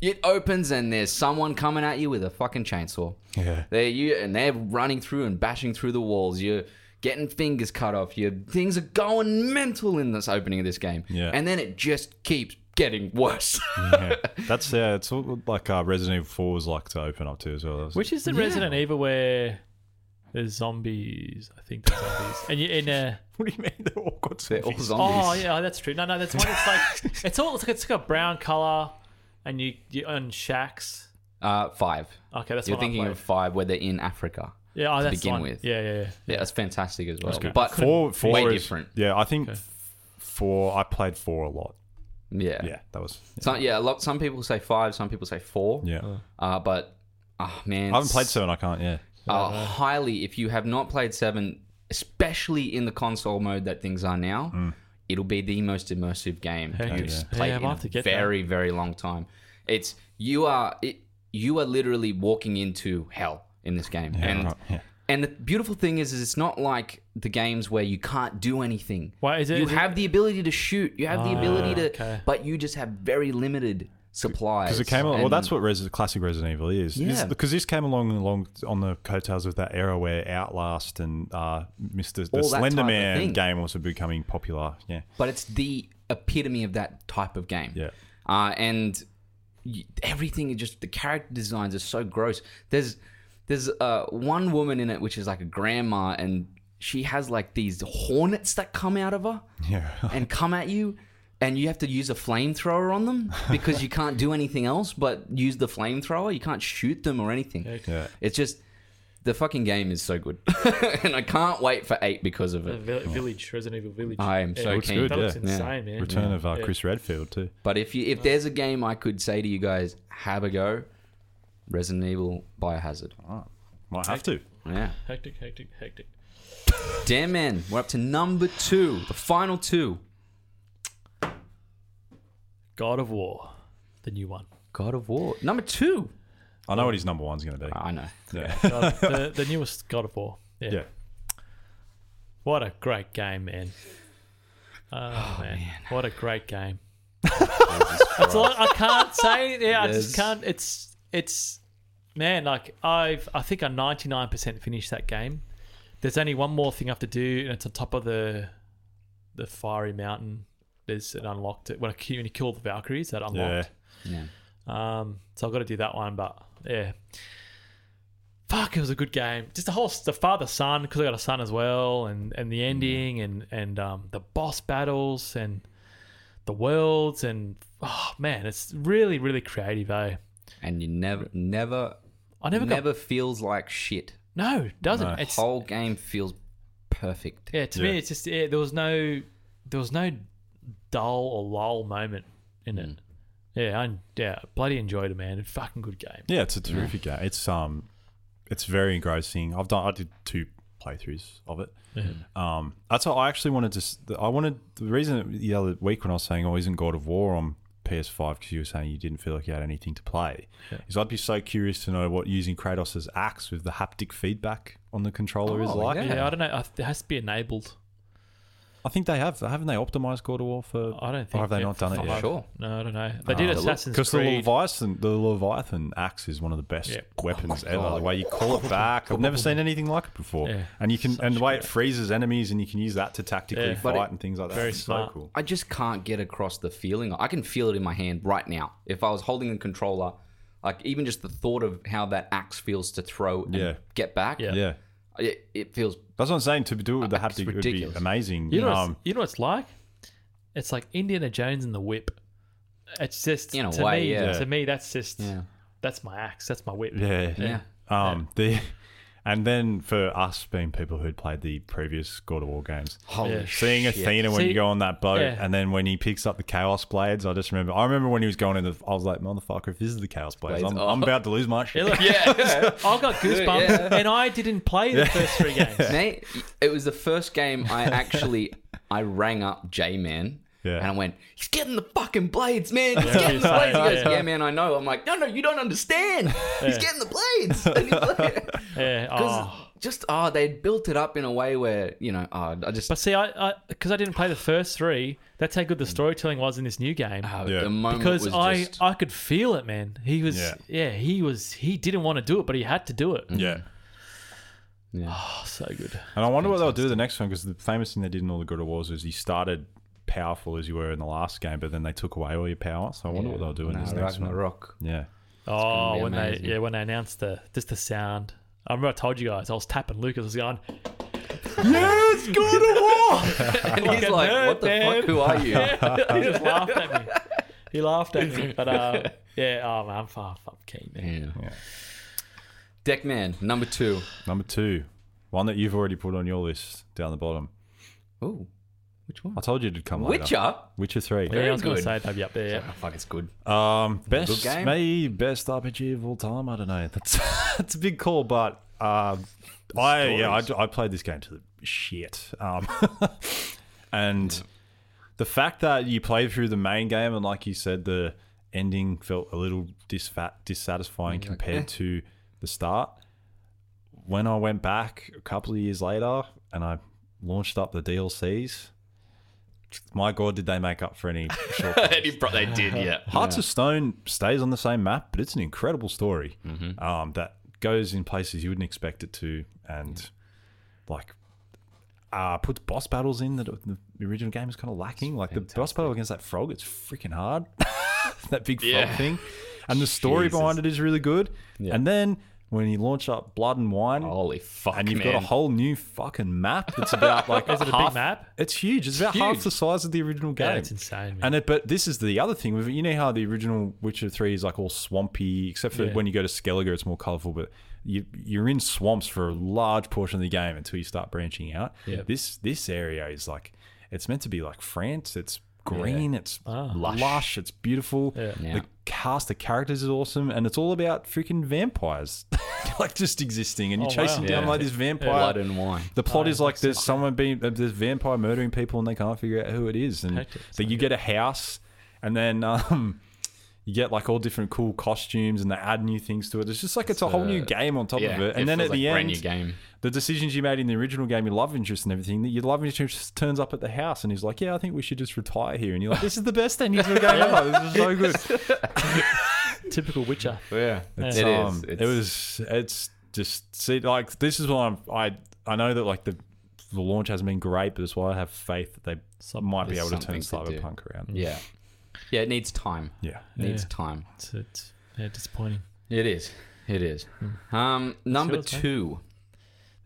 It opens and there's someone coming at you with a fucking chainsaw.
Yeah.
They you and they're running through and bashing through the walls. You're getting fingers cut off. Your things are going mental in this opening of this game.
Yeah.
And then it just keeps getting worse.
yeah. That's yeah. It's all like uh, Resident Evil Four was like to open up to as well. That was-
Which is the Resident Evil where there's zombies? I think there's zombies, and you're in a.
what do you mean? They're all got
They're all
zombies.
zombies.
Oh yeah, that's true. No, no, that's one. It's like it's all it's like, it's like a brown color, and you you own shacks.
Uh, five.
Okay, that's
You're
what
thinking
I played.
of five where they're in Africa.
yeah, oh, that's the
begin
one.
with.
Yeah, yeah, yeah.
Yeah, that's fantastic as well.
good.
But
Four, four
way
is-
different.
Yeah, I think f- four. I played four a lot.
Yeah.
Yeah, that was.
Some, yeah, a lot, some people say five, some people say four.
Yeah,
Uh, but, oh, man.
I haven't played seven. I can't. Yeah,
uh, highly if you have not played 7 especially in the console mode that things are now
Mm.
it'll be the most immersive game
Heck
you've
yeah.
played
Yeah, I
in
might
a
have to get that.
very very long time it's you are it, you are literally walking into hell in this game and
right, yeah.
and the beautiful thing is, is it's not like the games where you can't do anything
Why is it-
you
is it- Ah,
have the ability to shoot you have the ability to
okay.
but you just have very limited supplies
because it came. Along, well,
And-
that's what Res- classic Resident Evil is.
Yeah.
because this came along along on the coattails of that era where Outlast and uh, Mister the
All that type
Slender
of
Man
thing.
game also becoming popular. Yeah,
but it's the epitome of that type of game.
Yeah.
Uh, and y- everything is just the character designs are so gross. There's there's uh, one woman in it which is like a grandma, and she has like these hornets that come out of her
yeah.
and come at you. And you have to use a flamethrower on them because you can't do anything else but use the flamethrower. You can't shoot them or anything.
Yeah.
It's just the fucking game is so good, and I can't wait for eight because of
The
it.
vi- village, Resident Evil Village.
Oh, I am so
looks
keen.
Good, that
Good,
looks
yeah.
insane, man.
Return
Yeah.
of uh,
Yeah.
Chris Redfield too.
But if you if there's a game I could say to you guys, have a go, Resident Evil Biohazard.
Oh.
Might have to.
Yeah.
Hectic, hectic, hectic.
Damn man, we're up to number two, the final two.
God of War, the new one.
God of War. Number two. Ah,
I know what his number one's going to be.
I know.
Yeah,
God, the, the newest God of War. Yeah.
yeah.
What a great game, man. Oh, man. What a great game. That's all I can't say. Yeah, I
There's-
just can't. It's it's man, like I've I think I ninety nine percent finished that game. There's only one more thing I have to do, and it's on top of the the fiery mountain. There's it unlocked it when I when you kill the Valkyries that
yeah.
unlocked.
Yeah.
Um, so I've got to do that one, but yeah. Fuck, it was a good game. Just the whole the father son because I got a son as well, and and the ending and and um, the boss battles and the worlds and oh man, it's really really creative. Eh?
And you never never
I never, got
never feels like shit.
no, it doesn't
No.
it's
Whole game feels perfect.
yeah to
Yeah.
me it's just yeah, there was no there was no dull or lull moment in it. Yeah, I yeah bloody enjoyed it, man. Fucking good game.
Yeah, it's a terrific game. It's um, it's very engrossing. I've done. I did two playthroughs of it. Um, that's how I actually wanted to. s- I wanted the reason the other week when I was saying, "Oh, isn't God of War on PS5?" Because you were saying you didn't feel like you had anything to play. Is I'd be so curious to know what using Kratos' axe with the haptic feedback on the controller is
Oh,
like.
Yeah, I don't know. I th- It has to be enabled.
I think they have. Haven't they optimized God of War for?
I don't think.
Or have they
yeah,
not done it
for
yet?
five.
Sure.
No, I don't know. They did Assassin's
Because Uh, the
Creed.
Leviathan, the Leviathan axe is one of the best
Yeah.
weapons
Oh,
ever. The way you call it back, I've never seen anything like it before.
Yeah.
And you can, and the way it freezes enemies, and you can use that to tactically
Yeah.
But
fight
it-
and things like that.
very
It's
smart.
so cool.
I just can't get across the feeling. I can feel it in my hand right now. If I was holding the controller, Like even just the thought of how that axe feels to throw and
Yeah.
get back,
Yeah.
Yeah.
it, it feels
That's what I'm saying. To do it with the
That's
haptic would be
ridiculous.
amazing.
You know,
um,
what's, you know what it's like? It's like Indiana Jones and the whip. It's just
In a
to
way,
me,
yeah.
to me that's just
Yeah.
that's my axe, that's my whip.
yeah.
yeah.
Um, The, and then for us being people who'd played the previous God of War games,
Holy
Yeah.
seeing
shit.
Athena when
See-
you go on that boat,
yeah.
and then when he picks up the Chaos Blades, I just remember. I remember when he was going in the. I was like, motherfucker, if this is the Chaos Blades,
Blades,
I'm,
oh.
I'm about to lose my
Yeah,
shit.
look,
Yeah.
I got goosebumps,
Yeah.
and I didn't play the first three games.
Mate, it was the first game I actually I rang up J Man
Yeah.
and I went, He's getting the fucking blades, man. He's
Yeah.
getting the blades. He goes,
Yeah.
yeah. man, I know. I'm like, No, no, you don't understand. He's getting the blades.
Yeah,
Because
oh.
just oh, they'd built it up in a way where you know oh, I just
But see, I because I, didn't play the first three, that's how good the storytelling was in this new game.
oh,
Yeah.
the moment
because
Mm. was
I
just
I could feel it, man. He was
Yeah.
yeah. he was he didn't want to do it, but he had to do it.
Mm.
yeah.
yeah.
Oh, so good.
And I wonder what they'll do the next one because the famous thing they did in all the God of Wars is he started powerful as you were in the last game, but then they took away all your power. So I wonder what they'll do in
Nah,
this next one.
Ragnarok.
Yeah.
Oh,
be
when they
amazing.
yeah when they announced the just the sound. I remember I told you guys I was tapping Lucas. I was going,
Yes, God of War.
and he's
a
like,
nerd,
what the
man.
fuck? Who are you?
he just laughed at me. He laughed at me. But uh, yeah, oh man, I'm far I'm keen. Man.
yeah.
Yeah.
Deck man number two.
Number two, one that you've already put on your list down the bottom.
Ooh, which one?
I told you it'd come later.
Witcher.
Witcher three.
Yeah, I was going to
good.
say that'd be up there. Yeah.
Oh, fuck, it's good.
Um,
Good
best
game.
maybe best RPG of all time. I don't know. That's that's a big call, but um, I yeah I,
stories.
I played this game to the shit. Um, and the fact that you played through the main game and like you said, the ending felt a little disfat dissatisfying
You're like,
compared
eh.
to the start. When I went back a couple of years later and I launched up the DLCs, my god, did they make up for any short
they did, yeah.
Hearts of Stone stays on the same map, but it's an incredible story
Mm-hmm.
um, that goes in places you wouldn't expect it to, and like uh, puts boss battles in that the original game is kind of lacking. Like the boss battle against that frog, it's freaking hard. that big frog
Yeah.
thing, and the story
Jesus.
behind it is really good.
Yeah.
And then when you launch up Blood and Wine,
Holy fuck,
and you've
man.
got a whole new fucking map that's about like
Is it a
half-
big map?
It's huge. It's about half
huge.
the size of the original game.
Yeah, it's insane. Man.
And it, but this is the other thing with it. You know how the original Witcher Three is like all swampy, except for
Yeah.
when you go to Skellige, it's more colorful. But you you're in swamps for a large portion of the game until you start branching out.
Yeah.
This this area is like it's meant to be like France. It's green. It's
Ah.
lush. It's beautiful.
Yeah.
Yeah.
The cast of characters is awesome, and it's all about freaking vampires, like just existing, and you're
Oh, wow.
chasing down
Yeah.
like this vampire.
Blood and wine.
The plot is like there's someone being uh, there's vampire murdering people and they can't figure out who it is, and
Hectic.
that you get a house, and then um, you get like all different cool costumes, and they add new things to it. It's just like it's, a whole new game on top of it, and then
feels
at
like
the
brand new
end,
game.
the decisions you made in the original game, your love interest and everything, that your love interest turns up at the house, and he's like, "Yeah, I think we should just retire here," and you're like, "This is the best ending to a game ever. This is so good."
Typical Witcher.
Yeah,
It's,
it is.
Um,
It's,
It was. It's just see like this is why I'm, I I know that like the the launch hasn't been great, but that's why I have faith that they
Some-
might be able
there's
to turn
something to
Cyberpunk around.
Yeah. Yeah, it needs time.
Yeah.
It needs
Yeah.
time.
It's, it's yeah, disappointing.
It is. It is.
Hmm.
Um, number
yours, mate?
two.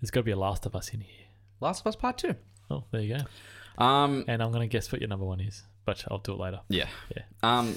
There's got to be a Last of Us in here.
Last of Us Part Two.
Oh, there you go.
Um,
And I'm gonna guess what your number one is, but I'll do it later.
yeah.
Yeah.
Um,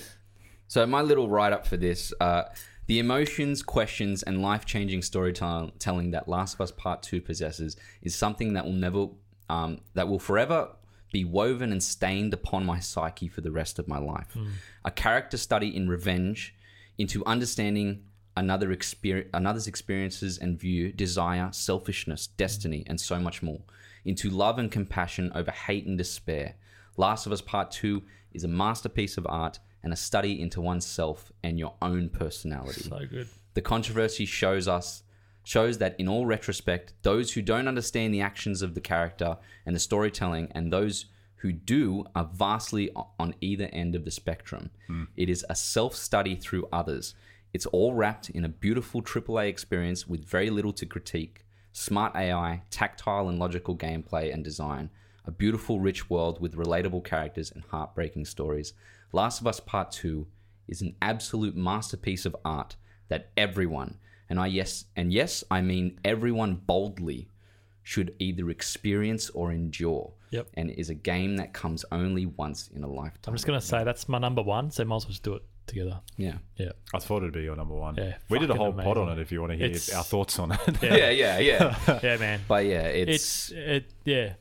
so my little write up for this, uh, the emotions, questions, and life changing storytelling that Last of Us Part Two possesses is something that will never, um, that will forever be woven and stained upon my psyche for the rest of my life. A character study in revenge, into understanding another experience, another's experiences and view, desire, selfishness, destiny, and so much more. Into love and compassion over hate and despair. Last of Us Part 2 is a masterpiece of art and a study into oneself and your own personality.
So good.
The controversy shows us shows that in all retrospect, those who don't understand the actions of the character and the storytelling and those who do are vastly o- on either end of the spectrum. It is a self-study through others. It's all wrapped in a beautiful AAA experience with very little to critique, smart AI, tactile and logical gameplay and design, a beautiful rich world with relatable characters and heartbreaking stories. Last of Us Part 2 is an absolute masterpiece of art that everyone, and I yes, and yes, I mean everyone boldly, should either experience or endure.
Yep.
And is a game that comes only once in a lifetime.
I'm just gonna say that's my number one, so might as well just do it together.
Yeah.
Yeah.
I thought it'd be your number one.
Yeah,
we did a
fucking
whole pod
amazing.
on it if you want to hear
It's-
our thoughts on it.
Yeah, yeah, yeah.
Yeah, man.
but yeah, it's,
it's it yeah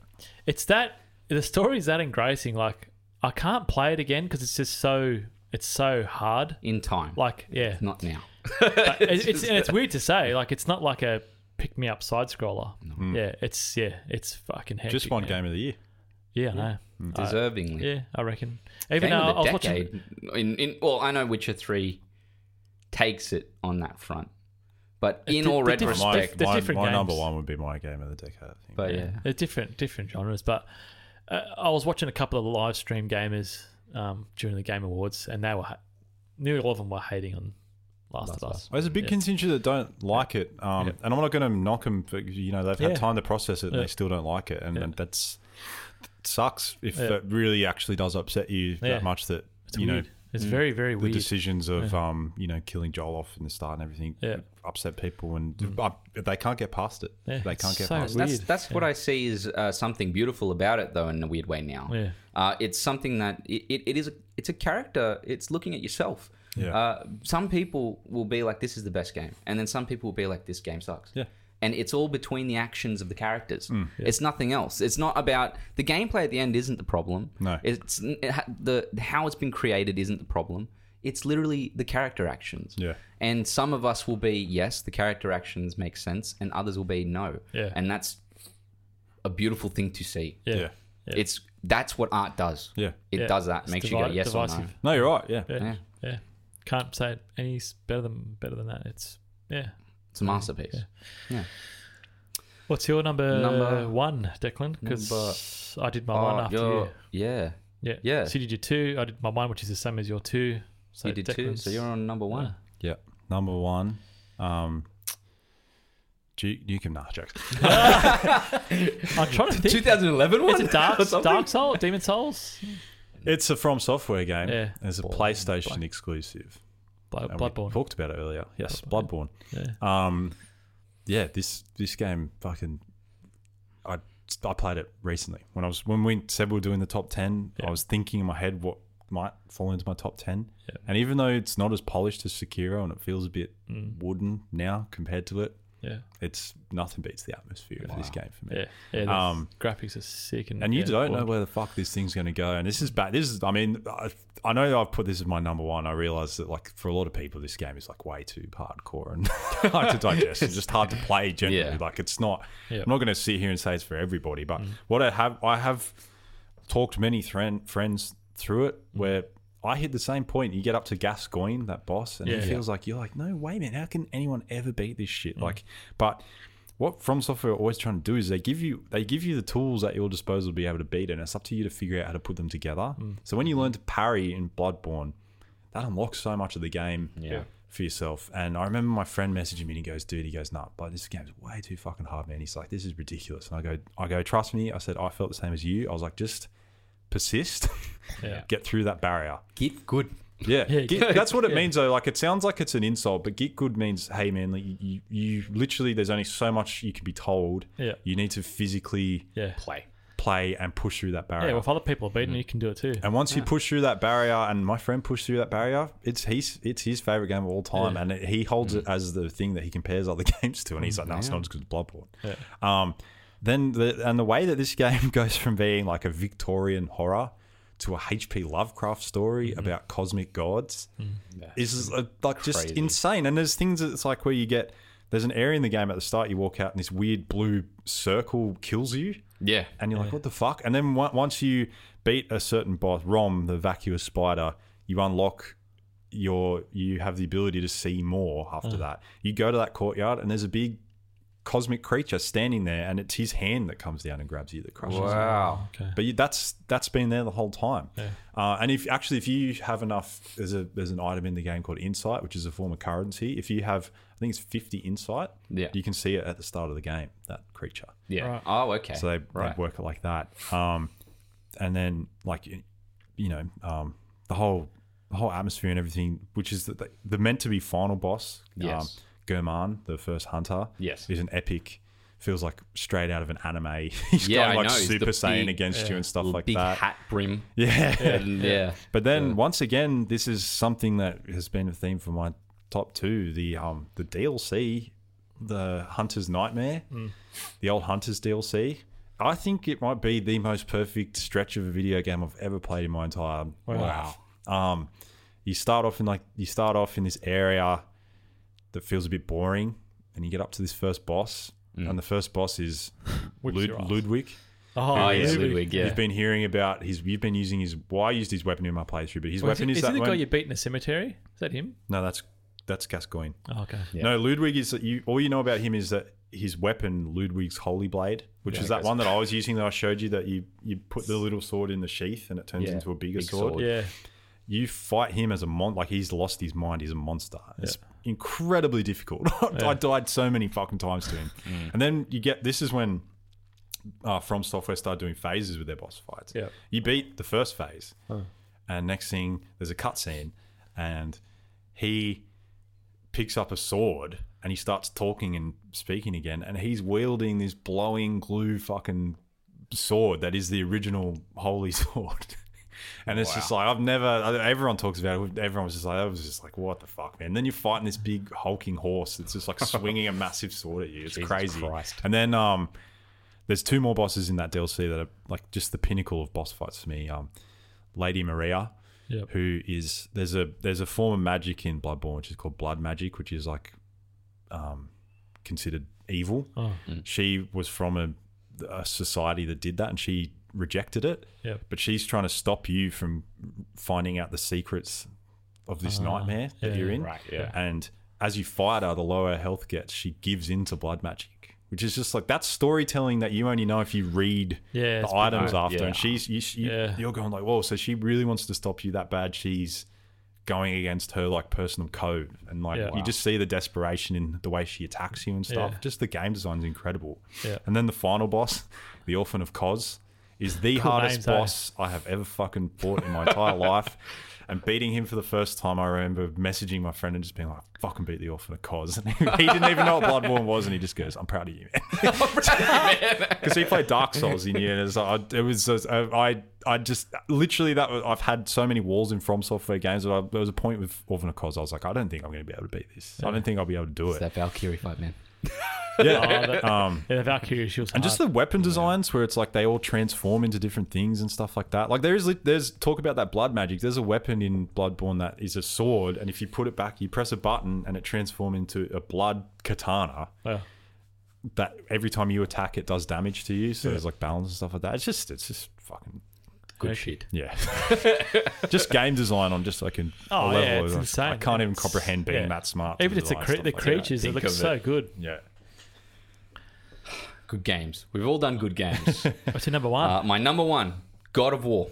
it's that the story's that engrossing like i can't play it again because it's just so it's so hard
in time.
like yeah
not now.
But it's, it's, and it's weird to say like it's not like a pick me up side scroller yeah it's yeah it's fucking hectic,
Hmm. Just one
man.
game of the year.
yeah no
Deservingly.
uh, yeah i reckon even
Game
uh, i
of
was
the
watching
decade. In, in, well, I know Witcher 3 takes it on that front. But in
di-
all
the
ret-
difference-
My,
respect.
there's
my,
different
my
games.
number one would be my game of the decade. I think.
But yeah.
yeah, they're different different genres. But uh, I was watching a couple of the live stream gamers um, during the Game Awards, and they were ha- nearly all of them were hating on Last, of Us.
Well, Oh, there's a big
Yeah.
contingent that don't like it, um,
Yeah.
and I'm not going to knock them. But you know, they've
Yeah.
had time to process it, and
Yeah.
they still don't like it, and,
Yeah.
and that's that sucks. If
Yeah.
that really actually does upset you
Yeah.
that much, that
It's
you
weird.
know mm,
it's very very
the
weird.
decisions of um, you know killing Joel off in the start and everything
Yeah. Mm.
upset people, and up- they can't get past it.
Yeah,
They
it's
can't get
so
past. it.
That's,
Weird.
that's what I see is uh, something beautiful about it, though, in a weird way now.
Yeah.
Uh, it's something that it, it, it is a, it's a character. It's looking at yourself.
Yeah.
Uh, some people will be like, "This is the best game," and then some people will be like, "This game sucks."
Yeah. Mm.
And it's all between the actions of the characters. It's nothing else. It's not about the gameplay at the end. Isn't the problem?
No.
It's it, ha- the how it's been created isn't the problem. It's literally the character actions.
Yeah.
And some of us will be yes, the character actions make sense, and others will be no.
Yeah.
And that's a beautiful thing to see.
yeah.
Yeah.
Yeah.
It's that's what art does.
Yeah.
It
Yeah.
does that.
It's
Makes you
divi-
go yes or no.
divisive.
No, you're right. Yeah.
Yeah.
Yeah.
yeah, Can't say it any s- better than better than that. It's yeah.
It's a masterpiece.
What's your number,
Number-
one, Declan? Because I did my one after you.
Oh, you're- yeah.
Yeah,
yeah.
So you did your two. I did my one, which is the same as your two. So
you did too. So
Declan's-
you're on number one.
Yeah.
Yeah. Number one. Um, Duke Nukem. Nah, jokes.
I'm trying to think.
2011
Is it Dark, Dark Souls? Demon Souls?
It's a From Software game.
Yeah.
It's a PlayStation exclusive.
Blood,
And we
Bloodborne.
talked about it earlier. Yes, Bloodborne.
Yeah.
Um, yeah, this this game fucking. I I played it recently when I was when we said we were doing the top ten. I
Yeah.
was thinking in my head what might fall into my top ten.
Yeah.
And even though it's not as polished as Sekiro and it feels a bit
Mm.
wooden now compared to it,
Yeah.
it's nothing beats the atmosphere of this game for me.
Yeah. Yeah. the
Um,
graphics are sick. And,
And you
yeah,
don't know
well,
where the fuck this thing's going to go. And this is bad. This is, I mean, I, I know I've put this as my number one. I realize that, like, for a lot of people, this game is, like, way too hardcore and hard to digest. It's just hard to play generally.
Yeah.
Like, it's not,
Yeah. Mm.
I'm not going to sit here and say it's for everybody. But what I have, I have talked many friend, friends through it
Mm.
where I hit the same point. You get up to Gascoigne, that boss, and
Yeah. Mm.
it feels like you're like, no way, man. How can anyone ever beat this shit? Like, but what From Software are always trying to do is they give you they give you the tools at your disposal to be able to beat it, and it's up to you to figure out how to put them together. So when you learn to parry in Bloodborne, that unlocks so much of the game.
Yeah.
For yourself, and I remember my friend messaging me and he goes, "Dude, he goes, nah, but this game's way too fucking hard, man." He's like, "This is ridiculous," and I go, "I go, trust me." I said, "I felt the same as you." I was like, "Just persist,
Yeah.
get through that barrier."
Get good.
Yeah,
Yeah,
Git-
get-
that's what it means though. Like it sounds like it's an insult, but get good means hey man, like, you, you literally there's only so much you can be told.
Yeah.
you need to physically
Yeah.
Play.
play and push through that barrier.
Yeah. Well, if other people are beating, you can do it too.
and once you push through that barrier, and my friend pushed through that barrier, it's he's it's his favorite game of all time, and it, he holds it as the thing that he compares other games to. And he's like, no, it's not as good as Bloodborne. Um, then the and the way that this game goes from being like a Victorian horror to a H.P. Lovecraft story about cosmic gods is uh, like just
Crazy.
insane. And there's things that's like where you get there's an area in the game at the start you walk out and this weird blue circle kills you
Yeah.
and you're like, what the fuck? And then on- once you beat a certain boss, Rom, the vacuous spider, you unlock your you have the ability to see more after
Mm.
that. You go to that courtyard and there's a big cosmic creature standing there, and it's his hand that comes down and grabs you that crushes you.
Wow.
Okay.
But you, that's that's been there the whole time.
Yeah.
Uh, and if actually, if you have enough, there's a there's an item in the game called Insight, which is a form of currency. If you have, I think it's 50 Insight,
Yeah.
you can see it at the start of the game. That creature.
Yeah.
Right.
Oh, okay.
So they,
Right.
they work it like that. Um, and then like you you know um, the whole the whole atmosphere and everything, which is the, the meant to be final boss.
Yes.
Gurman, the first hunter,
Yes.
is an epic. Feels like straight out of an anime. He's
Yeah, I
going like
know, he's
Super
the
Saiyan
big-
against you and stuff like
Big
that.
hat brim.
yeah.
And, yeah.
But then once again, this is something that has been a theme for my top two: the um the DLC, the Hunter's Nightmare, the old Hunter's DLC. I think it might be the most perfect stretch of a video game I've ever played in my entire life. Um, you start off in like you start off in this area that feels a bit boring, and you get up to this first boss, and the first boss is
Whips
Lud-
your ass.
Ludwig.
Oh,
yeah,
yeah,
Ludwig.
Ludwig, yeah.
You've been hearing about his. You've been using his. Well, I used his weapon in my playthrough, but his
Well, isn't,
weapon is
isn't
that
the guy
one.
you beat in the cemetery? Is that him?
no, that's that's Gascoigne.
Oh, okay.
Yeah.
No, Ludwig is that you. All you know about him is that his weapon, Ludwig's Holy Blade, which
Yeah,
is that
Gas-
one that I was using that I showed you that you you put the little sword in the sheath and it turns
Yeah,
into a bigger
big
sword.
sword.
Yeah.
You fight him as a mon. Like he's lost his mind. He's a monster. It's incredibly difficult. I died so many fucking times to him.
Mm.
And then you get this is when. Uh, from software started doing phases with their boss fights.
Yeah.
You beat the first phase, and next thing there's a cutscene, and he picks up a sword and he starts talking and speaking again, and he's wielding this blowing glue fucking sword that is the original holy sword. And it's just like I've never. Everyone talks about it. Everyone was just like, "I was just like, what the fuck, man." And then you're fighting this big hulking horse that's just like swinging a massive sword at you. It's
Jesus
crazy.
Christ.
And then um, there's two more bosses in that DLC that are like just the pinnacle of boss fights for me. Um, Lady Maria,
Yep.
who is there's a there's a form of magic in Bloodborne which is called blood magic, which is like um, considered evil.
Oh,
She was from a, a society that did that, and she rejected it.
Yep.
But she's trying to stop you from finding out the secrets of this nightmare that
Ah, yeah,
you're in.
Right, yeah.
And as you fight her, the lower health gets, she gives in to blood magic, which is just like that's storytelling that you only know if you read
Yeah, it's
the
pretty
items
cool.
after.
Yeah.
And she's you, you,
Yeah.
you're going like, whoa, so she really wants to stop you that bad. She's going against her like personal code and like
Yeah.
you just see the desperation in the way she attacks you and stuff
Yeah.
just the game design's incredible
Yeah.
and then the final boss the orphan of cos is the
names,
hardest
eh?
boss i have ever fucking fought in my entire life and beating him for the first time i remember messaging my friend and just being like "I fucking beat the orphan of cos and he didn't even know what bloodborne was and he just goes i'm proud of you man because he played Dark Souls in year, and it was, like- it was just- uh, I, I just literally that was, I've had so many walls in From Software games that I, there was a point with Orphan of Cause I was like, I don't think I'm going to be able to beat this. I don't think I'll be able to do
It's
it.
that Valkyrie fight, man.
Yeah.
Oh, that,
Um,
yeah, the Valkyrie, she was
and just the weapon designs where it's like they all transform into different things and stuff like that. Like there is lit- there's talk about that blood magic. There's a weapon in Bloodborne that is a sword, and if you put it back, you press a button and it transforms into a blood katana.
hard.
that every time you attack it does damage to you so there's like balance and stuff like that it's just it's just fucking
Good
Okay.
shit.
yeah just game design on just like an, a
Oh,
level
yeah, it's
of-
insane.
I can't even
It's-
comprehend being
yeah.
that smart
Yeah.
to
Even it's the,
design
cre-
stuff
the
like that.
creatures, it
Think
looks
of
so
it.
good.
yeah
Good games. We've all done good games.
What's your number one?
uh, my number one, God of War.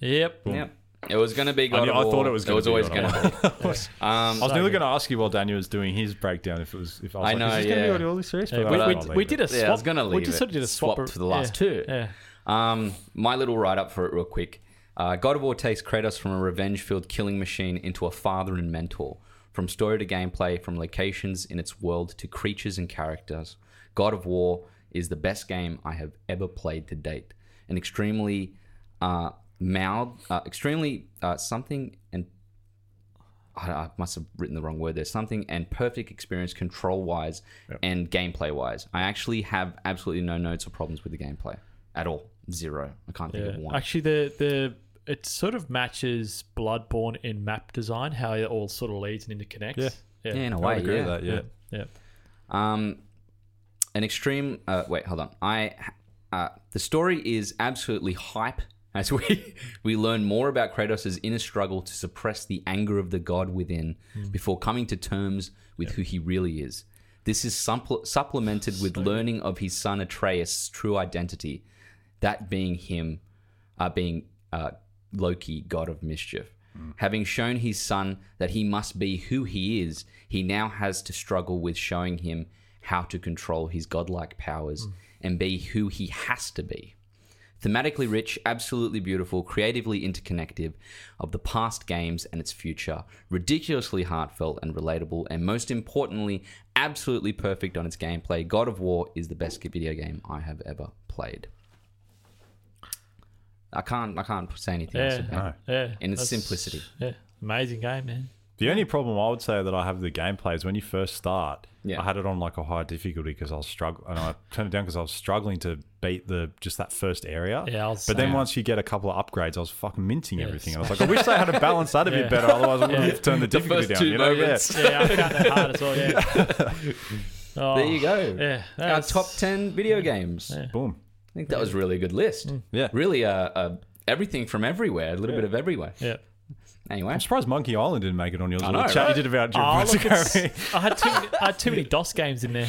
yep.
Yep. It was going to be God
knew-
of
I
War.
thought it was
It
gonna
was
be
always
God
going
of
to be.
I
Um,
was nearly going to ask you while Daniel was doing his breakdown if it was if I was
I
like,
know,
is this
yeah.
going to be all this serious
Yeah,
But
we,
I
we,
don't know,
we
leave
did
it.
a swap.
Yeah, I was gonna
We
leave
just
it
sort of did a swap
swapped
ar-
for the last
yeah,
two.
Yeah.
Um, my little write up for it, real quick. Uh, God of War takes Kratos from a revenge filled killing machine into a father and mentor. From story to gameplay, from locations in its world to creatures and characters, God of War is the best game I have ever played to date. An extremely uh, mild, uh, extremely uh, something and I, I must have written the wrong word there. Something and perfect experience, control wise and gameplay wise. I actually have absolutely no notes or problems with the gameplay at all. Zero. I can't think of
Yeah.
one.
Actually, the the it sort of matches Bloodborne in map design, how it all sort of leads and interconnects.
yeah,
Yeah.
in a
I would
way.
agree
yeah.
with that yeah,
yeah, yeah.
Um, an extreme. Uh, wait, hold on. I. Uh, the story is absolutely hype as we we learn more about Kratos' inner struggle to suppress the anger of the god within before coming to terms with who he really is. This is supple- supplemented with learning of his son Atreus' true identity, that being him, uh, being uh, Loki, god of mischief. Having shown his son that he must be who he is, he now has to struggle with showing him how to control his godlike powers and be who he has to be. Thematically rich, absolutely beautiful, creatively interconnective of the past games and its future, ridiculously heartfelt and relatable, and most importantly, absolutely perfect on its gameplay. God of War is the best video game I have ever played. I can't I can't say anything else
Yeah,
about it.
No.
yeah.
In its
that's-
simplicity.
Yeah, amazing game, man.
The only problem I would say that I have with the gameplay is when you first start,
Yeah.
I had it on like a high difficulty because I was struggling, and I turned it down because I was struggling to beat the just that first area.
Yeah, I was
but then
saying.
once you get a couple of upgrades, I was fucking minting
Yeah,
everything, and I was like, I wish they had to balance that a
Yeah.
bit better. Otherwise, I would
Yeah.
have turned the difficulty
first
down.
two
you know, yeah.
moments.
Yeah, I found that hard as well. Yeah. Oh,
There you go.
Yeah,
Our
that's-
top ten video games.
Yeah. Mm.
Boom.
I think that was really a good list.
Yeah.
Really, uh, uh, everything from everywhere, a little bit of everywhere.
Yeah.
Anyway,
I'm surprised Monkey Island didn't make it on yours.
I
All the
know,
chat you
right?
did about
Oh,
Jurassic
look, it's,
Park.
I had too many, I had too many DOS games in there.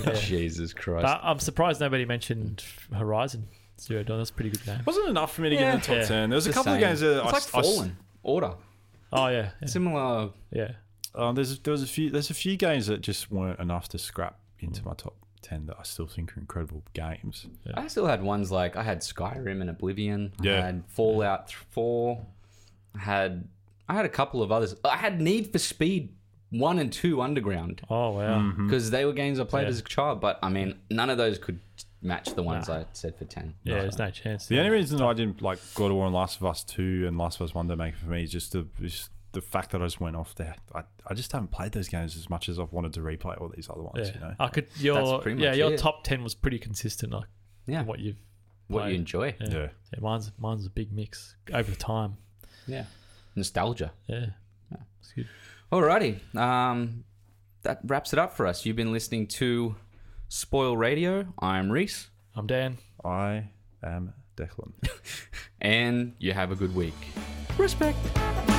Yeah.
Jesus Christ.
But I'm surprised nobody mentioned Horizon Zero Dawn. That's a pretty good game.
wasn't enough for me to get in the top
Yeah.
ten. There was a
It's
couple
the
of games
same.
that I,
it's
I-
like Fallen Order.
Oh yeah, yeah.
Similar.
yeah.
Um, there's there was a few there's a few games that just weren't enough to scrap into my top ten that I still think are incredible games.
I still had ones like I had Skyrim and Oblivion. I
Yeah.
had Fallout th- Four. I had I had a couple of others. I had Need for Speed One and Two Underground
Oh wow.
because they were games I played
Yeah.
as a child. But I mean, none of those could match the ones I said for ten.
Yeah, there's no chance.
The only reason I didn't like God of War and Last of Us two and Last of Us one don't make it for me is just the is the fact that I just went off there. I, I just haven't played those games as much as I've wanted to replay all these other ones.
yeah.
You know,
I could. Your
pretty
yeah,
much
your
it.
top ten was pretty consistent. Like
Yeah, what,
what you've
you
played.
enjoy.
Yeah.
Yeah.
Yeah, mine's mine's a big mix over time.
Yeah, nostalgia.
Yeah. It's good.
Alrighty, um, that wraps it up for us. You've been listening to Spoil Radio. I'm Reese,
I'm Dan.
I am Declan.
and you have a good week. Respect.